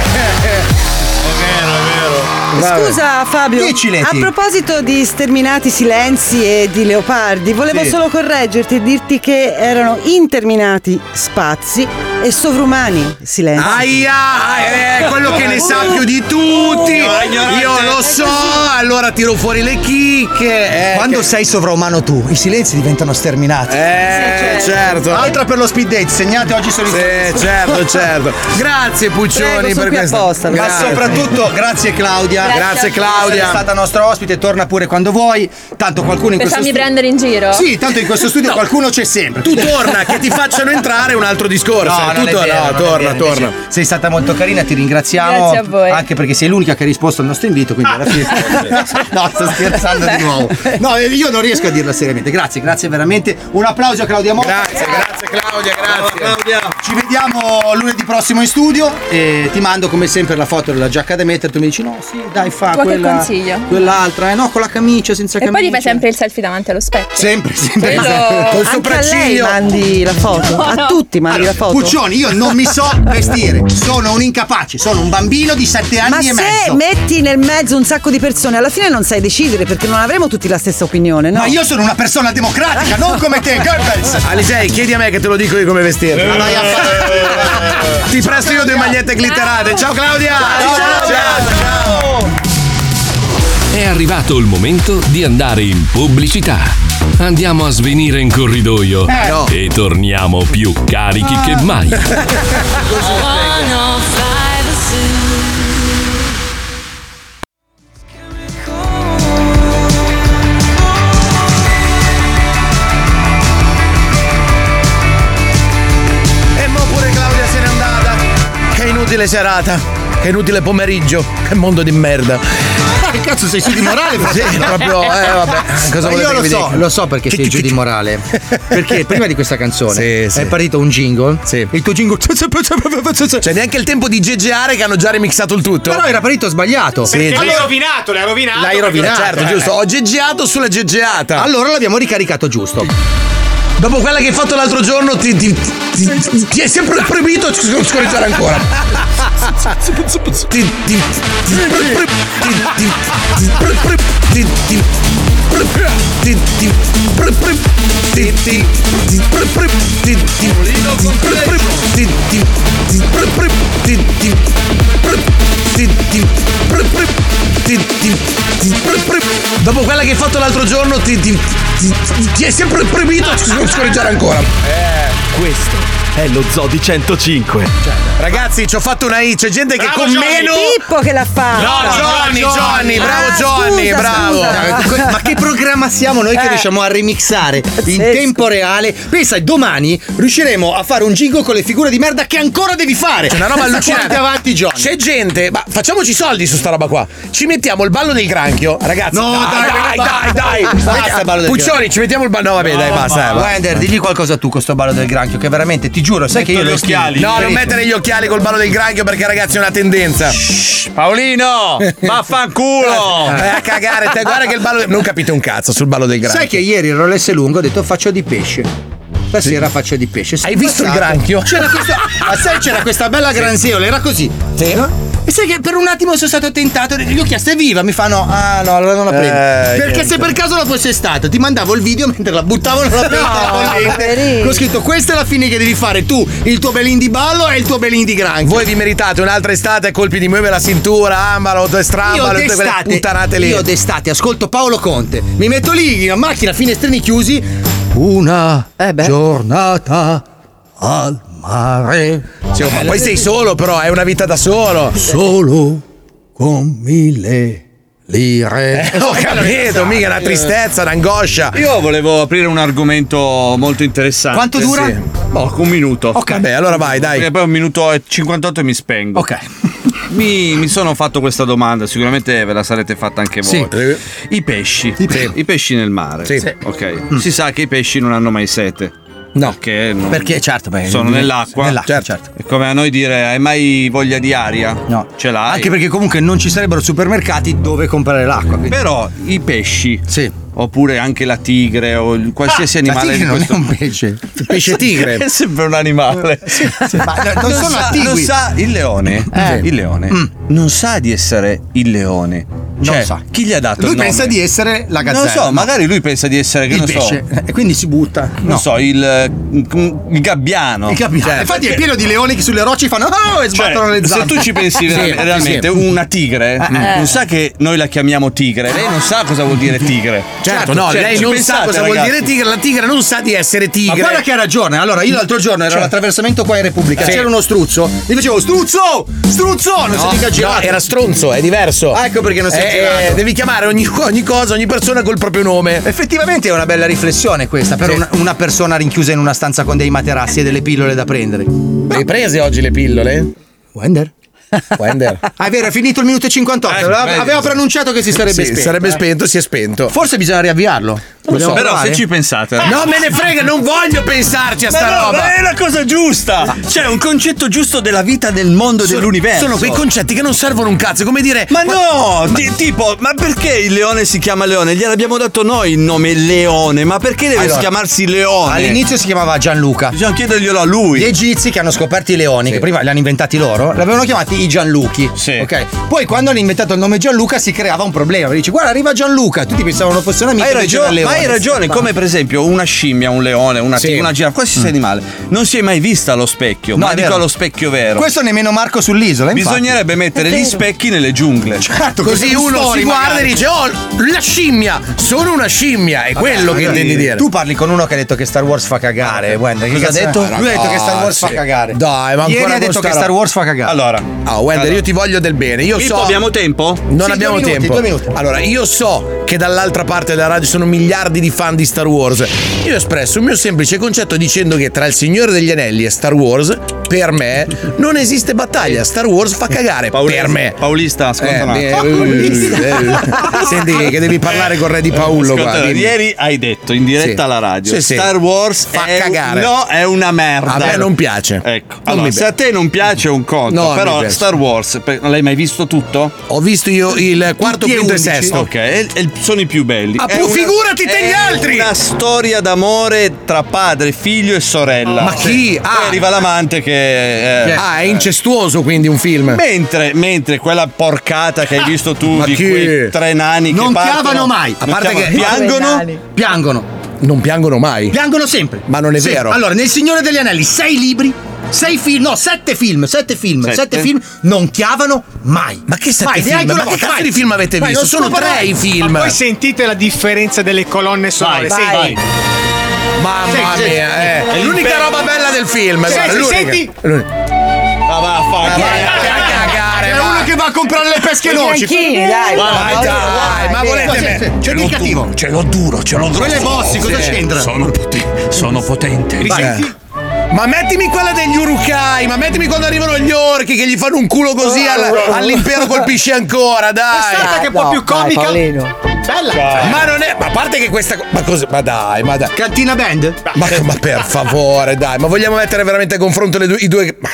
S3: Scusa Fabio,
S8: Dici, Leti.
S3: a proposito di sterminati silenzi e di leopardi, volevo
S8: Sì.
S3: solo correggerti e dirti che erano interminati spazi e sovrumani silenzi.
S2: Aia,
S8: eh,
S2: è quello che ne sa più di tutti. Io lo so, allora tiro fuori le chicche. eh.
S8: Quando sei sovraumano tu, i silenzi diventano sterminati.
S2: Eh, Sì, certo. certo.
S8: Altra per lo speed date, segnate oggi sono
S2: Sì, certo, certo. Grazie Puccioni
S8: Prego, sono
S2: per
S8: qui
S2: questo.
S8: apposta. Ma soprattutto grazie Claudia.
S2: Grazie Grazie, a te. Claudia.
S8: Sei stata nostra ospite, torna pure quando vuoi. Tanto qualcuno in
S12: Per
S8: questo
S12: farmi
S8: studio
S12: prendere in giro?
S8: Sì, tanto in questo studio
S12: No.
S8: qualcuno c'è sempre.
S2: Tu torna, che ti facciano entrare è un altro discorso.
S8: No, non è
S2: Tutto-
S8: vero,
S2: no,
S8: non è
S2: torna,
S8: vero,
S2: torna.
S8: invece Sei stata molto carina, ti ringraziamo.
S2: Grazie a voi.
S8: Anche perché sei l'unica che ha risposto al nostro invito, quindi alla fine. no, sto scherzando
S2: Vabbè.
S8: di nuovo. No, eh, io non riesco a dirla seriamente. Grazie, grazie veramente. Un applauso a Claudia Motta. Grazie,
S2: grazie Claudia, grazie.
S8: Ci vediamo lunedì prossimo in studio e ti mando come sempre la foto della giacca da mettere. Tu mi dici no, sì, dai, fa
S12: Tu a che
S8: quella,
S12: consiglio?
S8: quell'altra, eh no, con la camicia, senza
S12: E
S8: camicia.
S12: poi ti fai sempre il selfie davanti allo specchio.
S8: Sempre, sempre.
S12: Quello-
S8: Col
S3: Anche a lei
S8: sopracciglio.
S3: mandi la foto, a tutti mandi
S8: Allora,
S3: la foto.
S8: Puccioni, io non mi so vestire, sono un incapace, sono un bambino di 7 anni
S3: Ma
S8: e
S3: se
S8: mezzo.
S3: metti nel mezzo un sacco di persone, alla fine non sai decidere perché non avremo tutti la stessa opinione, no?
S8: Ma io sono una persona democratica, non come te, Goebbels.
S2: Alisei, chiedi a me che te lo dico io come vestirti.
S8: Ma Eh, vai a fare-
S2: Ti presto io due magliette glitterate. Ciao Claudia!
S8: Ciao, ciao,
S1: È arrivato il momento di andare in pubblicità. Andiamo a svenire in corridoio
S11: Eh, no.
S1: e torniamo più carichi che mai.
S2: E mo pure Claudia se n'è andata. Che inutile serata. Che inutile pomeriggio. Che mondo di merda.
S8: Che cazzo sei su di morale?
S2: Sì, proprio, eh, vabbè. Cosa
S8: Ma
S2: volete
S8: io
S2: che
S8: lo
S2: vi
S8: so,
S2: dica?
S8: lo so perché sei giù di morale. Perché prima di questa canzone è partito un jingle. Il tuo jingle. Cioè,
S2: neanche il tempo di geggeare che hanno già remixato il tutto.
S8: Però era partito sbagliato.
S10: Perché l'hai rovinato, l'hai rovinato.
S8: L'hai rovinato,
S2: Certo,
S8: eh.
S2: giusto. Ho geggeato sulla geggeata.
S8: Allora l'abbiamo ricaricato giusto.
S2: Dopo quella che hai fatto l'altro giorno, ti, ti- ti- ti è sempre proibito sc- scorreggiare ancora. Ti- ti- ti- pre- pre- ti- ti- ti- pre- pre- ti- ti- pre- pre- ti- ti- pre- pre- ti- ti- ti- pre- pre- ti- ti- ti- pre- pre- ti- ti- ti- pre- pre- ti- ti- pre- ti- ti- pre- pre- ti- ti- ti- pre- pre- Dopo quella che hai fatto l'altro giorno, ti, ti- ti- ti è sempre proibito sc- scorreggiare ancora.
S27: Questo è lo Zoo di 105.
S2: Ragazzi, ci ho fatto una I, c'è gente che con meno.
S3: Pippo che l'ha fatta.
S2: No, Johnny, Johnny, bravo
S3: Ah,
S2: Johnny,
S3: scusa,
S2: bravo.
S3: scusa.
S8: Ma che programma siamo noi che
S3: Eh.
S8: riusciamo a remixare in tempo reale? Pensa, domani riusciremo a fare un jingle con le figure di merda che ancora devi fare.
S2: C'è una roba allucinante.
S8: Porti avanti, Johnny.
S2: C'è gente, ma facciamoci soldi su sta roba qua. Ci mettiamo il ballo del granchio, ragazzi.
S8: No, dai,
S2: Ah, dai,
S8: basta.
S2: dai, dai.
S8: Basta, ballo del
S2: Puccioni,
S8: granchio.
S2: ci mettiamo il ballo. No, vabbè, dai, basta. eh, va.
S8: Wender, digli qualcosa tu con sto ballo del granchio, che veramente ti giuro, sai che io lo schiali.
S2: No, non mettere gli occhiali col ballo del granchio perché, ragazzi, è una tendenza.
S9: Paolino, vaffanculo.
S2: Vai Eh, a cagare, te guarda che il ballo. Non capite un cazzo sul ballo del granchio.
S8: Sai che ieri il Rolex è lungo, ho detto faccio di pesce. Stasera faccio di pesce. Sono
S2: Hai visto il
S8: passato.
S2: granchio?
S8: C'era questa, ma sai, c'era questa bella
S2: Sì.
S8: granseola, era così. no? E sai che per un attimo sono stato tentato, gli ho chiesto è viva, mi fa no, ah no, allora non la prendo.
S2: Eh,
S8: Perché
S2: niente.
S8: se per caso la fosse stata, ti mandavo il video mentre la buttavo nella pentola
S2: No,
S8: bollente.
S2: poverino.
S8: Ho scritto questa è la fine che devi fare tu, il tuo belin di ballo e il tuo belin di granchio.
S2: Voi vi meritate un'altra estate a colpi di muove la cintura, ambalo, due
S8: Io
S2: strambalo, tutte quelle
S8: d'estate,
S2: puttanate lì.
S8: io d'estate ascolto Paolo Conte, mi metto lì in macchina, finestrini chiusi,
S2: Certo,
S8: una giornata al mare.
S2: Sì, ma poi sei solo, però, è una vita da solo.
S8: Solo con mille lire.
S2: Eh, ho capito, mica una tristezza, un'angoscia.
S9: Io volevo aprire un argomento molto interessante.
S2: Quanto dura?
S9: Sì. Boh, un minuto.
S2: Ok. Vabbè, allora vai, dai.
S9: Perché poi un minuto e 58 e mi spengo.
S8: Ok.
S9: Mi, mi sono fatto questa domanda, sicuramente ve la sarete fatta anche voi. I pesci. I, pesci nel mare.
S8: Sì. Sì.
S9: Ok. Si sa che i pesci non hanno mai sete.
S8: No.
S9: Perché, non-
S8: Perché, certo, beh,
S9: sono
S8: eh,
S9: nell'acqua.
S8: nell'acqua, certo.
S9: È come a noi dire: hai mai voglia di aria? No. Ce l'hai.
S8: Anche perché comunque non ci sarebbero supermercati dove comprare l'acqua. quindi-
S9: Però i pesci, oppure anche la tigre o il- qualsiasi
S8: Ah, la
S9: animale
S8: tigre
S9: di
S8: non
S9: questo...
S8: è un pesce, il pesce tigre.
S9: è sempre un animale.
S8: Ma non
S9: Lo
S8: sono
S9: sa,
S8: attigui.
S9: lo sa- il leone,
S8: Eh.
S9: il leone
S8: Mm.
S9: non sa di essere il leone,
S2: Cioè, Chi gli ha dato
S8: Lui
S2: il nome?
S8: pensa di essere la
S9: Non
S8: gazzella.
S9: lo so, magari lui pensa di essere che
S8: il
S9: non
S8: pesce.
S9: so.
S8: E quindi si butta.
S9: Non so, il, mm, il gabbiano. Cioè,
S8: Il gabbiano. Infatti è pieno di leoni che sulle rocce fanno "Oh", e sbattono le
S9: Se
S8: zampe.
S9: tu ci pensi
S8: Sì,
S9: vera-
S8: sì,
S9: realmente,
S8: sì.
S9: una tigre
S8: Eh.
S9: non sa che noi la chiamiamo tigre, lei non sa cosa vuol dire tigre.
S2: Certo, no,
S9: Cioè,
S2: lei
S9: ci
S2: non sa
S9: pensate,
S2: cosa vuol
S9: ragazzi.
S2: dire tigre, la tigre non sa di essere tigre.
S8: Ma guarda che ha ragione. Allora, io l'altro giorno ero
S2: Cioè.
S8: all'attraversamento qua in Repubblica.
S2: Sì.
S8: C'era uno struzzo. Gli facevo struzzo! Struzzo! Non
S2: No,
S8: si dica
S2: no,
S8: girato.
S2: era stronzo, è diverso.
S8: Ah, ecco perché non si è
S2: Eh,
S8: girato.
S2: devi chiamare ogni, ogni cosa, ogni persona col proprio nome.
S8: Effettivamente è una bella riflessione questa per
S2: Sì.
S8: una, una persona rinchiusa in una stanza con dei materassi e delle pillole da prendere. Le hai prese oggi le pillole? Wender? Wender. Ah, è vero, è finito il minuto e 58. Aveva-
S2: Eh, vedi.
S8: aveva preannunciato Certo che si sarebbe
S2: Sì,
S8: spento. eh.
S2: sarebbe spento, si è spento.
S8: Forse bisogna riavviarlo. Vogliamo
S9: Però
S8: provare?
S9: se ci pensate,
S2: No, me ne frega, non voglio pensarci a
S9: Ma
S2: sta
S9: no,
S2: roba.
S9: ma è la cosa giusta. C'è un concetto giusto della vita, del mondo,
S2: Sono-
S9: dell'universo.
S2: Sono quei concetti che non servono un cazzo, come dire.
S9: Ma no, ti- tipo, ma perché il leone si chiama leone? Gliel'abbiamo dato noi il nome leone, ma perché deve
S8: Allora,
S9: chiamarsi leone?
S8: All'inizio si chiamava Gianluca.
S9: Bisogna chiederglielo a lui.
S8: Gli egizi che hanno scoperto i leoni, che prima li hanno inventati loro, l'avevano chiamati i Gianluchi. Sì. Ok. Poi quando hanno inventato il nome Gianluca si creava un problema. Dice, guarda, arriva Gianluca. Tutti pensavano fosse un amico.
S9: Hai
S8: invece era
S9: ragione,
S8: il
S9: ma hai
S8: leone.
S9: ragione, come per esempio una scimmia, un leone, una,
S8: Sì. Mm.
S9: una giraffa, quasi sei di male. Non si è mai vista allo specchio,
S8: No,
S9: ma
S8: è
S9: dico
S8: vero.
S9: allo specchio vero.
S8: Questo nemmeno Marco sull'isola. infatti.
S9: Bisognerebbe mettere
S8: È
S9: gli
S8: vero.
S9: specchi nelle giungle.
S8: Certo,
S2: Così uno si guarda e dice: Oh, la scimmia! Sono una scimmia! È quello che
S9: eh,
S2: intendi dire.
S8: Tu parli con uno che ha detto che Star Wars fa cagare. Wender, che
S2: Cosa
S8: cosa ha
S2: c'è?
S9: Ah,
S8: detto?
S2: Ragazzi.
S8: Lui ha detto che Star Wars fa cagare.
S2: Dai,
S8: Ieri
S2: ma ancora
S8: ha
S2: con
S8: detto
S2: sta
S8: che
S2: roba.
S8: Star Wars fa cagare.
S9: Allora.
S2: Ah, Wender, io ti voglio del bene. Io
S9: Filippo,
S2: so.
S9: abbiamo tempo?
S2: Non
S9: Sì,
S2: abbiamo
S9: due minuti,
S2: tempo.
S9: due minuti.
S2: Allora, io so che dall'altra parte della radio sono miliardi di fan di Star Wars. Io ho espresso il mio semplice concetto dicendo che tra il Signore degli Anelli e Star Wars, per me, non esiste battaglia. Star Wars fa cagare. per me.
S9: Paulista, ascolta
S2: Eh,
S9: un attimo.
S2: eh, eh, eh. Senti, che devi parlare con Re di Paolo.
S9: Ascolta,
S2: Qua, dimmi.
S9: ieri hai detto in diretta
S2: Sì.
S9: alla radio
S2: Sì, sì.
S9: Star Wars
S2: Fa
S9: è un-
S2: cagare.
S9: no, è una merda.
S2: A me non piace.
S9: Ecco.
S2: Non
S9: Allora,
S2: mi
S9: se
S2: piace.
S9: a te non piace è un conto,
S2: No, mi
S9: però
S2: piace.
S9: Star Wars, per- l'hai mai visto tutto?
S2: Ho visto io il quarto, quinto e sesto.
S9: Ok, e- e sono i più belli.
S2: Ah,
S9: È
S2: pu-
S9: una-
S2: figurati te
S9: è
S2: gli altri!
S9: Una storia d'amore tra padre, figlio e sorella.
S2: Ma chi?
S9: Ah. Poi
S2: Ah.
S9: arriva l'amante che eh,
S2: Ah, è incestuoso quindi un film.
S9: Mentre, mentre quella porcata che hai visto tu di
S2: chi?
S9: quei tre nani
S2: Non
S9: che partono,
S2: piavano mai.
S9: non
S2: A parte
S9: piavano-
S2: che-
S9: piangono,
S8: Piangono.
S2: Non piangono mai.
S8: Piangono sempre.
S2: Ma non è
S8: Sì.
S2: vero.
S8: Allora, nel Signore degli Anelli, sei libri, sei film, no, sette film, sette film,
S2: Sette?
S8: sette, film, non chiavano mai.
S2: Ma che sette
S8: mai,
S2: film?
S8: neanche
S2: Ma
S8: una
S2: che
S8: volta,
S2: cazzo
S8: mai.
S2: di film avete
S8: Mai,
S2: visto?
S8: non
S2: Sono
S8: scopo-
S2: tre i film.
S10: Ma poi sentite la differenza delle colonne sonore.
S2: Vai,
S10: senti.
S2: vai. Mamma
S10: Sì, sì.
S2: mia, eh.
S10: È
S2: è l'unica
S10: l'impero.
S2: roba bella del film.
S10: Sì,
S2: guarda,
S10: sì,
S2: l'unica.
S10: senti.
S2: L'unica.
S9: Ma va a fare-
S8: È uno che va a comprare le pesche noci.
S3: Bianchini, dai,
S2: Vai, dai, ma volete me?
S8: C'è il cattivo.
S15: Ce l'ho duro, ce l'ho duro.
S8: Quelle bossi, cosa
S15: Sì.
S8: c'entra?
S15: Sono, pote- sono potente.
S2: Vai. Ma mettimi quella degli Urukai, ma mettimi quando arrivano gli orchi che gli fanno un culo così al- all'impero colpisce ancora, dai.
S10: Quest'altra che è un po' più comica. Bella.
S2: Ma non è. Ma a parte che questa. Ma cosa. Ma dai, ma dai.
S8: Cantina Band?
S2: Ma, ma per favore, dai, ma vogliamo mettere veramente a confronto le due, i due. Ma,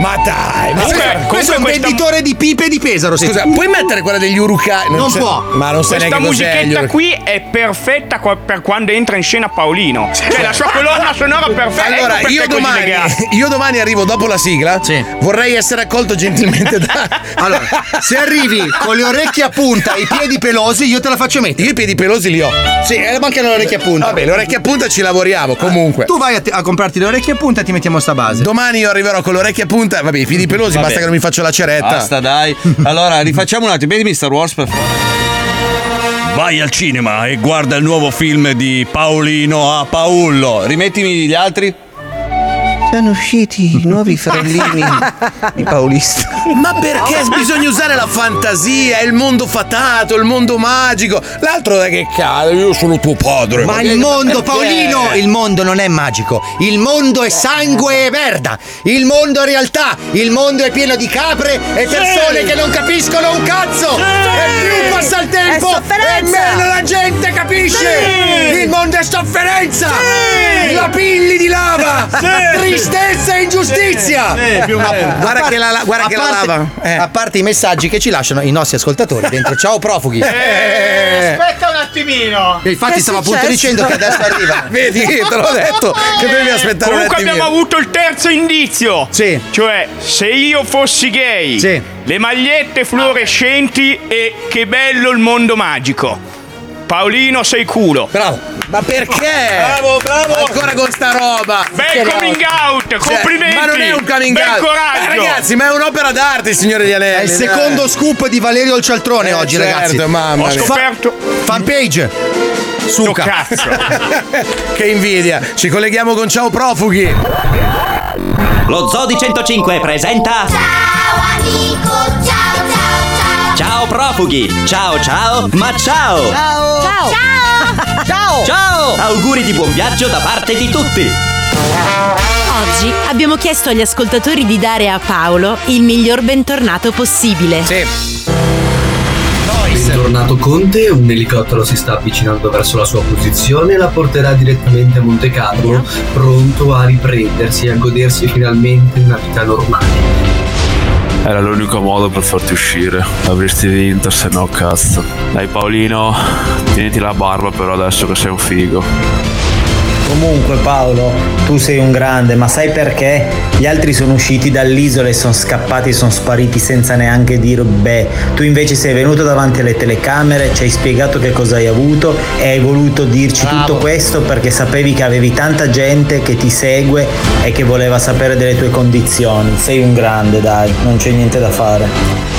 S2: ma dai, ma
S8: Questo- questo è un venditore di pipe di Pesaro. sì.
S2: Scusa, puoi mettere quella degli Urukai?
S8: Non
S2: so-
S8: può.
S2: Ma non sai
S24: Questa
S2: neanche cos'è gli
S24: musichetta
S2: Urukai.
S24: qui è perfetta qua- per quando entra in scena Paolino. Cioè, la sua colonna sonora perfetta.
S2: Allora,
S24: Ecco perché
S2: io
S24: è così
S2: domani,
S24: legato.
S2: io domani arrivo dopo la sigla. Vorrei essere accolto gentilmente da.
S8: Allora, se arrivi con le orecchie a punta e i piedi pelosi, io te la faccio mettere.
S2: Io i piedi pelosi li ho.
S8: Sì, eh, mancano le orecchie a punta. Ah,
S2: Vabbè, le orecchie a punta ci lavoriamo comunque.
S8: Tu vai a, te- a comprarti le orecchie a punta e ti mettiamo sta base.
S2: Domani io arriverò con le orecchie a punta. Vabbè, i piedi pelosi,
S9: Vabbè.
S2: basta che non mi faccio la ceretta.
S24: Ah,
S9: Basta, dai. Allora, rifacciamo un attimo. Vedimi Star Wars per favore. Vai al cinema e guarda il nuovo film di Paolino a Paullo. Rimettimi gli altri.
S11: Sono usciti i nuovi frellini di Paulista.
S2: Ma perché
S24: Oh.
S2: bisogna usare la fantasia, il mondo fatato, il mondo magico? L'altro da che cazzo? Io sono tuo padre.
S8: Ma
S2: che-
S8: il mondo,
S2: perché?
S8: Paolino, il mondo non è magico. Il mondo è sangue e merda. Il mondo è realtà. Il mondo è pieno di capre e persone che non capiscono un cazzo. E più passa il tempo, e meno la gente capisce. Il mondo è sofferenza. Lapilli di lava.
S2: Sì.
S8: Tristezza inconsistenza e ingiustizia!
S2: Eh, eh, più o
S8: A-
S2: meno.
S8: a
S2: Guarda
S8: parte-
S2: che la- la- guarda
S8: a
S2: che la
S8: parte-
S2: lava. Eh.
S8: A parte i messaggi che ci lasciano i nostri ascoltatori dentro Ciao Profughi.
S2: Eh,
S24: Eh,
S28: Aspetta un attimino.
S8: E Eh, infatti stavo appunto dicendo che adesso arriva.
S2: Vedi, te l'ho detto, che dovevi aspettare un
S24: Eh, Comunque abbiamo
S2: attimino.
S24: avuto il terzo indizio. Sì. Cioè, se io fossi gay, le magliette fluorescenti e che bello il mondo magico. Paolino sei culo.
S8: Bravo.
S2: Ma perché? Bravo, bravo! Ancora con sta roba! Cioè,
S24: Bel coming out, complimenti.
S2: Ma non è un coming
S24: Bel
S2: out!
S24: coraggio.
S2: Eh, ragazzi, ma è un'opera d'arte, signore Dianelli!
S8: È il secondo scoop di Valerio il Cialtrone
S2: Eh,
S8: oggi,
S2: certo,
S8: ragazzi.
S2: mamma Ho mia.
S24: scoperto.
S8: fanpage. Suca.
S2: che invidia! Ci colleghiamo con Ciao Profughi!
S3: Lo Zodi 105 presenta. Ciao profughi! Ciao ciao, ma ciao!
S29: Ciao! Ciao! Ciao! Ciao! Eh.
S3: Ciao! Auguri di buon viaggio da parte di tutti!
S16: Oggi abbiamo chiesto agli ascoltatori di dare a Paolo il miglior bentornato possibile. Sì.
S30: Bentornato Conte, un elicottero si sta avvicinando verso la sua posizione e la porterà direttamente a Monte Carlo, pronto a riprendersi e a godersi finalmente una vita normale.
S31: Era l'unico modo per farti uscire. Avresti vinto, se no cazzo. Dai Paolino, tieniti la barba però adesso che sei un figo.
S32: Comunque Paolo, tu sei un grande, ma sai perché? Gli altri sono usciti dall'isola e sono scappati e sono spariti senza neanche dire beh. Tu invece sei venuto davanti alle telecamere, ci hai spiegato che cosa hai avuto e hai voluto dirci tutto questo perché sapevi che avevi tanta gente che ti segue e che voleva sapere delle tue condizioni. Sei un grande, dai, non c'è niente da fare.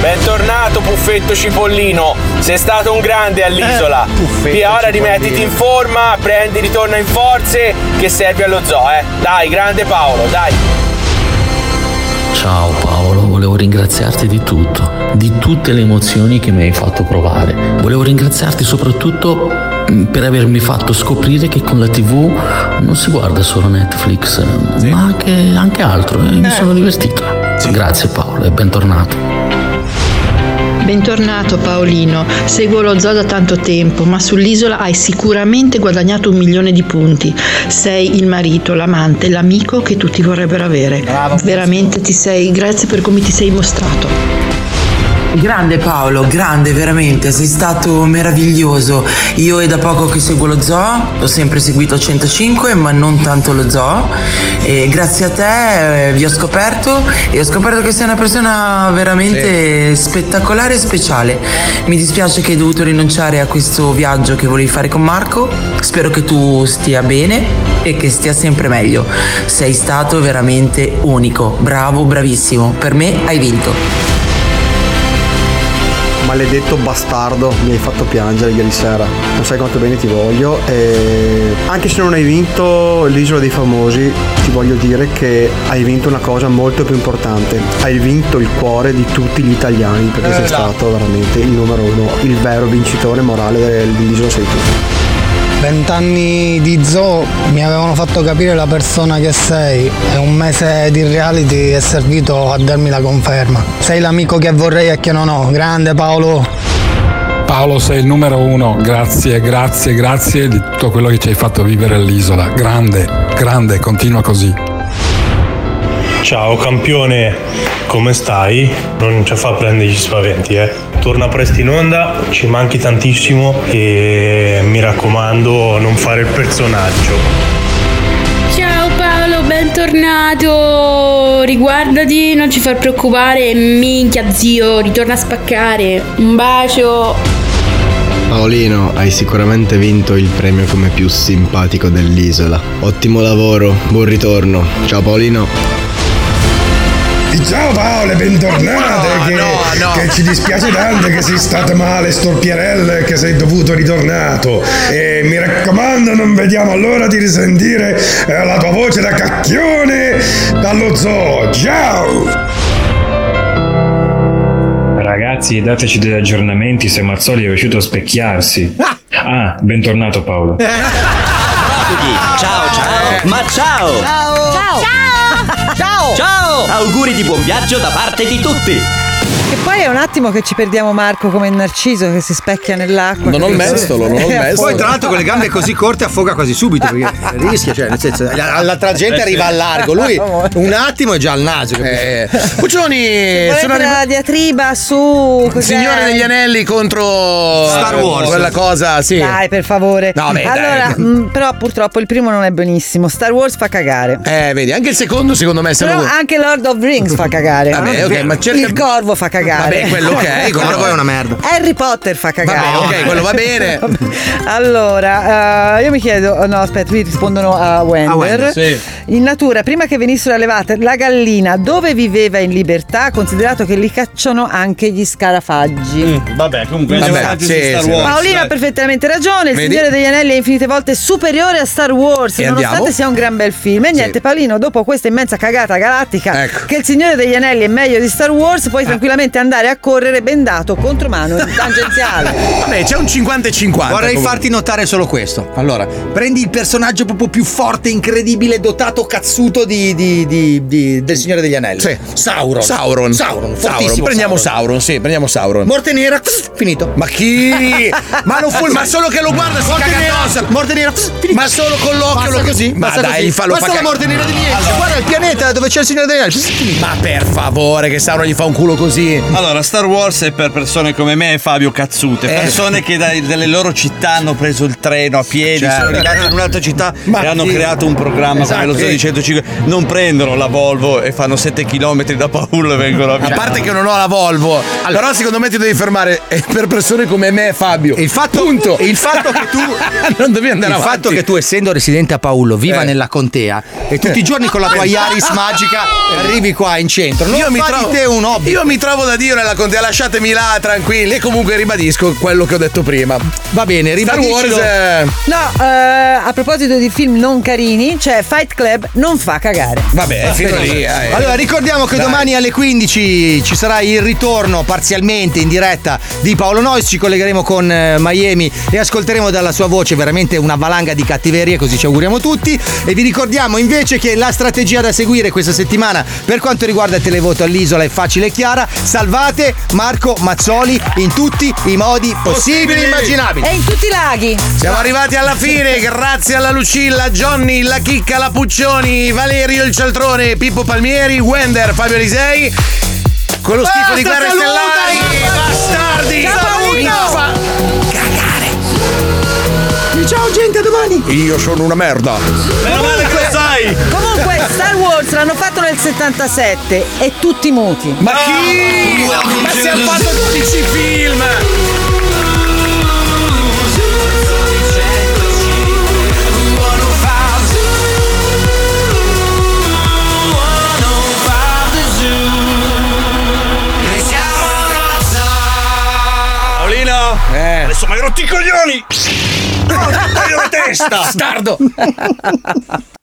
S6: Bentornato Puffetto Cipollino, sei stato un grande all'isola.
S32: Eh, Puffetto
S6: e ora
S32: Cipollino.
S6: rimettiti in forma, prendi, ritorna in forze che serve allo zoo, eh. Dai, grande Paolo, dai.
S32: Ciao Paolo, volevo ringraziarti di tutto, di tutte le emozioni che mi hai fatto provare. Volevo ringraziarti soprattutto mm, per avermi fatto scoprire che con la TV non si guarda solo Netflix, ma anche, anche altro. e Mi sono divertito. Grazie Paolo e bentornato.
S33: Bentornato Paolino, seguo lo zoo da tanto tempo, ma sull'isola hai sicuramente guadagnato un milione di punti. Sei il marito, l'amante, l'amico che tutti vorrebbero avere. Veramente ti sei, grazie per come ti sei mostrato.
S34: Grande Paolo, grande veramente, sei stato meraviglioso. Io è da poco che seguo lo zoo, ho sempre seguito a 105 ma non tanto lo zoo e grazie a te eh, vi ho scoperto e ho scoperto che sei una persona veramente spettacolare e speciale. Mi dispiace che hai dovuto rinunciare a questo viaggio che volevi fare con Marco, spero che tu stia bene e che stia sempre meglio. Sei stato veramente unico, bravo, bravissimo, per me hai vinto.
S35: Maledetto bastardo, mi hai fatto piangere ieri sera. Non sai quanto bene ti voglio e anche se non hai vinto l'isola dei famosi, ti voglio dire che hai vinto una cosa molto più importante. Hai vinto il cuore di tutti gli italiani perché sei
S8: Bella.
S35: stato veramente il numero uno, il vero vincitore morale del- dell'isola sei tu.
S36: Vent'anni di zoo mi avevano fatto capire la persona che sei e un mese di reality è servito a darmi la conferma. Sei l'amico che vorrei e che non ho. Grande Paolo!
S15: Paolo sei il numero uno, grazie, grazie, grazie di tutto quello che ci hai fatto vivere all'isola. Grande, grande, continua così.
S37: Ciao campione, come stai? Non ci fa prendere gli spaventi, eh. Torna presto in onda, ci manchi tantissimo e mi raccomando non fare il personaggio.
S12: Ciao Paolo, bentornato. Riguardati, non ci far preoccupare. Minchia zio, ritorna a spaccare. Un bacio.
S35: Paolino, hai sicuramente vinto il premio come più simpatico dell'isola. Ottimo lavoro, buon ritorno. Ciao Paolino.
S37: Ciao Paolo, bentornato! che, che ci dispiace tanto che sei stato male, storpierelle, che sei dovuto ritornato. E mi raccomando, non vediamo l'ora di risentire eh, la tua voce da cacchione dallo zoo. Ciao!
S38: Ragazzi, dateci degli aggiornamenti se Mazzoli è riuscito a specchiarsi. Ah, bentornato Paolo.
S3: Profughi! Ciao ciao, ma ciao!
S29: Ciao! Ciao! Ciao!
S3: Ciao! Auguri di buon viaggio da parte di tutti!
S7: Che poi è un attimo che ci perdiamo Marco come il narciso che si specchia nell'acqua.
S2: Non ho il
S7: Che-
S2: mestolo, non ho il
S7: Eh,
S2: mestolo.
S8: Poi, tra l'altro, con le gambe così corte affoga quasi subito perché rischia, cioè, nel senso, la- l'altra gente
S2: Eh,
S8: arriva
S2: sì.
S8: al largo. Lui un attimo è già al naso.
S2: Eh, Puccioni,
S8: Eh,
S7: Volete
S2: sono arrivato.
S7: la diatriba su cos'è?
S2: Signore degli Anelli contro
S8: Star Wars.
S2: Quella cosa, sì.
S7: Dai, per favore.
S2: No, beh, dai.
S7: allora, mh, però purtroppo il primo non è benissimo. Star Wars fa cagare.
S2: Eh, vedi, anche il secondo secondo me se
S7: Però
S2: lo
S7: anche Lord of Rings fa cagare.
S2: Vabbè,
S7: no?
S2: ok, ma cerca-
S7: Il corvo fa cagare.
S2: Vabbè, quello ok, quello
S8: Però poi è una merda.
S7: Harry Potter fa cagare.
S2: Vabbè, ok, quello va bene.
S7: allora, eh, io mi chiedo, no, aspetta, qui rispondono a Wender.
S9: A Wender, sì.
S7: In natura, prima che venissero allevate, la gallina dove viveva in libertà, considerato che li cacciano anche gli scarafaggi.
S9: Mm,
S6: Vabbè, comunque
S2: Vabbè,
S6: andiamo avanti
S2: Eh, sì,
S6: su Star
S2: sì,
S6: Wars.
S7: Paolino ha
S6: dai.
S7: perfettamente ragione. Il
S6: Vedi?
S7: Signore degli Anelli è infinite volte superiore a Star Wars,
S2: E
S7: nonostante
S2: andiamo?
S7: sia un gran bel film. E niente, Paolino, dopo questa immensa cagata galattica,
S2: Ecco.
S7: che il Signore degli Anelli è meglio di Star Wars,
S2: Ah.
S7: puoi tranquillamente andare a correre bendato contro mano tangenziale.
S2: Vabbè, Eh, c'è un 50 e 50.
S8: Vorrei
S2: comunque.
S8: farti notare solo questo. Allora, prendi il personaggio proprio più forte, incredibile, dotato, cazzuto di, di- di- di- del Signore degli Anelli.
S2: Sì.
S8: Sauron.
S2: Sauron.
S8: Sauron.
S2: Sauron.
S8: fortissimo
S2: Prendiamo Sauron. sì, prendiamo Sauron.
S8: Morte nera, finito.
S2: Ma chi? Ma non fu- ma solo che lo guarda si
S8: morte
S2: caga
S8: nera,
S2: addosso.
S8: Morte nera, finito.
S2: Ma solo con l'occhio
S8: Basta
S2: lo-
S8: così.
S2: Ma
S8: basta
S2: dai,
S8: così.
S2: fallo
S8: Basta
S2: fa
S8: la morte nera di niente.
S2: Allora.
S8: Guarda il pianeta dove c'è il Signore degli Anelli. Finito.
S2: Ma per favore, che Sauron gli fa un culo così.
S9: Allora, Star Wars è per persone come me e Fabio cazzute,
S2: Eh.
S9: persone che dai- dalle loro città hanno preso il treno a piedi,
S2: Certo.
S9: sono arrivati in un'altra città
S2: Ma
S9: e hanno
S2: sì.
S9: creato un programma
S2: Esatto.
S8: Eh,
S9: come lo zoo di 105. Non prendono la Volvo e fanno 7 km da Paolo e vengono a
S8: Cioè,
S2: A parte che non ho la Volvo, però secondo me ti devi fermare eh, per persone come me e Fabio. Il fatto, Punto.
S8: il fatto che tu
S2: non devi andare
S8: il
S2: avanti. Eh.
S8: fatto che tu, essendo residente a Paolo, viva nella contea e tutti i giorni con la tua Iaris magica arrivi qua in centro, non
S2: io mi,
S8: fa
S2: trovo,
S8: di te un hobby.
S2: io mi trovo da dire alla contea, lasciatemi là tranquilli. E comunque ribadisco quello che ho detto prima.
S8: Va bene,
S2: Star
S7: ribadiscilo.
S2: Wars. eh,
S7: No, eh, a proposito di film non carini, cioè Fight Club non fa cagare.
S2: Vabbè, fino lì. eh.
S8: Allora ricordiamo che
S2: Dai.
S8: domani alle 15 ci sarà il ritorno parzialmente in diretta di Paolo Nois, ci collegheremo con eh, Miami e ascolteremo dalla sua voce veramente una valanga di cattiverie, così ci auguriamo tutti. E vi ricordiamo invece che la strategia da seguire questa settimana per quanto riguarda il televoto all'isola è facile e chiara, salvate Marco Mazzoli in tutti i modi possibili e immaginabili.
S7: E in tutti i laghi.
S2: Siamo arrivati alla fine, grazie alla Lucilla, Johnny, la Chicca, la Puccioni, Valerio il Cialtrone, Pippo Palmieri, Wender, Fabio Lisei. Con lo schifo di Guerre Stellari,
S6: eh,
S2: bastardi! Fa-
S8: Ciao gente, a domani!
S2: Io sono una merda.
S7: Comunque, Star Wars l'hanno fatto nel 77 e tutti muti.
S2: Ma chi? Ma si è fatto 12 film!
S9: Paolino! Adesso mi hai rotto i coglioni! Taglio la testa!
S2: Stardo!